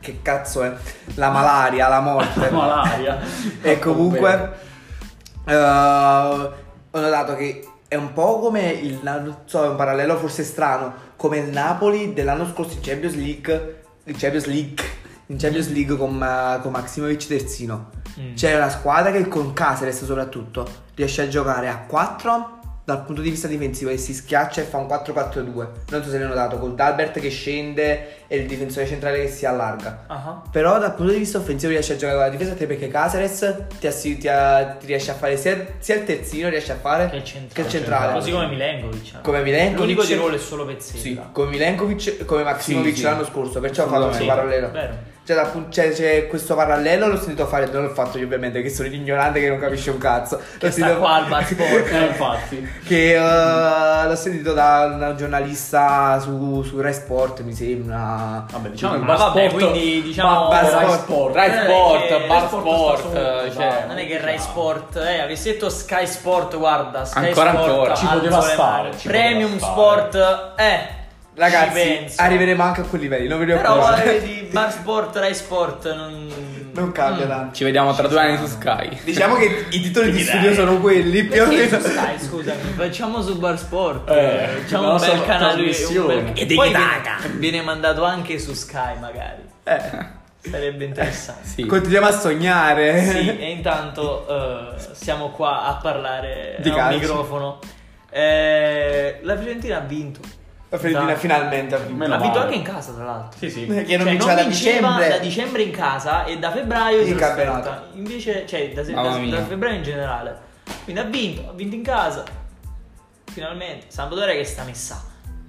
[SPEAKER 3] che cazzo è? La malaria, la morte.
[SPEAKER 4] Malaria.
[SPEAKER 3] (laughs) E comunque eh, ho notato che è un po' come il non so, è un parallelo forse strano, come il Napoli dell'anno scorso in Champions League, in Champions League, in Champions League con, eh, con Maximovic terzino.
[SPEAKER 2] Mm.
[SPEAKER 3] C'è una squadra che con Caceres soprattutto riesce a giocare a 4 dal punto di vista difensivo e si schiaccia e fa un 4-4-2. Non so se l'hai notato, con Dalbert che scende e il difensore centrale che si allarga.
[SPEAKER 2] Ah,
[SPEAKER 3] Però dal punto di vista offensivo riesce a giocare con la difesa 3 perché Caceres ti, assi- ti a- ti riesce a fare sia, sia il terzino riesce a fare
[SPEAKER 2] Che centrale.
[SPEAKER 3] che il centrale.
[SPEAKER 2] Così come Milenkovic. eh.
[SPEAKER 3] Come Milenkovic.
[SPEAKER 2] L'unico di ruolo è solo Pezzetta.
[SPEAKER 3] Sì, come Milenkovic come Maximovic
[SPEAKER 1] Sì, sì.
[SPEAKER 3] l'anno scorso, perciò ho fatto questo
[SPEAKER 2] Sì,
[SPEAKER 3] parallelo.
[SPEAKER 2] Vero.
[SPEAKER 3] Cioè, dal pun- c'è, c'è questo parallelo l'ho sentito fare, non l'ho fatto io ovviamente, che sono ignorante che non capisce un cazzo.
[SPEAKER 2] Che sta
[SPEAKER 3] L'ho sentito-
[SPEAKER 2] qua
[SPEAKER 3] (laughs)
[SPEAKER 2] al bar sport.
[SPEAKER 4] Eh, infatti.
[SPEAKER 3] che eh, l'ho sentito da un giornalista su, su Rai Sport, mi sembra.
[SPEAKER 4] Vabbè, diciamo che
[SPEAKER 2] Ma
[SPEAKER 4] Bar
[SPEAKER 2] vabbè,
[SPEAKER 4] Sport-
[SPEAKER 2] quindi, diciamo-
[SPEAKER 4] Bar-
[SPEAKER 3] Bar
[SPEAKER 4] Rai
[SPEAKER 3] Sport.
[SPEAKER 4] Sport.
[SPEAKER 1] Rai
[SPEAKER 2] Eh,
[SPEAKER 1] Sport,
[SPEAKER 2] perché
[SPEAKER 1] Bar
[SPEAKER 4] Rai Sport
[SPEAKER 1] Sport,
[SPEAKER 4] sta sotto,
[SPEAKER 1] cioè,
[SPEAKER 4] dai.
[SPEAKER 2] Non è che Rai Sport, eh, avessi detto Sky Sport, guarda, Sky
[SPEAKER 1] Ancora,
[SPEAKER 2] Sport
[SPEAKER 1] ancora. Ci
[SPEAKER 2] alzo
[SPEAKER 4] poteva
[SPEAKER 2] le
[SPEAKER 4] stare,
[SPEAKER 2] mani.
[SPEAKER 4] ci
[SPEAKER 2] Premium
[SPEAKER 4] poteva
[SPEAKER 2] Sport, eh. ci
[SPEAKER 3] Ragazzi,
[SPEAKER 2] penso.
[SPEAKER 3] arriveremo anche a quel livello, non vi
[SPEAKER 2] Però
[SPEAKER 3] preoccupate.
[SPEAKER 2] eh, di Mm. Bar Sport, Rai Sport non
[SPEAKER 3] (laughs) Non cambia tanto.
[SPEAKER 1] ci vediamo tra due anni su Sky.
[SPEAKER 3] Diciamo che i titoli di
[SPEAKER 2] Quindi dai.
[SPEAKER 3] studio sono quelli più o
[SPEAKER 2] Perché su
[SPEAKER 3] meno.
[SPEAKER 2] Sky, scusami, facciamo su Bar Sport.
[SPEAKER 4] Eh, la
[SPEAKER 2] facciamo un
[SPEAKER 4] nostra
[SPEAKER 2] bel canale un
[SPEAKER 4] trasmissione.
[SPEAKER 2] bel...
[SPEAKER 4] E
[SPEAKER 2] Poi viene, viene mandato anche su Sky magari.
[SPEAKER 3] Eh,
[SPEAKER 2] Sarebbe interessante.
[SPEAKER 1] Sì.
[SPEAKER 3] Continuiamo a sognare. (laughs)
[SPEAKER 2] Sì, e intanto eh, siamo qua a parlare
[SPEAKER 3] Di
[SPEAKER 2] al
[SPEAKER 3] calcio.
[SPEAKER 2] microfono. Eh, la Fiorentina ha vinto.
[SPEAKER 3] La Fiorentina
[SPEAKER 2] Da-
[SPEAKER 3] finalmente ha vinto.
[SPEAKER 4] Meno
[SPEAKER 2] ha vinto
[SPEAKER 4] male.
[SPEAKER 2] anche in casa, tra l'altro.
[SPEAKER 4] Sì, sì.
[SPEAKER 3] Che
[SPEAKER 2] esatto. Cioè,
[SPEAKER 3] non vinceva da
[SPEAKER 2] vinceva
[SPEAKER 3] dicembre.
[SPEAKER 2] da dicembre in casa e da febbraio
[SPEAKER 3] In
[SPEAKER 2] si
[SPEAKER 3] campionato.
[SPEAKER 2] trasferta. Invece, cioè, da, se-
[SPEAKER 1] Mamma
[SPEAKER 2] da-
[SPEAKER 1] mia.
[SPEAKER 2] da febbraio in generale. Quindi ha vinto, ha vinto in casa. Finalmente, Sampdoria che sta messa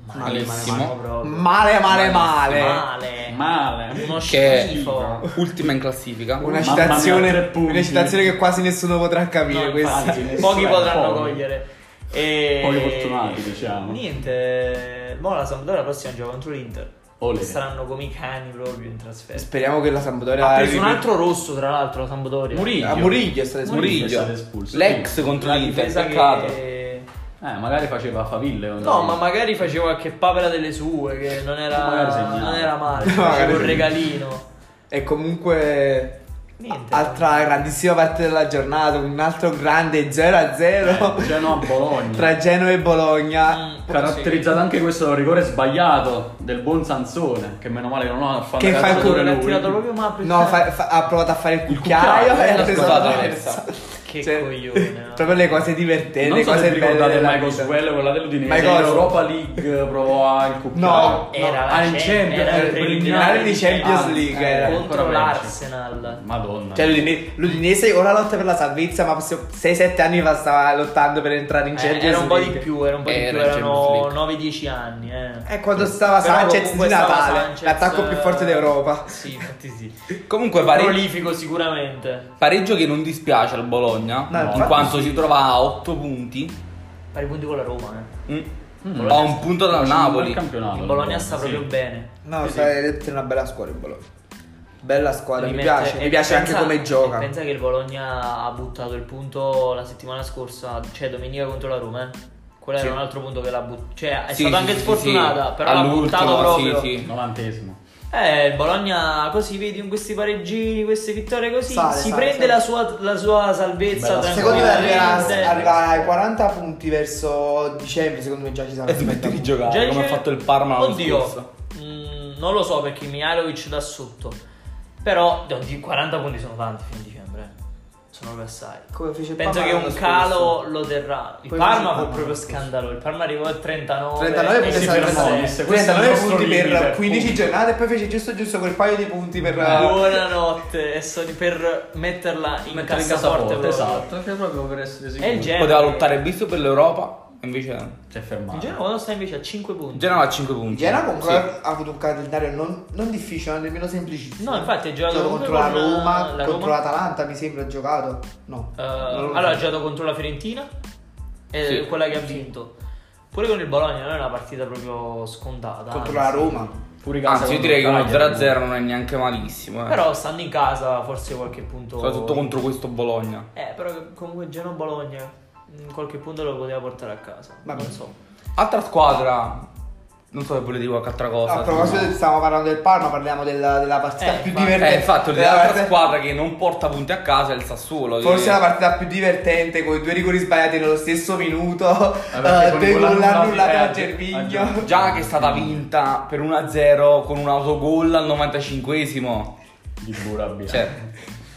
[SPEAKER 1] Malissimo.
[SPEAKER 2] malissimo proprio.
[SPEAKER 3] Male, male, male.
[SPEAKER 2] Male.
[SPEAKER 4] Male.
[SPEAKER 2] Uno
[SPEAKER 1] Che-
[SPEAKER 2] schifo.
[SPEAKER 1] Ultima in classifica.
[SPEAKER 3] Una
[SPEAKER 4] Mamma
[SPEAKER 3] citazione,
[SPEAKER 4] mia, tre punti.
[SPEAKER 3] una citazione che quasi nessuno potrà capire.
[SPEAKER 2] No,
[SPEAKER 3] questa.
[SPEAKER 2] infatti,
[SPEAKER 4] questa.
[SPEAKER 2] pochi potranno
[SPEAKER 4] Pochi.
[SPEAKER 2] cogliere. E...
[SPEAKER 4] Pochi fortunati, diciamo.
[SPEAKER 2] Niente. Mo la Sampdoria la prossima gioca contro l'Inter.
[SPEAKER 4] Ole.
[SPEAKER 2] Saranno come i cani proprio in trasferta.
[SPEAKER 3] Speriamo che la Sampdoria
[SPEAKER 2] Ha preso un
[SPEAKER 3] arrivi-
[SPEAKER 2] altro rosso, tra l'altro, la Sampdoria.
[SPEAKER 4] Murillo.
[SPEAKER 1] Ah,
[SPEAKER 3] A Murillo è stato espulso.
[SPEAKER 4] Murillo è
[SPEAKER 1] Muriglia,
[SPEAKER 4] stato espulso.
[SPEAKER 1] l'ex
[SPEAKER 4] Sì.
[SPEAKER 1] contro
[SPEAKER 2] La
[SPEAKER 1] l'Inter,
[SPEAKER 2] difesa
[SPEAKER 1] peccato.
[SPEAKER 2] che-
[SPEAKER 4] Eh, magari faceva faville. o
[SPEAKER 2] No, ma magari faceva qualche papera delle sue, che non
[SPEAKER 4] Magari
[SPEAKER 2] era,
[SPEAKER 4] segnava.
[SPEAKER 2] non era male,
[SPEAKER 3] Magari
[SPEAKER 2] faceva un
[SPEAKER 3] segnava.
[SPEAKER 2] regalino.
[SPEAKER 3] E comunque.
[SPEAKER 2] Niente.
[SPEAKER 3] Altra grandissima parte della giornata, un altro grande 0-0
[SPEAKER 4] Eh, Genoa-Bologna.
[SPEAKER 3] tra Genoa e Bologna.
[SPEAKER 2] Mm,
[SPEAKER 4] Caratterizzato anche questo dal rigore sbagliato del buon Sansone, che meno male non ha fatto
[SPEAKER 3] Che fa il
[SPEAKER 2] sì.
[SPEAKER 3] culo,
[SPEAKER 4] calciatore
[SPEAKER 2] L'ha
[SPEAKER 4] lui.
[SPEAKER 2] tirato proprio ma
[SPEAKER 3] No, fa- fa- ha provato a fare il
[SPEAKER 4] cucchiaio,
[SPEAKER 3] cucchiaio e
[SPEAKER 4] eh,
[SPEAKER 3] ha
[SPEAKER 4] la
[SPEAKER 3] preso
[SPEAKER 1] spada
[SPEAKER 3] la
[SPEAKER 1] traversa.
[SPEAKER 3] traversa.
[SPEAKER 2] Che
[SPEAKER 3] Cioè,
[SPEAKER 2] coglione. no?
[SPEAKER 3] Proprio le cose divertenti,
[SPEAKER 4] Non
[SPEAKER 3] le
[SPEAKER 4] so
[SPEAKER 3] cose
[SPEAKER 4] se vi
[SPEAKER 3] belle
[SPEAKER 4] ricordate
[SPEAKER 3] della
[SPEAKER 4] Michael
[SPEAKER 3] vita.
[SPEAKER 4] Swell, quella dell'Udinese, in
[SPEAKER 3] Michael-
[SPEAKER 4] Europa League provò a il cucchiaio.
[SPEAKER 3] No,
[SPEAKER 2] Era
[SPEAKER 4] ah,
[SPEAKER 2] la
[SPEAKER 4] in
[SPEAKER 2] Champions-
[SPEAKER 4] Champions,
[SPEAKER 2] era
[SPEAKER 4] il
[SPEAKER 2] il
[SPEAKER 3] preliminare di Champions
[SPEAKER 4] Ah,
[SPEAKER 3] League.
[SPEAKER 4] eh,
[SPEAKER 3] era.
[SPEAKER 2] contro
[SPEAKER 4] ancora peggio.
[SPEAKER 2] l'Arsenal.
[SPEAKER 4] Madonna.
[SPEAKER 3] Cioè, l'Udine- l'Udinese ora lotta per la salvezza, ma 6-7 anni fa stava lottando per entrare in
[SPEAKER 2] Eh,
[SPEAKER 3] Champions
[SPEAKER 2] era un po' di
[SPEAKER 3] League.
[SPEAKER 2] più, era un po' di
[SPEAKER 1] Era
[SPEAKER 2] più,
[SPEAKER 1] in Champions
[SPEAKER 2] erano
[SPEAKER 1] League.
[SPEAKER 2] 9-10 anni. Eh.
[SPEAKER 3] E quando stava
[SPEAKER 2] Però
[SPEAKER 3] Sanchez di
[SPEAKER 2] comunque stava
[SPEAKER 3] Natale,
[SPEAKER 2] Sanchez,
[SPEAKER 3] l'attacco più forte
[SPEAKER 2] eh,
[SPEAKER 3] d'Europa.
[SPEAKER 2] Sì, infatti sì.
[SPEAKER 1] Comunque pare-
[SPEAKER 2] Prolifico sicuramente.
[SPEAKER 1] pareggio che non dispiace al Bologna,
[SPEAKER 3] No,
[SPEAKER 1] in
[SPEAKER 3] infatti
[SPEAKER 1] quanto si trova a 8 punti.
[SPEAKER 2] Pari punti con la Roma, eh.
[SPEAKER 1] Mm.
[SPEAKER 4] Bologna
[SPEAKER 1] A un punto dal
[SPEAKER 4] Facciamo un bel
[SPEAKER 1] Napoli.
[SPEAKER 4] campionato,
[SPEAKER 2] Il Bologna sta
[SPEAKER 4] sì.
[SPEAKER 2] proprio bene.
[SPEAKER 3] No,
[SPEAKER 4] Sì,
[SPEAKER 3] sta è una bella squadra il Bologna. Bella squadra, mi,
[SPEAKER 2] Rimette-
[SPEAKER 3] piace.
[SPEAKER 2] e
[SPEAKER 3] Mi piace
[SPEAKER 2] pensa-
[SPEAKER 3] anche come gioca.
[SPEAKER 2] e Pensa che il Bologna ha buttato il punto la settimana scorsa, cioè domenica contro la Roma, eh. Quello
[SPEAKER 3] Sì.
[SPEAKER 2] era un altro punto che l'ha buttata. Cioè, è
[SPEAKER 1] Sì,
[SPEAKER 2] stata
[SPEAKER 1] sì,
[SPEAKER 2] anche
[SPEAKER 1] sì,
[SPEAKER 2] sfortunata,
[SPEAKER 1] sì.
[SPEAKER 2] però l'ha
[SPEAKER 1] All'ultimo,
[SPEAKER 2] buttato proprio.
[SPEAKER 1] Sì, sì.
[SPEAKER 4] Novantesimo.
[SPEAKER 2] Eh, il Bologna così vedi in questi pareggini, queste vittorie così,
[SPEAKER 3] Sale,
[SPEAKER 2] si
[SPEAKER 3] sale,
[SPEAKER 2] prende
[SPEAKER 3] sale.
[SPEAKER 2] La, sua, la sua salvezza
[SPEAKER 4] Bella.
[SPEAKER 3] Secondo me arriverà,
[SPEAKER 2] tranquillamente.
[SPEAKER 3] arriva ai 40 punti verso dicembre, secondo me già ci sarà.
[SPEAKER 1] E smette Eh, di giocare
[SPEAKER 2] Già
[SPEAKER 1] come ha
[SPEAKER 2] dice-
[SPEAKER 1] fatto il Parma l'anno scorso.
[SPEAKER 2] Cioè, Oddio, mm, non lo so perché Mihailovic da sotto. Però oddio, 40 punti sono tanti fino a dicembre. eh. Sono passati.
[SPEAKER 3] Come fece il
[SPEAKER 2] Penso
[SPEAKER 3] Parma
[SPEAKER 2] che
[SPEAKER 3] l'anno
[SPEAKER 2] un calo
[SPEAKER 3] scorso.
[SPEAKER 2] lo terrà. Il Parma fu
[SPEAKER 3] Poi fece il Parma
[SPEAKER 2] proprio
[SPEAKER 3] l'anno scorso.
[SPEAKER 2] scandaloso. Il Parma arrivò a 39.
[SPEAKER 3] 39
[SPEAKER 2] e
[SPEAKER 3] punti,
[SPEAKER 2] si
[SPEAKER 4] sì,
[SPEAKER 3] per-
[SPEAKER 4] per
[SPEAKER 2] fermò.
[SPEAKER 4] Modis. Questo è il
[SPEAKER 3] 39
[SPEAKER 4] nostro
[SPEAKER 3] punti per
[SPEAKER 4] limite,
[SPEAKER 3] 15
[SPEAKER 4] punti.
[SPEAKER 3] giornate e poi fece giusto giusto quel paio di punti per...
[SPEAKER 2] Buonanotte, e sono per metterla in
[SPEAKER 4] Mettere in
[SPEAKER 2] cassaforte.
[SPEAKER 4] cassaforte,
[SPEAKER 2] proprio.
[SPEAKER 4] esatto, che proprio per essere sicuro.
[SPEAKER 2] E il Genoa.
[SPEAKER 1] Poteva lottare visto per l'Europa, invece no.
[SPEAKER 4] Si è fermato.
[SPEAKER 2] Il Genoa quando sta invece a 5 punti.
[SPEAKER 1] Il Genoa ha 5 punti.
[SPEAKER 3] Il Genoa comunque
[SPEAKER 1] Sì.
[SPEAKER 3] ha avuto un calendario non, non difficile, ma nemmeno semplicissimo.
[SPEAKER 2] No, infatti ha giocato
[SPEAKER 3] Gioca
[SPEAKER 2] comunque
[SPEAKER 3] contro la
[SPEAKER 2] con, eh,
[SPEAKER 3] Roma,
[SPEAKER 2] la
[SPEAKER 3] contro
[SPEAKER 2] Roma.
[SPEAKER 3] l'Atalanta, mi sembra ha giocato. No.
[SPEAKER 2] Eh,
[SPEAKER 3] non lo
[SPEAKER 2] allora ha
[SPEAKER 3] so.
[SPEAKER 2] giocato contro la Fiorentina, eh,
[SPEAKER 1] Sì.
[SPEAKER 2] quella che ha vinto. Pure con il Bologna non è una partita proprio scontata.
[SPEAKER 3] contro la
[SPEAKER 2] anzi.
[SPEAKER 3] Roma.
[SPEAKER 4] Pure i casi
[SPEAKER 1] Anzi, io
[SPEAKER 4] contro
[SPEAKER 1] direi che uno
[SPEAKER 4] Cagliari,
[SPEAKER 1] 0-0 non è neanche malissimo. eh.
[SPEAKER 2] Però stando in casa forse qualche punto...
[SPEAKER 1] Soprattutto contro questo Bologna.
[SPEAKER 2] Eh, però comunque Genoa-Bologna mm, qualche punto lo poteva portare a casa.
[SPEAKER 3] Vabbè.
[SPEAKER 2] Non so.
[SPEAKER 1] Altra squadra. Non so se volete dire qualche altra cosa.
[SPEAKER 3] A proposito, stiamo parlando del Parma, parliamo della, della partita
[SPEAKER 2] Eh,
[SPEAKER 3] più
[SPEAKER 2] ma-
[SPEAKER 1] Eh,
[SPEAKER 3] divertente.
[SPEAKER 1] infatti,
[SPEAKER 3] della
[SPEAKER 1] l'altra
[SPEAKER 3] parte-
[SPEAKER 1] squadra che non porta punti a casa è il Sassuolo. che-
[SPEAKER 3] Forse la partita più divertente con i due rigori sbagliati nello stesso minuto,
[SPEAKER 4] perché
[SPEAKER 3] eh,
[SPEAKER 4] con
[SPEAKER 3] due
[SPEAKER 4] i
[SPEAKER 3] gol
[SPEAKER 4] gol annullati,
[SPEAKER 3] annullati
[SPEAKER 4] eh,
[SPEAKER 3] da
[SPEAKER 4] a-
[SPEAKER 3] Gervigno.
[SPEAKER 1] Già che è stata vinta per 1-0 con un autogol al 95esimo.
[SPEAKER 4] Di Burabia.
[SPEAKER 1] Cioè,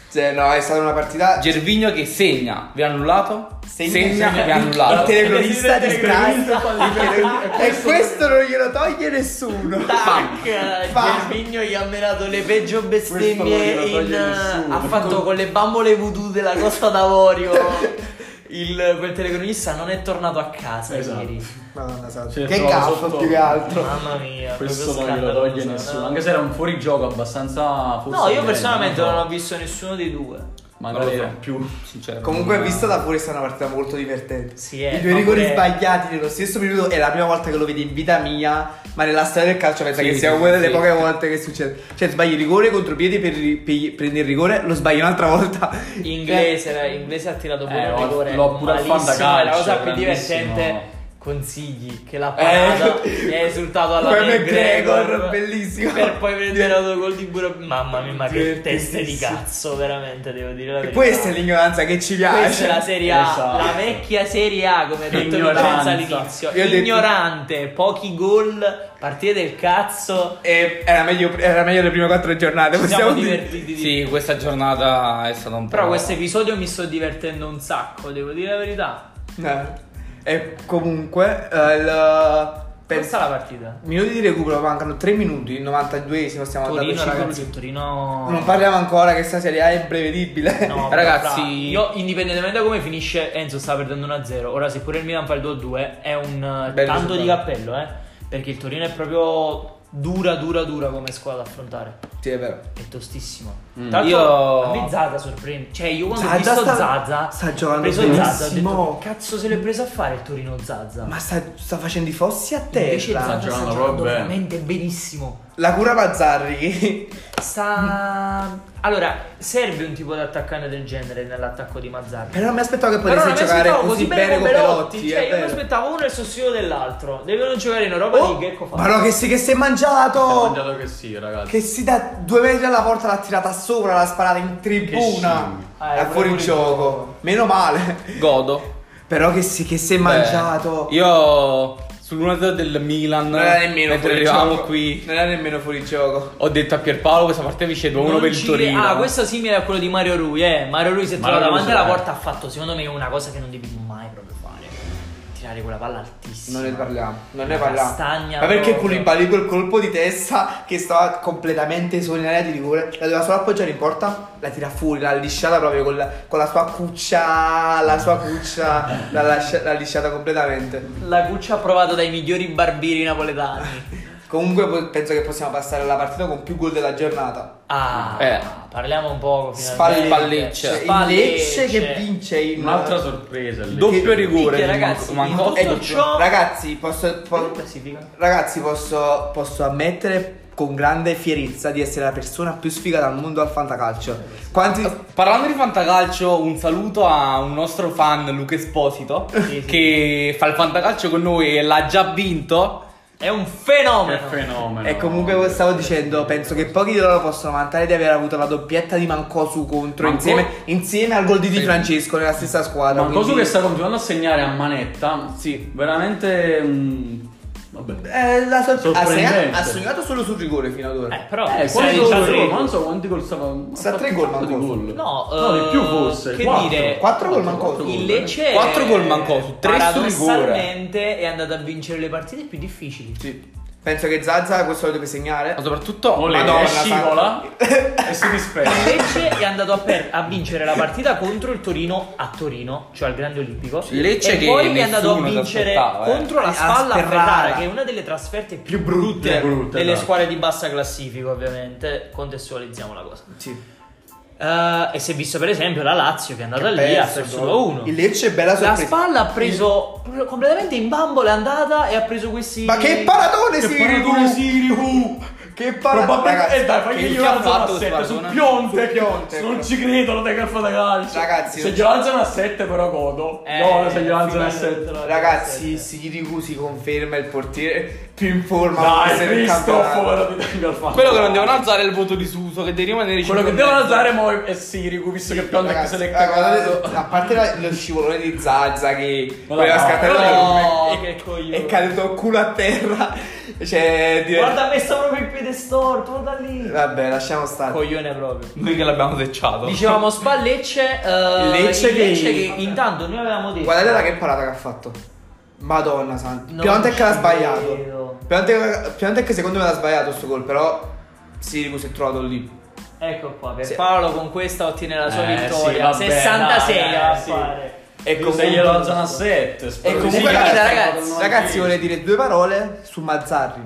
[SPEAKER 3] Cioè, no, è stata una partita.
[SPEAKER 1] Gervigno che segna, vi ha annullato?
[SPEAKER 3] Segna,
[SPEAKER 1] segna
[SPEAKER 3] segna.
[SPEAKER 1] vi ha
[SPEAKER 3] Il
[SPEAKER 1] annullato.
[SPEAKER 3] telecronista di
[SPEAKER 4] telecronista,
[SPEAKER 3] Strasburgo. E questo non glielo toglie nessuno.
[SPEAKER 2] Tac!
[SPEAKER 3] Fa.
[SPEAKER 2] Gervigno eh, gli ha menato le peggio
[SPEAKER 4] Questo
[SPEAKER 2] bestemmie
[SPEAKER 4] non glielo
[SPEAKER 2] in,
[SPEAKER 4] toglie nessuno.
[SPEAKER 2] ha fatto con le bambole voodoo della Costa
[SPEAKER 4] (laughs)
[SPEAKER 2] d'Avorio. Il, quel telecronista non è tornato a casa
[SPEAKER 4] Esatto.
[SPEAKER 2] ieri.
[SPEAKER 3] Madonna santa.
[SPEAKER 1] Cioè,
[SPEAKER 4] Sì,
[SPEAKER 3] Che
[SPEAKER 4] trovo
[SPEAKER 3] gaffo
[SPEAKER 4] sotto-
[SPEAKER 3] più che altro.
[SPEAKER 2] Mamma mia,
[SPEAKER 4] Questo
[SPEAKER 2] proprio
[SPEAKER 4] non glielo
[SPEAKER 2] (laughs)
[SPEAKER 4] toglie
[SPEAKER 2] scandaloso,
[SPEAKER 4] nessuno.
[SPEAKER 2] no?
[SPEAKER 4] Anche se era un fuorigioco abbastanza forse
[SPEAKER 2] No, io
[SPEAKER 4] evidente,
[SPEAKER 2] personalmente
[SPEAKER 4] so.
[SPEAKER 2] non ho visto nessuno dei due.
[SPEAKER 4] Magari
[SPEAKER 1] Non lo
[SPEAKER 4] era
[SPEAKER 1] so.
[SPEAKER 4] più.
[SPEAKER 1] Sincero.
[SPEAKER 3] Comunque, vista da fuori, è stata una partita molto divertente.
[SPEAKER 2] Sì, eh,
[SPEAKER 3] I due
[SPEAKER 2] ma
[SPEAKER 3] rigori
[SPEAKER 2] pure-
[SPEAKER 3] sbagliati nello stesso minuto è la prima volta che lo vedi in vita mia, ma nella storia del calcio penso
[SPEAKER 1] Sì,
[SPEAKER 3] che
[SPEAKER 1] sì,
[SPEAKER 3] sia una delle
[SPEAKER 1] sì.
[SPEAKER 3] poche volte che succede. Cioè, sbagli il rigore contro piedi per, per prendere il rigore, lo sbagli un'altra volta.
[SPEAKER 2] Inglese, era- inglese ha tirato pure
[SPEAKER 4] Eh,
[SPEAKER 2] un
[SPEAKER 4] ho-
[SPEAKER 2] rigore.
[SPEAKER 4] l'ho pure al
[SPEAKER 2] malissimo,
[SPEAKER 4] fantacalcio,
[SPEAKER 2] e La cosa più
[SPEAKER 4] grandissimo.
[SPEAKER 2] divertente consigli che la parata
[SPEAKER 3] Eh.
[SPEAKER 2] è esultato alla
[SPEAKER 3] Come
[SPEAKER 2] McGregor,
[SPEAKER 3] McGregor, bellissimo.
[SPEAKER 2] Per poi prendere l'autogol di Buro. Mamma mia, ma che teste di
[SPEAKER 3] Divertentissimo.
[SPEAKER 2] cazzo, veramente devo dire la
[SPEAKER 3] E
[SPEAKER 2] verità.
[SPEAKER 3] questa è l'ignoranza che ci piace.
[SPEAKER 2] Questa è la Serie A,
[SPEAKER 4] Esatto.
[SPEAKER 2] la vecchia Serie A, come ha detto Vincenzo
[SPEAKER 4] Ignoranza.
[SPEAKER 2] all'inizio.
[SPEAKER 3] Io ho detto-
[SPEAKER 2] Ignorante, pochi gol, partite del cazzo.
[SPEAKER 3] E era meglio, era meglio le prime quattro giornate.
[SPEAKER 2] Ci siamo
[SPEAKER 3] Possiamo dire.
[SPEAKER 2] divertiti di
[SPEAKER 1] Sì, questa giornata è stata un po'.
[SPEAKER 2] Però questo episodio mi sto divertendo un sacco, devo dire la verità.
[SPEAKER 3] Eh. E comunque, eh, il- pensa-
[SPEAKER 2] Pensa alla partita.
[SPEAKER 3] Minuti di recupero, mancano 3 minuti, il 92esimo stiamo andando
[SPEAKER 2] Torino,
[SPEAKER 3] ragazzi.
[SPEAKER 2] ragazzi, Torino.
[SPEAKER 3] Non parliamo ancora che sta Serie A è imprevedibile.
[SPEAKER 2] No,
[SPEAKER 1] Ragazzi-
[SPEAKER 2] fra, io indipendentemente da come finisce, Enzo sta perdendo 1-0. Ora, seppure il Milan fa il 2-2, è un eh,
[SPEAKER 1] Bel
[SPEAKER 2] tanto di
[SPEAKER 1] risultato.
[SPEAKER 2] cappello, eh. Perché il Torino è proprio dura, dura, dura come squadra da affrontare.
[SPEAKER 3] (laughs) Sì, è vero.
[SPEAKER 2] È tostissimo.
[SPEAKER 4] Mm.
[SPEAKER 2] Tra l'altro,
[SPEAKER 1] Io-
[SPEAKER 2] a me Zaza sorprende. Cioè, io quando ho
[SPEAKER 3] Zaza
[SPEAKER 2] visto
[SPEAKER 3] sta-
[SPEAKER 2] Zaza,
[SPEAKER 3] sta giocando
[SPEAKER 2] ho preso Zaza, ho
[SPEAKER 3] benissimo.
[SPEAKER 2] detto, "Che cazzo se l'è preso a fare il Torino Zaza?
[SPEAKER 3] Ma sta, sta facendo i fossi a
[SPEAKER 2] Invece Zaza
[SPEAKER 3] terra.
[SPEAKER 2] sta
[SPEAKER 4] giocando
[SPEAKER 2] giocando
[SPEAKER 4] proprio bene.
[SPEAKER 2] veramente benissimo.
[SPEAKER 3] La
[SPEAKER 2] (laughs)
[SPEAKER 3] cura Mazzarri.
[SPEAKER 2] Sta. Allora, serve un tipo di attaccante del genere nell'attacco di Mazzarri.
[SPEAKER 3] Però non mi aspettavo che
[SPEAKER 2] Però
[SPEAKER 3] potesse
[SPEAKER 2] non mi
[SPEAKER 3] giocare
[SPEAKER 2] aspettavo
[SPEAKER 3] così, bene con Pelotti.
[SPEAKER 2] Cioè,
[SPEAKER 3] è
[SPEAKER 2] io mi
[SPEAKER 3] vero.
[SPEAKER 2] aspettavo uno il sostituto dell'altro. Devono giocare in Europa
[SPEAKER 3] Oh,
[SPEAKER 2] League. Ecco fatto.
[SPEAKER 3] ma no, che si, che si è
[SPEAKER 4] Ho
[SPEAKER 3] mangiato!
[SPEAKER 4] mangiato che sì, ragazzi.
[SPEAKER 3] Che si da due metri alla porta l'ha tirata sopra, l'ha sparata in tribuna.
[SPEAKER 4] scimmia.
[SPEAKER 2] Ah,
[SPEAKER 3] è
[SPEAKER 2] è
[SPEAKER 3] fuori
[SPEAKER 2] fuori
[SPEAKER 3] gioco. Meno male. (laughs)
[SPEAKER 1] Godo.
[SPEAKER 3] Però che si, che si è mangiato.
[SPEAKER 1] Beh, Io sull'1-0 del Milan.
[SPEAKER 3] Non
[SPEAKER 2] Eh,
[SPEAKER 3] era nemmeno
[SPEAKER 1] mentre
[SPEAKER 3] fuori
[SPEAKER 1] arrivavamo
[SPEAKER 2] diciamo.
[SPEAKER 3] gioco.
[SPEAKER 1] qui.
[SPEAKER 3] Non era nemmeno fuori gioco.
[SPEAKER 1] Ho detto a Pierpaolo questa partita vince 2-1
[SPEAKER 2] Non
[SPEAKER 1] per il
[SPEAKER 2] ci-
[SPEAKER 1] Torino.
[SPEAKER 2] Ah, questo è simile a quello di Mario Rui, eh. Mario Rui si è trovato
[SPEAKER 4] Mario Rui
[SPEAKER 2] davanti alla
[SPEAKER 4] sì, eh.
[SPEAKER 2] porta. Ha fatto, secondo me, una cosa che non devi mai proprio fare. Tirare quella palla altissima.
[SPEAKER 3] Non ne parliamo, non ne
[SPEAKER 2] Una
[SPEAKER 3] parliamo.
[SPEAKER 2] castagna
[SPEAKER 3] Ma perché
[SPEAKER 2] proprio.
[SPEAKER 3] Koulibaly quel colpo di testa che stava completamente solo in area di rigore, la doveva solo appoggiare in porta, la tira fuori, l'ha lisciata proprio con la, con la sua cuccia, la sua cuccia, l'ha, lascia- l'ha lisciata completamente.
[SPEAKER 2] La cuccia provata dai migliori barbieri napoletani.
[SPEAKER 3] Comunque po- penso che possiamo passare alla partita con più gol della giornata.
[SPEAKER 2] Ah,
[SPEAKER 1] Eh.
[SPEAKER 2] parliamo un po'.
[SPEAKER 3] Spalle-
[SPEAKER 1] Spallecce.
[SPEAKER 3] Cioè, il
[SPEAKER 2] Spallecce.
[SPEAKER 3] Lecce che vince in
[SPEAKER 4] Un'altra sorpresa lì.
[SPEAKER 1] Doppio
[SPEAKER 3] Che-
[SPEAKER 1] rigore.
[SPEAKER 2] Minchia, ragazzi,
[SPEAKER 1] manco-
[SPEAKER 2] in
[SPEAKER 1] manco-
[SPEAKER 3] Eh,
[SPEAKER 2] tutto ciò-
[SPEAKER 3] Ragazzi, posso, po-
[SPEAKER 2] classifica.
[SPEAKER 3] ragazzi, posso, posso ammettere con grande fierezza di essere la persona più sfigata al mondo al fantacalcio. Quanti...
[SPEAKER 1] Parlando di fantacalcio, un saluto a un nostro fan Luca Esposito
[SPEAKER 2] (laughs) sì.
[SPEAKER 1] che fa il fantacalcio con noi e l'ha già vinto.
[SPEAKER 2] È un
[SPEAKER 4] Che
[SPEAKER 2] fenomeno.
[SPEAKER 4] fenomeno.
[SPEAKER 3] E comunque stavo dicendo, penso che pochi di loro possono vantare di aver avuto la doppietta di Mancosu contro
[SPEAKER 4] Manco-
[SPEAKER 3] insieme, insieme al gol di Di Francesco nella stessa squadra.
[SPEAKER 4] Ma cosa
[SPEAKER 3] quindi-
[SPEAKER 4] che sta continuando a segnare a manetta. Sì. Veramente. mm, vabbè.
[SPEAKER 3] Eh, la sor- ha,
[SPEAKER 4] Sorprendente.
[SPEAKER 3] segnato, ha segnato solo sul rigore fino ad ora.
[SPEAKER 2] Eh, però
[SPEAKER 4] Eh,
[SPEAKER 2] se
[SPEAKER 4] quanti
[SPEAKER 2] ne
[SPEAKER 4] gol
[SPEAKER 2] c'ha
[SPEAKER 4] ha
[SPEAKER 2] tre.
[SPEAKER 4] fatto? Non so quanti gol stava.
[SPEAKER 3] Sta
[SPEAKER 4] ha
[SPEAKER 3] tre
[SPEAKER 4] fatto
[SPEAKER 3] gol
[SPEAKER 4] un sacco di
[SPEAKER 3] Mancoso.
[SPEAKER 4] gol.
[SPEAKER 2] No, eh,
[SPEAKER 4] di più forse.
[SPEAKER 2] Che
[SPEAKER 4] quattro.
[SPEAKER 2] dire?
[SPEAKER 3] Quattro gol Mancoso.
[SPEAKER 4] quattro
[SPEAKER 2] Il
[SPEAKER 4] gol.
[SPEAKER 2] Lecce
[SPEAKER 1] Quattro gol Mancoso, tre su rigore.
[SPEAKER 2] paradossalmente è andato a vincere le partite più difficili.
[SPEAKER 3] Sì. Penso che Zazza questo lo deve segnare.
[SPEAKER 1] Ma soprattutto
[SPEAKER 4] Olè,
[SPEAKER 3] Madonna,
[SPEAKER 4] scivola e si
[SPEAKER 2] Il
[SPEAKER 3] (laughs)
[SPEAKER 4] dispera.
[SPEAKER 2] Lecce è andato a, per- a vincere la partita contro il Torino a Torino, cioè al Grande Olimpico.
[SPEAKER 1] Sì, Lecce
[SPEAKER 2] e
[SPEAKER 1] che
[SPEAKER 2] poi è andato a
[SPEAKER 1] nessuno si
[SPEAKER 2] vincere
[SPEAKER 1] aspettava, eh.
[SPEAKER 2] contro la
[SPEAKER 3] A
[SPEAKER 2] spalla a
[SPEAKER 3] Ferrara.
[SPEAKER 2] Ferrara, che è una delle trasferte più, brutte,
[SPEAKER 4] Più brutte,
[SPEAKER 2] delle
[SPEAKER 4] esatto.
[SPEAKER 2] squadre di bassa classifica, ovviamente. Contestualizziamo la cosa.
[SPEAKER 3] Sì.
[SPEAKER 2] Eh, e si è visto, per esempio, la Lazio che è andata
[SPEAKER 3] Che
[SPEAKER 2] lì, ha
[SPEAKER 3] perso,
[SPEAKER 2] perso
[SPEAKER 3] no?
[SPEAKER 2] 1.
[SPEAKER 3] Il Lecce è bella
[SPEAKER 2] La
[SPEAKER 3] sorpresa.
[SPEAKER 2] spalla ha preso completamente in bambola, è andata e ha preso questi.
[SPEAKER 3] Ma che paratone
[SPEAKER 4] Che
[SPEAKER 3] Sirigu!
[SPEAKER 4] paratone Sirigu!
[SPEAKER 3] Che
[SPEAKER 4] Probabilmente
[SPEAKER 3] paratone
[SPEAKER 4] eh, dai, fai
[SPEAKER 1] che
[SPEAKER 4] che
[SPEAKER 1] gli
[SPEAKER 4] glielo
[SPEAKER 1] ha
[SPEAKER 4] alzano
[SPEAKER 1] fatto
[SPEAKER 4] a 7 su
[SPEAKER 1] Sbarbona?
[SPEAKER 4] Pionte.
[SPEAKER 3] Su Piontek.
[SPEAKER 4] Non ci credo, lo dai che fa da calcio.
[SPEAKER 3] Ragazzi, Eh,
[SPEAKER 4] se
[SPEAKER 3] non-
[SPEAKER 4] glielo alzano a 7 però godo. no, se glielo alzano a 7.
[SPEAKER 3] Ragazzi, Sirigu si conferma il portiere più in forma forse
[SPEAKER 4] Dai,
[SPEAKER 3] del campionato.
[SPEAKER 4] Cristoforo, ti tengo al fatto.
[SPEAKER 1] quello che non devono alzare è il voto di Suso, che deve rimanere
[SPEAKER 4] Quello che
[SPEAKER 1] cinque
[SPEAKER 4] devono
[SPEAKER 1] e mezzo.
[SPEAKER 4] alzare mo è Sirigu, visto che Piontek
[SPEAKER 3] Ragazzi,
[SPEAKER 4] se l'è
[SPEAKER 3] eh, guardate,
[SPEAKER 4] cagato.
[SPEAKER 3] a parte la- lo scivolone di Zazza che
[SPEAKER 4] Ma
[SPEAKER 3] voleva
[SPEAKER 4] no,
[SPEAKER 3] scattare
[SPEAKER 2] no,
[SPEAKER 3] la-
[SPEAKER 2] che
[SPEAKER 3] è-
[SPEAKER 2] coglione.
[SPEAKER 3] è caduto culo a terra. Cioè, dire-
[SPEAKER 2] Guarda, ha messo proprio il piede storto, guarda lì.
[SPEAKER 3] Vabbè, lasciamo stare.
[SPEAKER 2] Coglione proprio.
[SPEAKER 1] Noi che l'abbiamo secciato.
[SPEAKER 2] Dicevamo Spallecce, eh,
[SPEAKER 3] Lecce
[SPEAKER 2] il
[SPEAKER 3] che-
[SPEAKER 2] Lecce che intanto noi avevamo detto.
[SPEAKER 3] Guardate la che parata che ha fatto. Madonna santa.
[SPEAKER 2] Non
[SPEAKER 3] Piontek
[SPEAKER 2] ci
[SPEAKER 3] l'ha sbagliato.
[SPEAKER 2] credo.
[SPEAKER 3] Piontek, Piontek secondo me l'ha sbagliato sto gol, però Sirigu si è trovato lì.
[SPEAKER 2] Ecco qua, per
[SPEAKER 3] Sì.
[SPEAKER 2] Paolo con questa ottiene la sua
[SPEAKER 4] Eh, sì,
[SPEAKER 2] vittoria.
[SPEAKER 4] vabbè,
[SPEAKER 2] 66
[SPEAKER 4] dai,
[SPEAKER 2] a
[SPEAKER 4] sì.
[SPEAKER 2] fare.
[SPEAKER 3] E
[SPEAKER 4] Se glielo alzano a 7.
[SPEAKER 3] E comunque,
[SPEAKER 2] Sì,
[SPEAKER 3] ragazzi,
[SPEAKER 2] guarda,
[SPEAKER 3] ragazzi,
[SPEAKER 2] non
[SPEAKER 3] ragazzi, vorrei dire due parole su Mazzarri.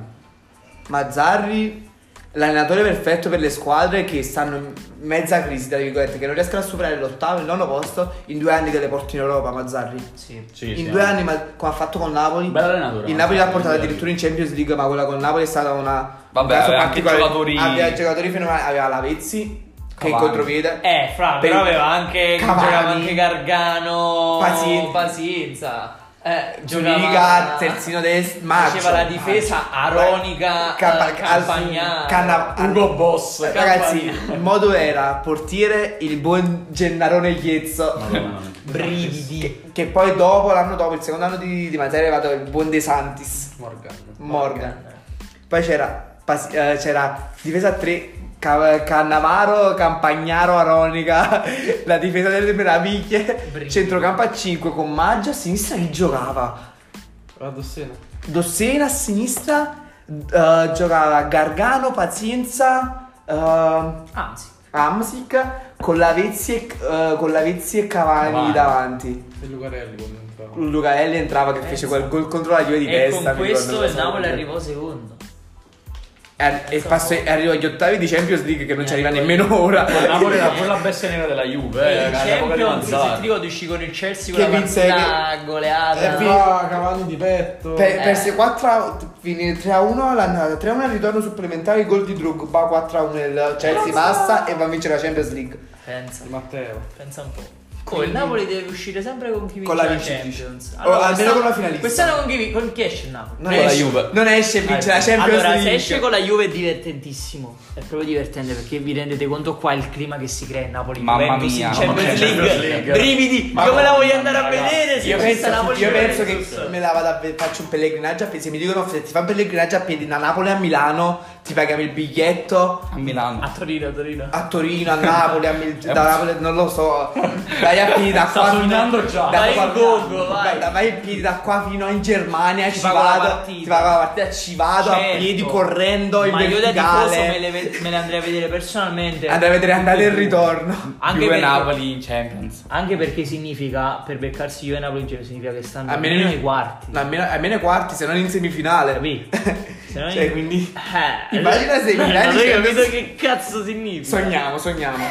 [SPEAKER 3] Mazzarri, l'allenatore perfetto per le squadre che stanno in mezza crisi, tra virgolette, che non riescono a superare l'ottavo e il nono posto in due anni che le porti in Europa. Mazzarri.
[SPEAKER 2] Sì.
[SPEAKER 4] Sì,
[SPEAKER 3] in
[SPEAKER 4] sì,
[SPEAKER 3] due
[SPEAKER 4] eh.
[SPEAKER 3] anni, ma come ha fatto con Napoli,
[SPEAKER 4] Bella allenatore, eh. Mazzarri,
[SPEAKER 3] il Napoli l'ha portato
[SPEAKER 4] voglio
[SPEAKER 3] addirittura
[SPEAKER 4] dire.
[SPEAKER 3] in Champions League, ma quella con Napoli è stata una.
[SPEAKER 1] Vabbè,
[SPEAKER 3] un caso
[SPEAKER 1] aveva anche
[SPEAKER 3] particolare.
[SPEAKER 1] giocatori-
[SPEAKER 3] Aveva giocatori fenomenali, aveva Lavezzi, che
[SPEAKER 1] Cavani.
[SPEAKER 3] contropiede.
[SPEAKER 2] Eh, fra,
[SPEAKER 3] Cioè, Per-
[SPEAKER 2] però aveva anche
[SPEAKER 3] Cavani.
[SPEAKER 2] giocava anche Gargano,
[SPEAKER 3] Pazienza.
[SPEAKER 2] Pazienza. Eh,
[SPEAKER 3] Zuniga, terzino destro, Maggio.
[SPEAKER 2] Faceva la difesa aronica, eh, campagnana.
[SPEAKER 4] Ugo Boss.
[SPEAKER 3] Ragazzi, il modo era portiere il buon Gennarone Chiezzo.
[SPEAKER 4] Madonna.
[SPEAKER 2] brividi.
[SPEAKER 3] Che, che poi dopo, l'anno dopo, il secondo anno di, di Mazzarri è arrivato il buon De Santis.
[SPEAKER 4] Morgan. eh.
[SPEAKER 3] Morgan. Poi c'era, Pas- eh, c'era difesa a 3. Cannavaro, Campagnaro, Aronica, (laughs) la difesa delle meraviglie,
[SPEAKER 2] Brividi.
[SPEAKER 3] centrocampo a 5 con Maggio a sinistra che giocava. Dossena a sinistra eh, giocava Gargano, Pazienza, eh,
[SPEAKER 2] Anzi,
[SPEAKER 3] Amsic con Lavezzi e, eh, con Lavezzi e Cavani,
[SPEAKER 4] Cavani.
[SPEAKER 3] davanti.
[SPEAKER 5] E Lucarelli quando entrava.
[SPEAKER 3] Lucarelli entrava che fece quel gol contro la Juve di
[SPEAKER 2] Eh, e
[SPEAKER 3] testa.
[SPEAKER 2] con
[SPEAKER 3] mi ricordo,
[SPEAKER 2] questo
[SPEAKER 3] non
[SPEAKER 2] il
[SPEAKER 3] so
[SPEAKER 2] Napoli
[SPEAKER 3] come.
[SPEAKER 2] arrivò secondo.
[SPEAKER 3] E- E passò- e arrivò agli ottavi di Champions League che non ci arriva
[SPEAKER 2] Ecco.
[SPEAKER 3] nemmeno ora.
[SPEAKER 4] Ma Napoli era pure la bestia nera della Juve. eh,
[SPEAKER 2] E in
[SPEAKER 4] era l'epoca di
[SPEAKER 2] Champions, se
[SPEAKER 4] Mazzarri.
[SPEAKER 2] ti ricordi, uscì con il Chelsea
[SPEAKER 3] Che
[SPEAKER 2] con la
[SPEAKER 3] vinse-
[SPEAKER 2] partita
[SPEAKER 3] Eh,
[SPEAKER 2] goleata.
[SPEAKER 3] vi-
[SPEAKER 5] Ah, Cavani di petto.
[SPEAKER 3] Per,
[SPEAKER 2] Eh.
[SPEAKER 3] Perse 4 a, finì 3 a 1 all'andata, 3 a 1 al ritorno supplementare, il gol di Drogba 4 a 1 il Chelsea passa e va a vincere la Champions League.
[SPEAKER 2] Pensa,
[SPEAKER 5] Di Matteo.
[SPEAKER 2] pensa un po'. Con il Napoli deve uscire sempre con chi vince
[SPEAKER 3] Con la
[SPEAKER 2] la
[SPEAKER 3] vincitrice.
[SPEAKER 2] Champions.
[SPEAKER 3] O almeno
[SPEAKER 2] quest'anno-
[SPEAKER 3] con la finalista.
[SPEAKER 2] Quest'anno con chi, vi- con chi esce il Napoli?
[SPEAKER 3] Non
[SPEAKER 1] Con la
[SPEAKER 3] esce-
[SPEAKER 1] Juve.
[SPEAKER 3] Non esce e vince la Champions
[SPEAKER 2] allora,
[SPEAKER 3] League.
[SPEAKER 2] se esce con la Juve è divertentissimo. È proprio divertente perché vi rendete conto qua il clima che si crea in Napoli.
[SPEAKER 1] Mamma
[SPEAKER 2] Juventus in
[SPEAKER 1] mia.
[SPEAKER 2] Champions
[SPEAKER 4] Mamma mia,
[SPEAKER 2] League.
[SPEAKER 4] Champions League.
[SPEAKER 2] Brividi.
[SPEAKER 4] Mamma
[SPEAKER 2] Io me la voglio
[SPEAKER 4] mia,
[SPEAKER 2] andare a
[SPEAKER 4] ragazzi.
[SPEAKER 2] vedere se
[SPEAKER 3] Io
[SPEAKER 2] questa
[SPEAKER 3] penso,
[SPEAKER 2] Napoli
[SPEAKER 3] io penso che
[SPEAKER 2] Juventus.
[SPEAKER 3] me la vado a ve- faccio un pellegrinaggio a piedi. Se mi dicono se ti fa un pellegrinaggio a piedi da Napoli a Milano, ti paghiamo il biglietto
[SPEAKER 1] A Milano.
[SPEAKER 2] A Torino, a Torino.
[SPEAKER 3] a Torino, a Napoli, a Mil- da Napoli, non lo so. Dai a piedi da
[SPEAKER 4] Sta
[SPEAKER 3] qua.
[SPEAKER 4] sognando già.
[SPEAKER 2] Vai in Congo, vai.
[SPEAKER 3] Guarda, vai a piedi da qua fino in Germania, ci,
[SPEAKER 2] pago la
[SPEAKER 3] vado.
[SPEAKER 2] partita.
[SPEAKER 3] Ti pago la partita, ci vado a
[SPEAKER 2] Certo.
[SPEAKER 3] piedi correndo in
[SPEAKER 2] Ma io da tifoso me
[SPEAKER 3] verticale.
[SPEAKER 2] le, ve- me le andrei a vedere personalmente.
[SPEAKER 3] Andrei a vedere andate e ritorno.
[SPEAKER 2] Anche
[SPEAKER 1] Juve
[SPEAKER 2] perché-
[SPEAKER 1] Napoli in Champions.
[SPEAKER 2] Anche perché significa, per beccarsi Juve e Napoli in giro, significa che stanno almeno, nei quarti.
[SPEAKER 3] No, almeno, almeno ai quarti, se non in semifinale. (laughs)
[SPEAKER 2] Capì? Se no
[SPEAKER 3] Cioè,
[SPEAKER 2] io- (laughs)
[SPEAKER 3] quindi-
[SPEAKER 2] Eh, (laughs)
[SPEAKER 3] Immagina se
[SPEAKER 2] non
[SPEAKER 3] Milano
[SPEAKER 2] ho
[SPEAKER 3] Champions-
[SPEAKER 2] (laughs) capito che cazzo significa.
[SPEAKER 3] Sogniamo, sogniamo.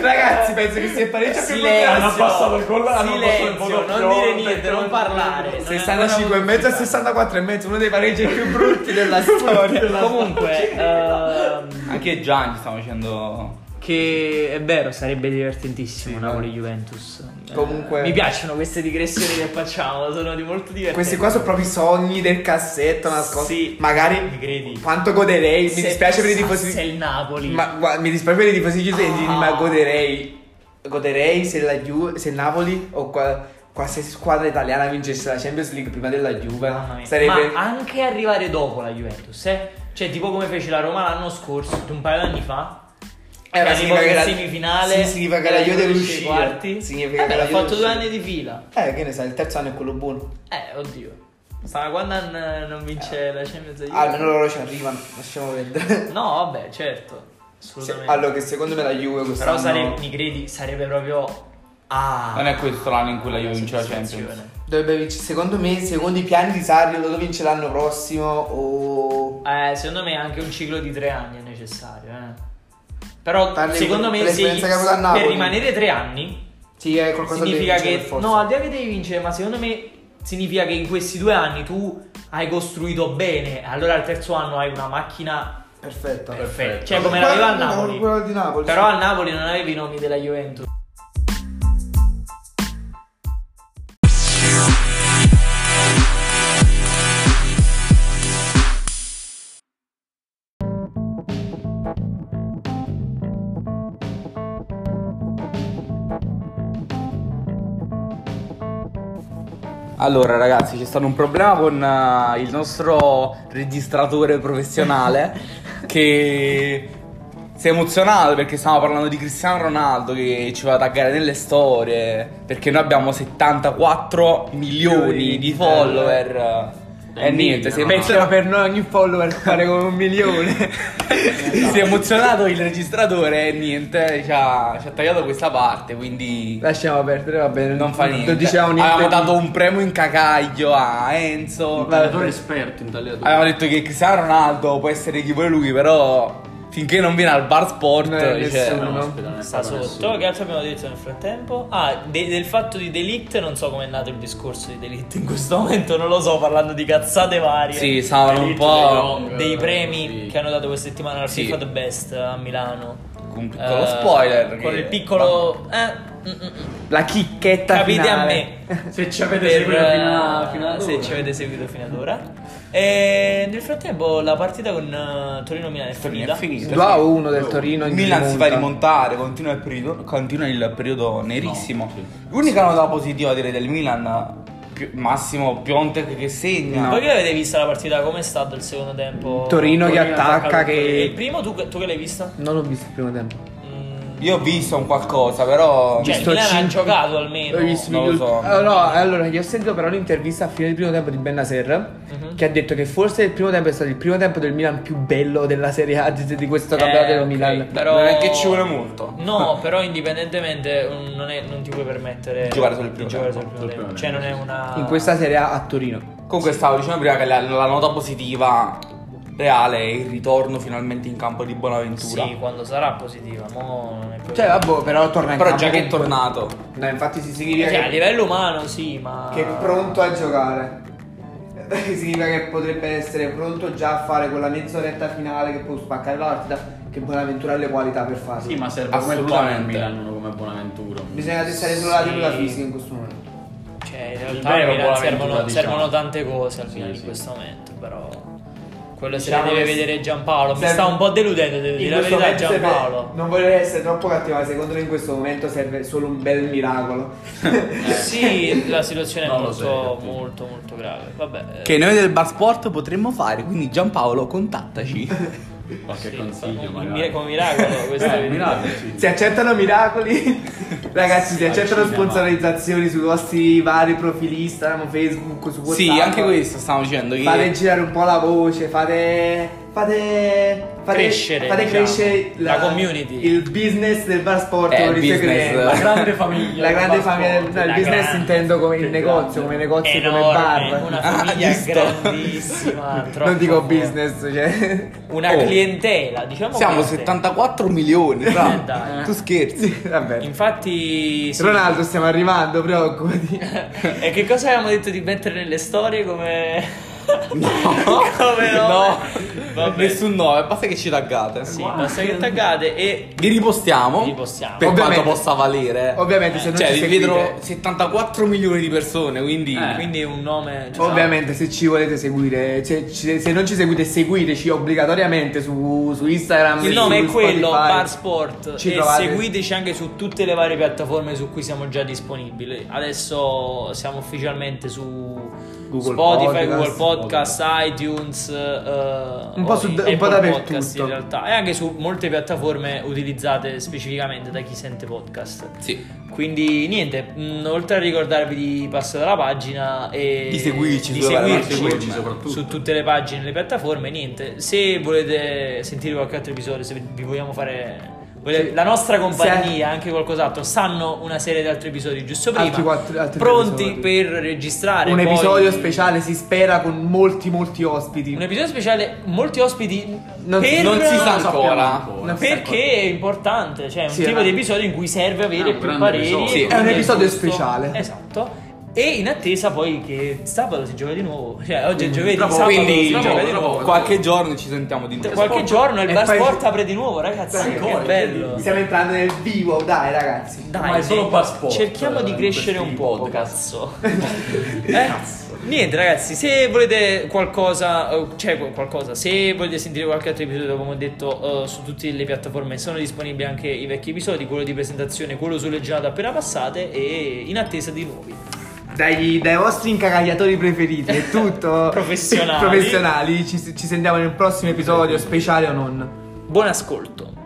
[SPEAKER 3] Ragazzi, penso che sia parecchio più
[SPEAKER 2] Silenzio.
[SPEAKER 5] Hanno abbassato il collo, hanno abbassato il
[SPEAKER 2] Silenzio,
[SPEAKER 5] volume,
[SPEAKER 2] non dire
[SPEAKER 5] non
[SPEAKER 2] niente, non parlare. Non è-
[SPEAKER 3] 65 e mezzo a 64 e mezzo, uno dei pareggi più
[SPEAKER 2] (laughs)
[SPEAKER 3] brutti della storia.
[SPEAKER 5] Esatto.
[SPEAKER 2] Comunque, ehm,
[SPEAKER 1] Anche Gian ci stavo dicendo.
[SPEAKER 2] che è vero, sarebbe divertentissimo Napoli-Juventus. Eh,
[SPEAKER 3] Comunque-
[SPEAKER 2] mi piacciono queste digressioni che facciamo, sono di molto divertenti.
[SPEAKER 3] Questi qua sono proprio i sogni del cassetto nascosto.
[SPEAKER 2] Sì.
[SPEAKER 3] Magari
[SPEAKER 2] Mi credi?
[SPEAKER 3] quanto goderei. Mi
[SPEAKER 2] Se
[SPEAKER 3] dispiace per i
[SPEAKER 2] passasse
[SPEAKER 3] tifosi.
[SPEAKER 2] il Napoli.
[SPEAKER 3] Ma gua- mi dispiace per i tifosi giusentini,
[SPEAKER 2] Ah.
[SPEAKER 3] ma goderei. Goderei se la Ju- se Napoli o qua- qualsiasi squadra italiana vincesse la Champions League prima della Juve.
[SPEAKER 2] Mamma mia.
[SPEAKER 3] Sarebbe.
[SPEAKER 2] Ma anche arrivare dopo la Juventus, eh? Cioè, tipo come fece la Roma l'anno scorso, un paio d'anni fa.
[SPEAKER 3] Eh, ma
[SPEAKER 2] che arrivò
[SPEAKER 3] significa che
[SPEAKER 2] in
[SPEAKER 3] la-
[SPEAKER 2] semifinale.
[SPEAKER 3] sì, significa che la Juve deve
[SPEAKER 2] esce ai
[SPEAKER 3] uscire.
[SPEAKER 2] quarti.
[SPEAKER 3] Significa
[SPEAKER 2] Eh,
[SPEAKER 3] che la
[SPEAKER 2] l'ha
[SPEAKER 3] Juve
[SPEAKER 2] fatto
[SPEAKER 3] deve
[SPEAKER 2] due
[SPEAKER 3] uscire.
[SPEAKER 2] anni di fila.
[SPEAKER 3] Eh, che ne sai, il terzo anno è quello buono.
[SPEAKER 2] Eh, oddio. Sarà quando non, non vince
[SPEAKER 3] Eh.
[SPEAKER 2] la Champions League.
[SPEAKER 3] Almeno loro ci arrivano, lasciamo perdere.
[SPEAKER 2] No, vabbè, certo.
[SPEAKER 3] Se-
[SPEAKER 2] Assolutamente.
[SPEAKER 3] allora, che secondo me la Juve quest'anno.
[SPEAKER 2] Però sarebbe, mi credi, sarebbe proprio. Ah.
[SPEAKER 1] Non è questo l'anno in cui la Juve vince la
[SPEAKER 2] soddisfazione.
[SPEAKER 1] Champions.
[SPEAKER 3] Dovrebbe vincere, secondo me, secondo i piani di Sarri, lo vince l'anno prossimo o...
[SPEAKER 2] Eh, secondo me anche un ciclo di tre anni è necessario, eh. Però
[SPEAKER 3] Parli
[SPEAKER 2] secondo
[SPEAKER 3] per-
[SPEAKER 2] me
[SPEAKER 3] per
[SPEAKER 2] se,
[SPEAKER 3] l'esperienza che ha avuto a
[SPEAKER 2] per
[SPEAKER 3] Napoli.
[SPEAKER 2] rimanere tre anni
[SPEAKER 3] Sì, è qualcosa da
[SPEAKER 2] significa
[SPEAKER 3] vincere,
[SPEAKER 2] che
[SPEAKER 3] per forza.
[SPEAKER 2] no, al di là che devi vincere, ma secondo me significa che in questi due anni tu hai costruito bene, allora al terzo anno hai una macchina
[SPEAKER 3] Perfetto.
[SPEAKER 2] perfetta,
[SPEAKER 4] Perfetto.
[SPEAKER 2] cioè come l'aveva al Napoli.
[SPEAKER 3] Quello di Napoli.
[SPEAKER 2] Però
[SPEAKER 3] sì.
[SPEAKER 2] al Napoli non avevi i nomi della Juventus.
[SPEAKER 1] Allora, ragazzi, c'è stato un problema con eh, il nostro registratore (laughs) professionale che si è emozionato perché stavamo parlando di Cristiano Ronaldo che ci va a taggare nelle storie perché noi abbiamo 74 milioni di follower. E
[SPEAKER 4] È
[SPEAKER 1] niente,
[SPEAKER 4] mille,
[SPEAKER 1] si è
[SPEAKER 4] no?
[SPEAKER 1] emozionato-
[SPEAKER 3] per noi ogni follower fare come
[SPEAKER 1] (laughs)
[SPEAKER 3] un milione.
[SPEAKER 1] si è emozionato il registratore e niente, ci ha, ci ha tagliato questa parte, quindi
[SPEAKER 3] Lasciamo perdere, va bene.
[SPEAKER 1] non fa niente.
[SPEAKER 3] Non diciamo niente.
[SPEAKER 1] Avevamo
[SPEAKER 3] di-
[SPEAKER 1] dato un premio in cacaglio a Enzo.
[SPEAKER 4] Tagliatore esperto in tagliatore.
[SPEAKER 1] Avevamo detto che Cristiano Ronaldo può essere chi vuole lui, però finché non viene al bar sport,
[SPEAKER 3] Non è
[SPEAKER 1] cioè,
[SPEAKER 3] Eh, nessuno.
[SPEAKER 4] No, ospita, non è
[SPEAKER 2] Sta
[SPEAKER 4] proprio
[SPEAKER 2] sotto,
[SPEAKER 4] nessuno.
[SPEAKER 2] che altro abbiamo detto nel frattempo? Ah, de- del fatto di Delict, non so com'è nato il discorso di Delict in questo momento, non lo so, parlando di cazzate varie.
[SPEAKER 1] sì, stavano un
[SPEAKER 4] Delitto dei
[SPEAKER 1] po'
[SPEAKER 4] no.
[SPEAKER 2] Dei premi
[SPEAKER 4] Sì.
[SPEAKER 2] che hanno dato questa settimana al
[SPEAKER 1] Sì.
[SPEAKER 2] FIFA The Best a Milano.
[SPEAKER 1] con un piccolo
[SPEAKER 2] Eh,
[SPEAKER 1] spoiler.
[SPEAKER 2] Con
[SPEAKER 1] che-
[SPEAKER 2] il piccolo... Eh, mm, mm, mm.
[SPEAKER 3] La chicchetta
[SPEAKER 2] capite a
[SPEAKER 3] finale.
[SPEAKER 2] me. (laughs)
[SPEAKER 4] Se ci avete
[SPEAKER 2] Per,
[SPEAKER 4] seguito fino,
[SPEAKER 2] eh,
[SPEAKER 4] a- fino ad
[SPEAKER 2] se
[SPEAKER 4] ora.
[SPEAKER 2] ci avete seguito fino ad ora. E nel frattempo la partita con eh, Torino-Milano è
[SPEAKER 1] Torino
[SPEAKER 2] finita.
[SPEAKER 1] è finito.
[SPEAKER 3] 2 a 1 del Torino in
[SPEAKER 1] Milan si fa
[SPEAKER 3] rimonta.
[SPEAKER 1] rimontare, continua il periodo, continua il periodo nerissimo.
[SPEAKER 4] No, sì.
[SPEAKER 1] L'unica nota positiva direi del Milan, più- Massimo Piontek che segna.
[SPEAKER 2] Voi che avete visto la partita? Com'è stato il secondo tempo?
[SPEAKER 3] Torino che attacca,
[SPEAKER 2] contro- E il
[SPEAKER 3] che...
[SPEAKER 2] primo tu, tu che l'hai vista?
[SPEAKER 3] Non l'ho visto il primo tempo.
[SPEAKER 2] Mm,
[SPEAKER 1] Io ho visto un qualcosa, però...
[SPEAKER 2] cioè, il
[SPEAKER 3] visto
[SPEAKER 2] Milan ha
[SPEAKER 3] cinque-
[SPEAKER 2] giocato almeno.
[SPEAKER 3] Ho visto
[SPEAKER 1] Non lo
[SPEAKER 3] gli
[SPEAKER 1] so.
[SPEAKER 3] ulti- Ah, no, allora, gli ho sentito però l'intervista a fine del primo tempo di Benaser
[SPEAKER 2] Mhm.
[SPEAKER 3] che ha detto che forse il primo tempo è stato il primo tempo del Milan più bello della Serie A di, di questo
[SPEAKER 2] Eh,
[SPEAKER 3] campionato dello
[SPEAKER 2] ok,
[SPEAKER 3] Milan.
[SPEAKER 2] però-
[SPEAKER 1] Non è che ci vuole molto.
[SPEAKER 2] No, però indipendentemente mm, non, è- non ti puoi permettere
[SPEAKER 1] Di giocare solo il
[SPEAKER 2] di
[SPEAKER 1] primo
[SPEAKER 2] giocare
[SPEAKER 1] tempo.
[SPEAKER 2] solo il primo tempo.
[SPEAKER 4] Sul
[SPEAKER 2] Cioè, non
[SPEAKER 4] primo
[SPEAKER 2] è una.
[SPEAKER 3] In questa Serie A a Torino.
[SPEAKER 1] Comunque stavo dicendo prima che la, la nota positiva reale è il ritorno finalmente in campo di Bonaventura.
[SPEAKER 2] Sì, quando sarà positiva. Mo non è proprio-
[SPEAKER 3] Cioè, vabbè, però torna in
[SPEAKER 1] Però
[SPEAKER 3] campo
[SPEAKER 1] già che è
[SPEAKER 3] comunque.
[SPEAKER 1] tornato.
[SPEAKER 3] No, infatti si significa
[SPEAKER 2] Cioè, a
[SPEAKER 3] che,
[SPEAKER 2] livello umano, sì, ma.
[SPEAKER 3] che è pronto a giocare. (laughs) Che significa che potrebbe essere pronto già a fare quella mezz'oretta finale che può spaccare la partita, che Bonaventura ha le qualità per farlo.
[SPEAKER 4] Sì, ma serve quel pane
[SPEAKER 1] Assolutamente.
[SPEAKER 4] al Milan, uno come Bonaventura.
[SPEAKER 3] Bisogna testare solo la
[SPEAKER 2] Sì.
[SPEAKER 3] tenuta fisica in questo momento.
[SPEAKER 2] Cioè, in
[SPEAKER 4] Il
[SPEAKER 2] realtà
[SPEAKER 4] vero
[SPEAKER 2] al Milan
[SPEAKER 4] Bonaventura,
[SPEAKER 2] servono,
[SPEAKER 4] diciamo.
[SPEAKER 2] servono tante cose al
[SPEAKER 4] Sì,
[SPEAKER 2] Milan in
[SPEAKER 4] sì.
[SPEAKER 2] questo momento, però. Quello
[SPEAKER 3] Diciamo
[SPEAKER 2] se ne deve
[SPEAKER 3] che-
[SPEAKER 2] vedere Giampaolo. Mi
[SPEAKER 3] serve-
[SPEAKER 2] sta un po' deludendo, devo
[SPEAKER 3] In
[SPEAKER 2] dire la
[SPEAKER 3] questo
[SPEAKER 2] verità.
[SPEAKER 3] momento serve-
[SPEAKER 4] (laughs)
[SPEAKER 2] Giampaolo.
[SPEAKER 3] Non volevo essere troppo cattiva, ma secondo me in questo momento serve solo un bel miracolo.
[SPEAKER 2] Sì, la situazione è
[SPEAKER 4] Non lo
[SPEAKER 2] molto,
[SPEAKER 4] so, sì.
[SPEAKER 2] molto, molto grave. Vabbè. eh,
[SPEAKER 1] Che noi del Bar Sport potremmo fare, quindi Giampaolo (laughs) contattaci.
[SPEAKER 4] Qualche
[SPEAKER 2] sì,
[SPEAKER 4] consiglio,
[SPEAKER 2] un- un
[SPEAKER 4] magari.
[SPEAKER 2] mir- Come miracolo, questo
[SPEAKER 4] Eh,
[SPEAKER 2] è
[SPEAKER 4] miracolo, sì.
[SPEAKER 3] si accettano miracoli, (laughs) ragazzi, si accettano
[SPEAKER 4] al cinema.
[SPEAKER 3] sponsorizzazioni sui vostri vari profili Instagram, Facebook, su WhatsApp.
[SPEAKER 1] sì, anche questo stavo dicendo. Che
[SPEAKER 3] Fate girare un po' la voce, fate fate, fate
[SPEAKER 2] Crescere,
[SPEAKER 3] fate
[SPEAKER 2] diciamo,
[SPEAKER 3] crescere
[SPEAKER 2] la community.
[SPEAKER 3] il business del bar sport
[SPEAKER 1] Eh,
[SPEAKER 3] con il
[SPEAKER 1] business.
[SPEAKER 3] segreto. (laughs)
[SPEAKER 1] La
[SPEAKER 4] grande famiglia
[SPEAKER 3] la
[SPEAKER 4] del
[SPEAKER 3] grande
[SPEAKER 4] bar
[SPEAKER 3] famiglia del
[SPEAKER 4] sport.
[SPEAKER 3] no, il
[SPEAKER 2] La
[SPEAKER 3] business
[SPEAKER 2] grande.
[SPEAKER 3] intendo come il
[SPEAKER 4] Che
[SPEAKER 3] negozio
[SPEAKER 4] grande.
[SPEAKER 3] come negozio come
[SPEAKER 2] Enorme,
[SPEAKER 3] bar
[SPEAKER 2] una
[SPEAKER 1] Ah,
[SPEAKER 3] (laughs)
[SPEAKER 2] famiglia
[SPEAKER 1] giusto.
[SPEAKER 2] grandissima. troppo
[SPEAKER 3] non dico
[SPEAKER 2] forte.
[SPEAKER 3] business cioè (laughs)
[SPEAKER 2] Una
[SPEAKER 1] Oh.
[SPEAKER 2] clientela, diciamo
[SPEAKER 1] Siamo
[SPEAKER 2] clientela.
[SPEAKER 1] 74 milioni, fra.
[SPEAKER 2] Eh, dai.
[SPEAKER 1] Tu
[SPEAKER 3] (laughs)
[SPEAKER 1] scherzi?
[SPEAKER 3] vabbè
[SPEAKER 2] Infatti, sì.
[SPEAKER 3] Ronaldo stiamo arrivando
[SPEAKER 2] (laughs)
[SPEAKER 3] preoccupati
[SPEAKER 2] E che cosa avevamo detto di mettere nelle storie come. (laughs) come no? Vabbè.
[SPEAKER 1] Nessun nome, basta che ci taggate.
[SPEAKER 2] Sì, basta che taggate e. Eh.
[SPEAKER 1] Vi ripostiamo.
[SPEAKER 2] Vi ripostiamo.
[SPEAKER 1] Per
[SPEAKER 3] Ovviamente.
[SPEAKER 1] quanto possa valere.
[SPEAKER 3] ovviamente se non
[SPEAKER 1] Cioè,
[SPEAKER 3] ci
[SPEAKER 1] vi
[SPEAKER 3] seguite
[SPEAKER 1] vedrò 74 milioni di persone, quindi...
[SPEAKER 4] Eh.
[SPEAKER 2] Quindi un nome. cioè,
[SPEAKER 3] Ovviamente se ci volete seguire, cioè, ci- se non ci seguite seguiteci obbligatoriamente su, su Instagram.
[SPEAKER 2] Il
[SPEAKER 3] su
[SPEAKER 2] nome è quello,
[SPEAKER 3] Spotify.
[SPEAKER 2] Bar Sport.
[SPEAKER 3] Ci
[SPEAKER 2] e
[SPEAKER 3] trovate.
[SPEAKER 2] seguiteci anche su tutte le varie piattaforme su cui siamo già disponibili. Adesso siamo ufficialmente su
[SPEAKER 3] Google
[SPEAKER 2] Spotify,
[SPEAKER 3] Podcast,
[SPEAKER 2] Google Podcast, iTunes, eh,
[SPEAKER 3] Un po' su-
[SPEAKER 2] o-
[SPEAKER 3] un po'
[SPEAKER 2] Apple
[SPEAKER 3] dappertutto.
[SPEAKER 2] Podcast in realtà. E anche su molte piattaforme utilizzate specificamente da chi sente podcast.
[SPEAKER 1] Sì.
[SPEAKER 2] Quindi niente, mh, oltre a ricordarvi di passare alla pagina e
[SPEAKER 1] Di seguirci
[SPEAKER 2] di
[SPEAKER 1] sulle varie
[SPEAKER 2] seguirci
[SPEAKER 4] piattaforme. soprattutto.
[SPEAKER 2] su tutte le pagine, le piattaforme, niente. Se volete sentire qualche altro episodio, se vi vogliamo fare vole-
[SPEAKER 3] Sì.
[SPEAKER 2] la nostra compagnia,
[SPEAKER 3] Se-
[SPEAKER 2] anche qualcos'altro, sanno una serie di altri episodi giusto prima,
[SPEAKER 3] Altri quattro- altri tre
[SPEAKER 2] pronti
[SPEAKER 3] episodi.
[SPEAKER 2] per registrare
[SPEAKER 3] Un
[SPEAKER 2] poi-
[SPEAKER 3] episodio speciale si spera con molti molti ospiti.
[SPEAKER 2] Un episodio speciale, molti ospiti
[SPEAKER 3] Non-
[SPEAKER 2] per-
[SPEAKER 1] Non si sa
[SPEAKER 4] sappiamo
[SPEAKER 1] ancora.
[SPEAKER 4] ancora.
[SPEAKER 3] Non si sa
[SPEAKER 2] perché è importante, cioè è un
[SPEAKER 3] Sì, eh.
[SPEAKER 2] tipo
[SPEAKER 3] ma-
[SPEAKER 2] di episodio in cui serve
[SPEAKER 4] È
[SPEAKER 2] avere più
[SPEAKER 4] un Ah, grande
[SPEAKER 2] pareri.
[SPEAKER 4] episodio.
[SPEAKER 2] e
[SPEAKER 1] Sì, è un
[SPEAKER 2] quindi
[SPEAKER 3] episodio
[SPEAKER 2] giusto-
[SPEAKER 3] speciale.
[SPEAKER 2] Esatto. E in attesa poi che sabato si gioca di nuovo, cioè oggi è giovedì,
[SPEAKER 4] tra poco,
[SPEAKER 2] sabato
[SPEAKER 1] Quindi,
[SPEAKER 2] si
[SPEAKER 4] tra
[SPEAKER 2] gioca
[SPEAKER 4] poco,
[SPEAKER 2] di
[SPEAKER 4] tra
[SPEAKER 2] nuovo.
[SPEAKER 4] poco.
[SPEAKER 1] Qualche giorno ci sentiamo di nuovo.
[SPEAKER 2] Qualche giorno il
[SPEAKER 3] E
[SPEAKER 2] bar
[SPEAKER 3] poi-
[SPEAKER 2] sport apre di nuovo, ragazzi, che bello.
[SPEAKER 3] Stiamo entrando nel vivo, dai ragazzi.
[SPEAKER 2] Dai,
[SPEAKER 4] Ma è
[SPEAKER 2] sì.
[SPEAKER 4] solo bar sport,
[SPEAKER 2] Cerchiamo di
[SPEAKER 4] eh,
[SPEAKER 2] crescere
[SPEAKER 4] questi
[SPEAKER 2] un po',
[SPEAKER 4] podcast.
[SPEAKER 2] cazzo.
[SPEAKER 4] (laughs)
[SPEAKER 2] Eh? Niente ragazzi, se volete qualcosa, eh, cioè qu- qualcosa, se volete sentire qualche altro episodio, come ho detto, eh, su tutte le piattaforme sono disponibili anche i vecchi episodi, quello di presentazione, quello sulle giornate appena passate e in attesa di nuovi.
[SPEAKER 3] Dai, dai vostri incagagliatori preferiti, è tutto.
[SPEAKER 2] (laughs) Professionali.
[SPEAKER 3] Professionali. Ci, ci sentiamo nel prossimo episodio speciale o non.
[SPEAKER 2] Buon ascolto.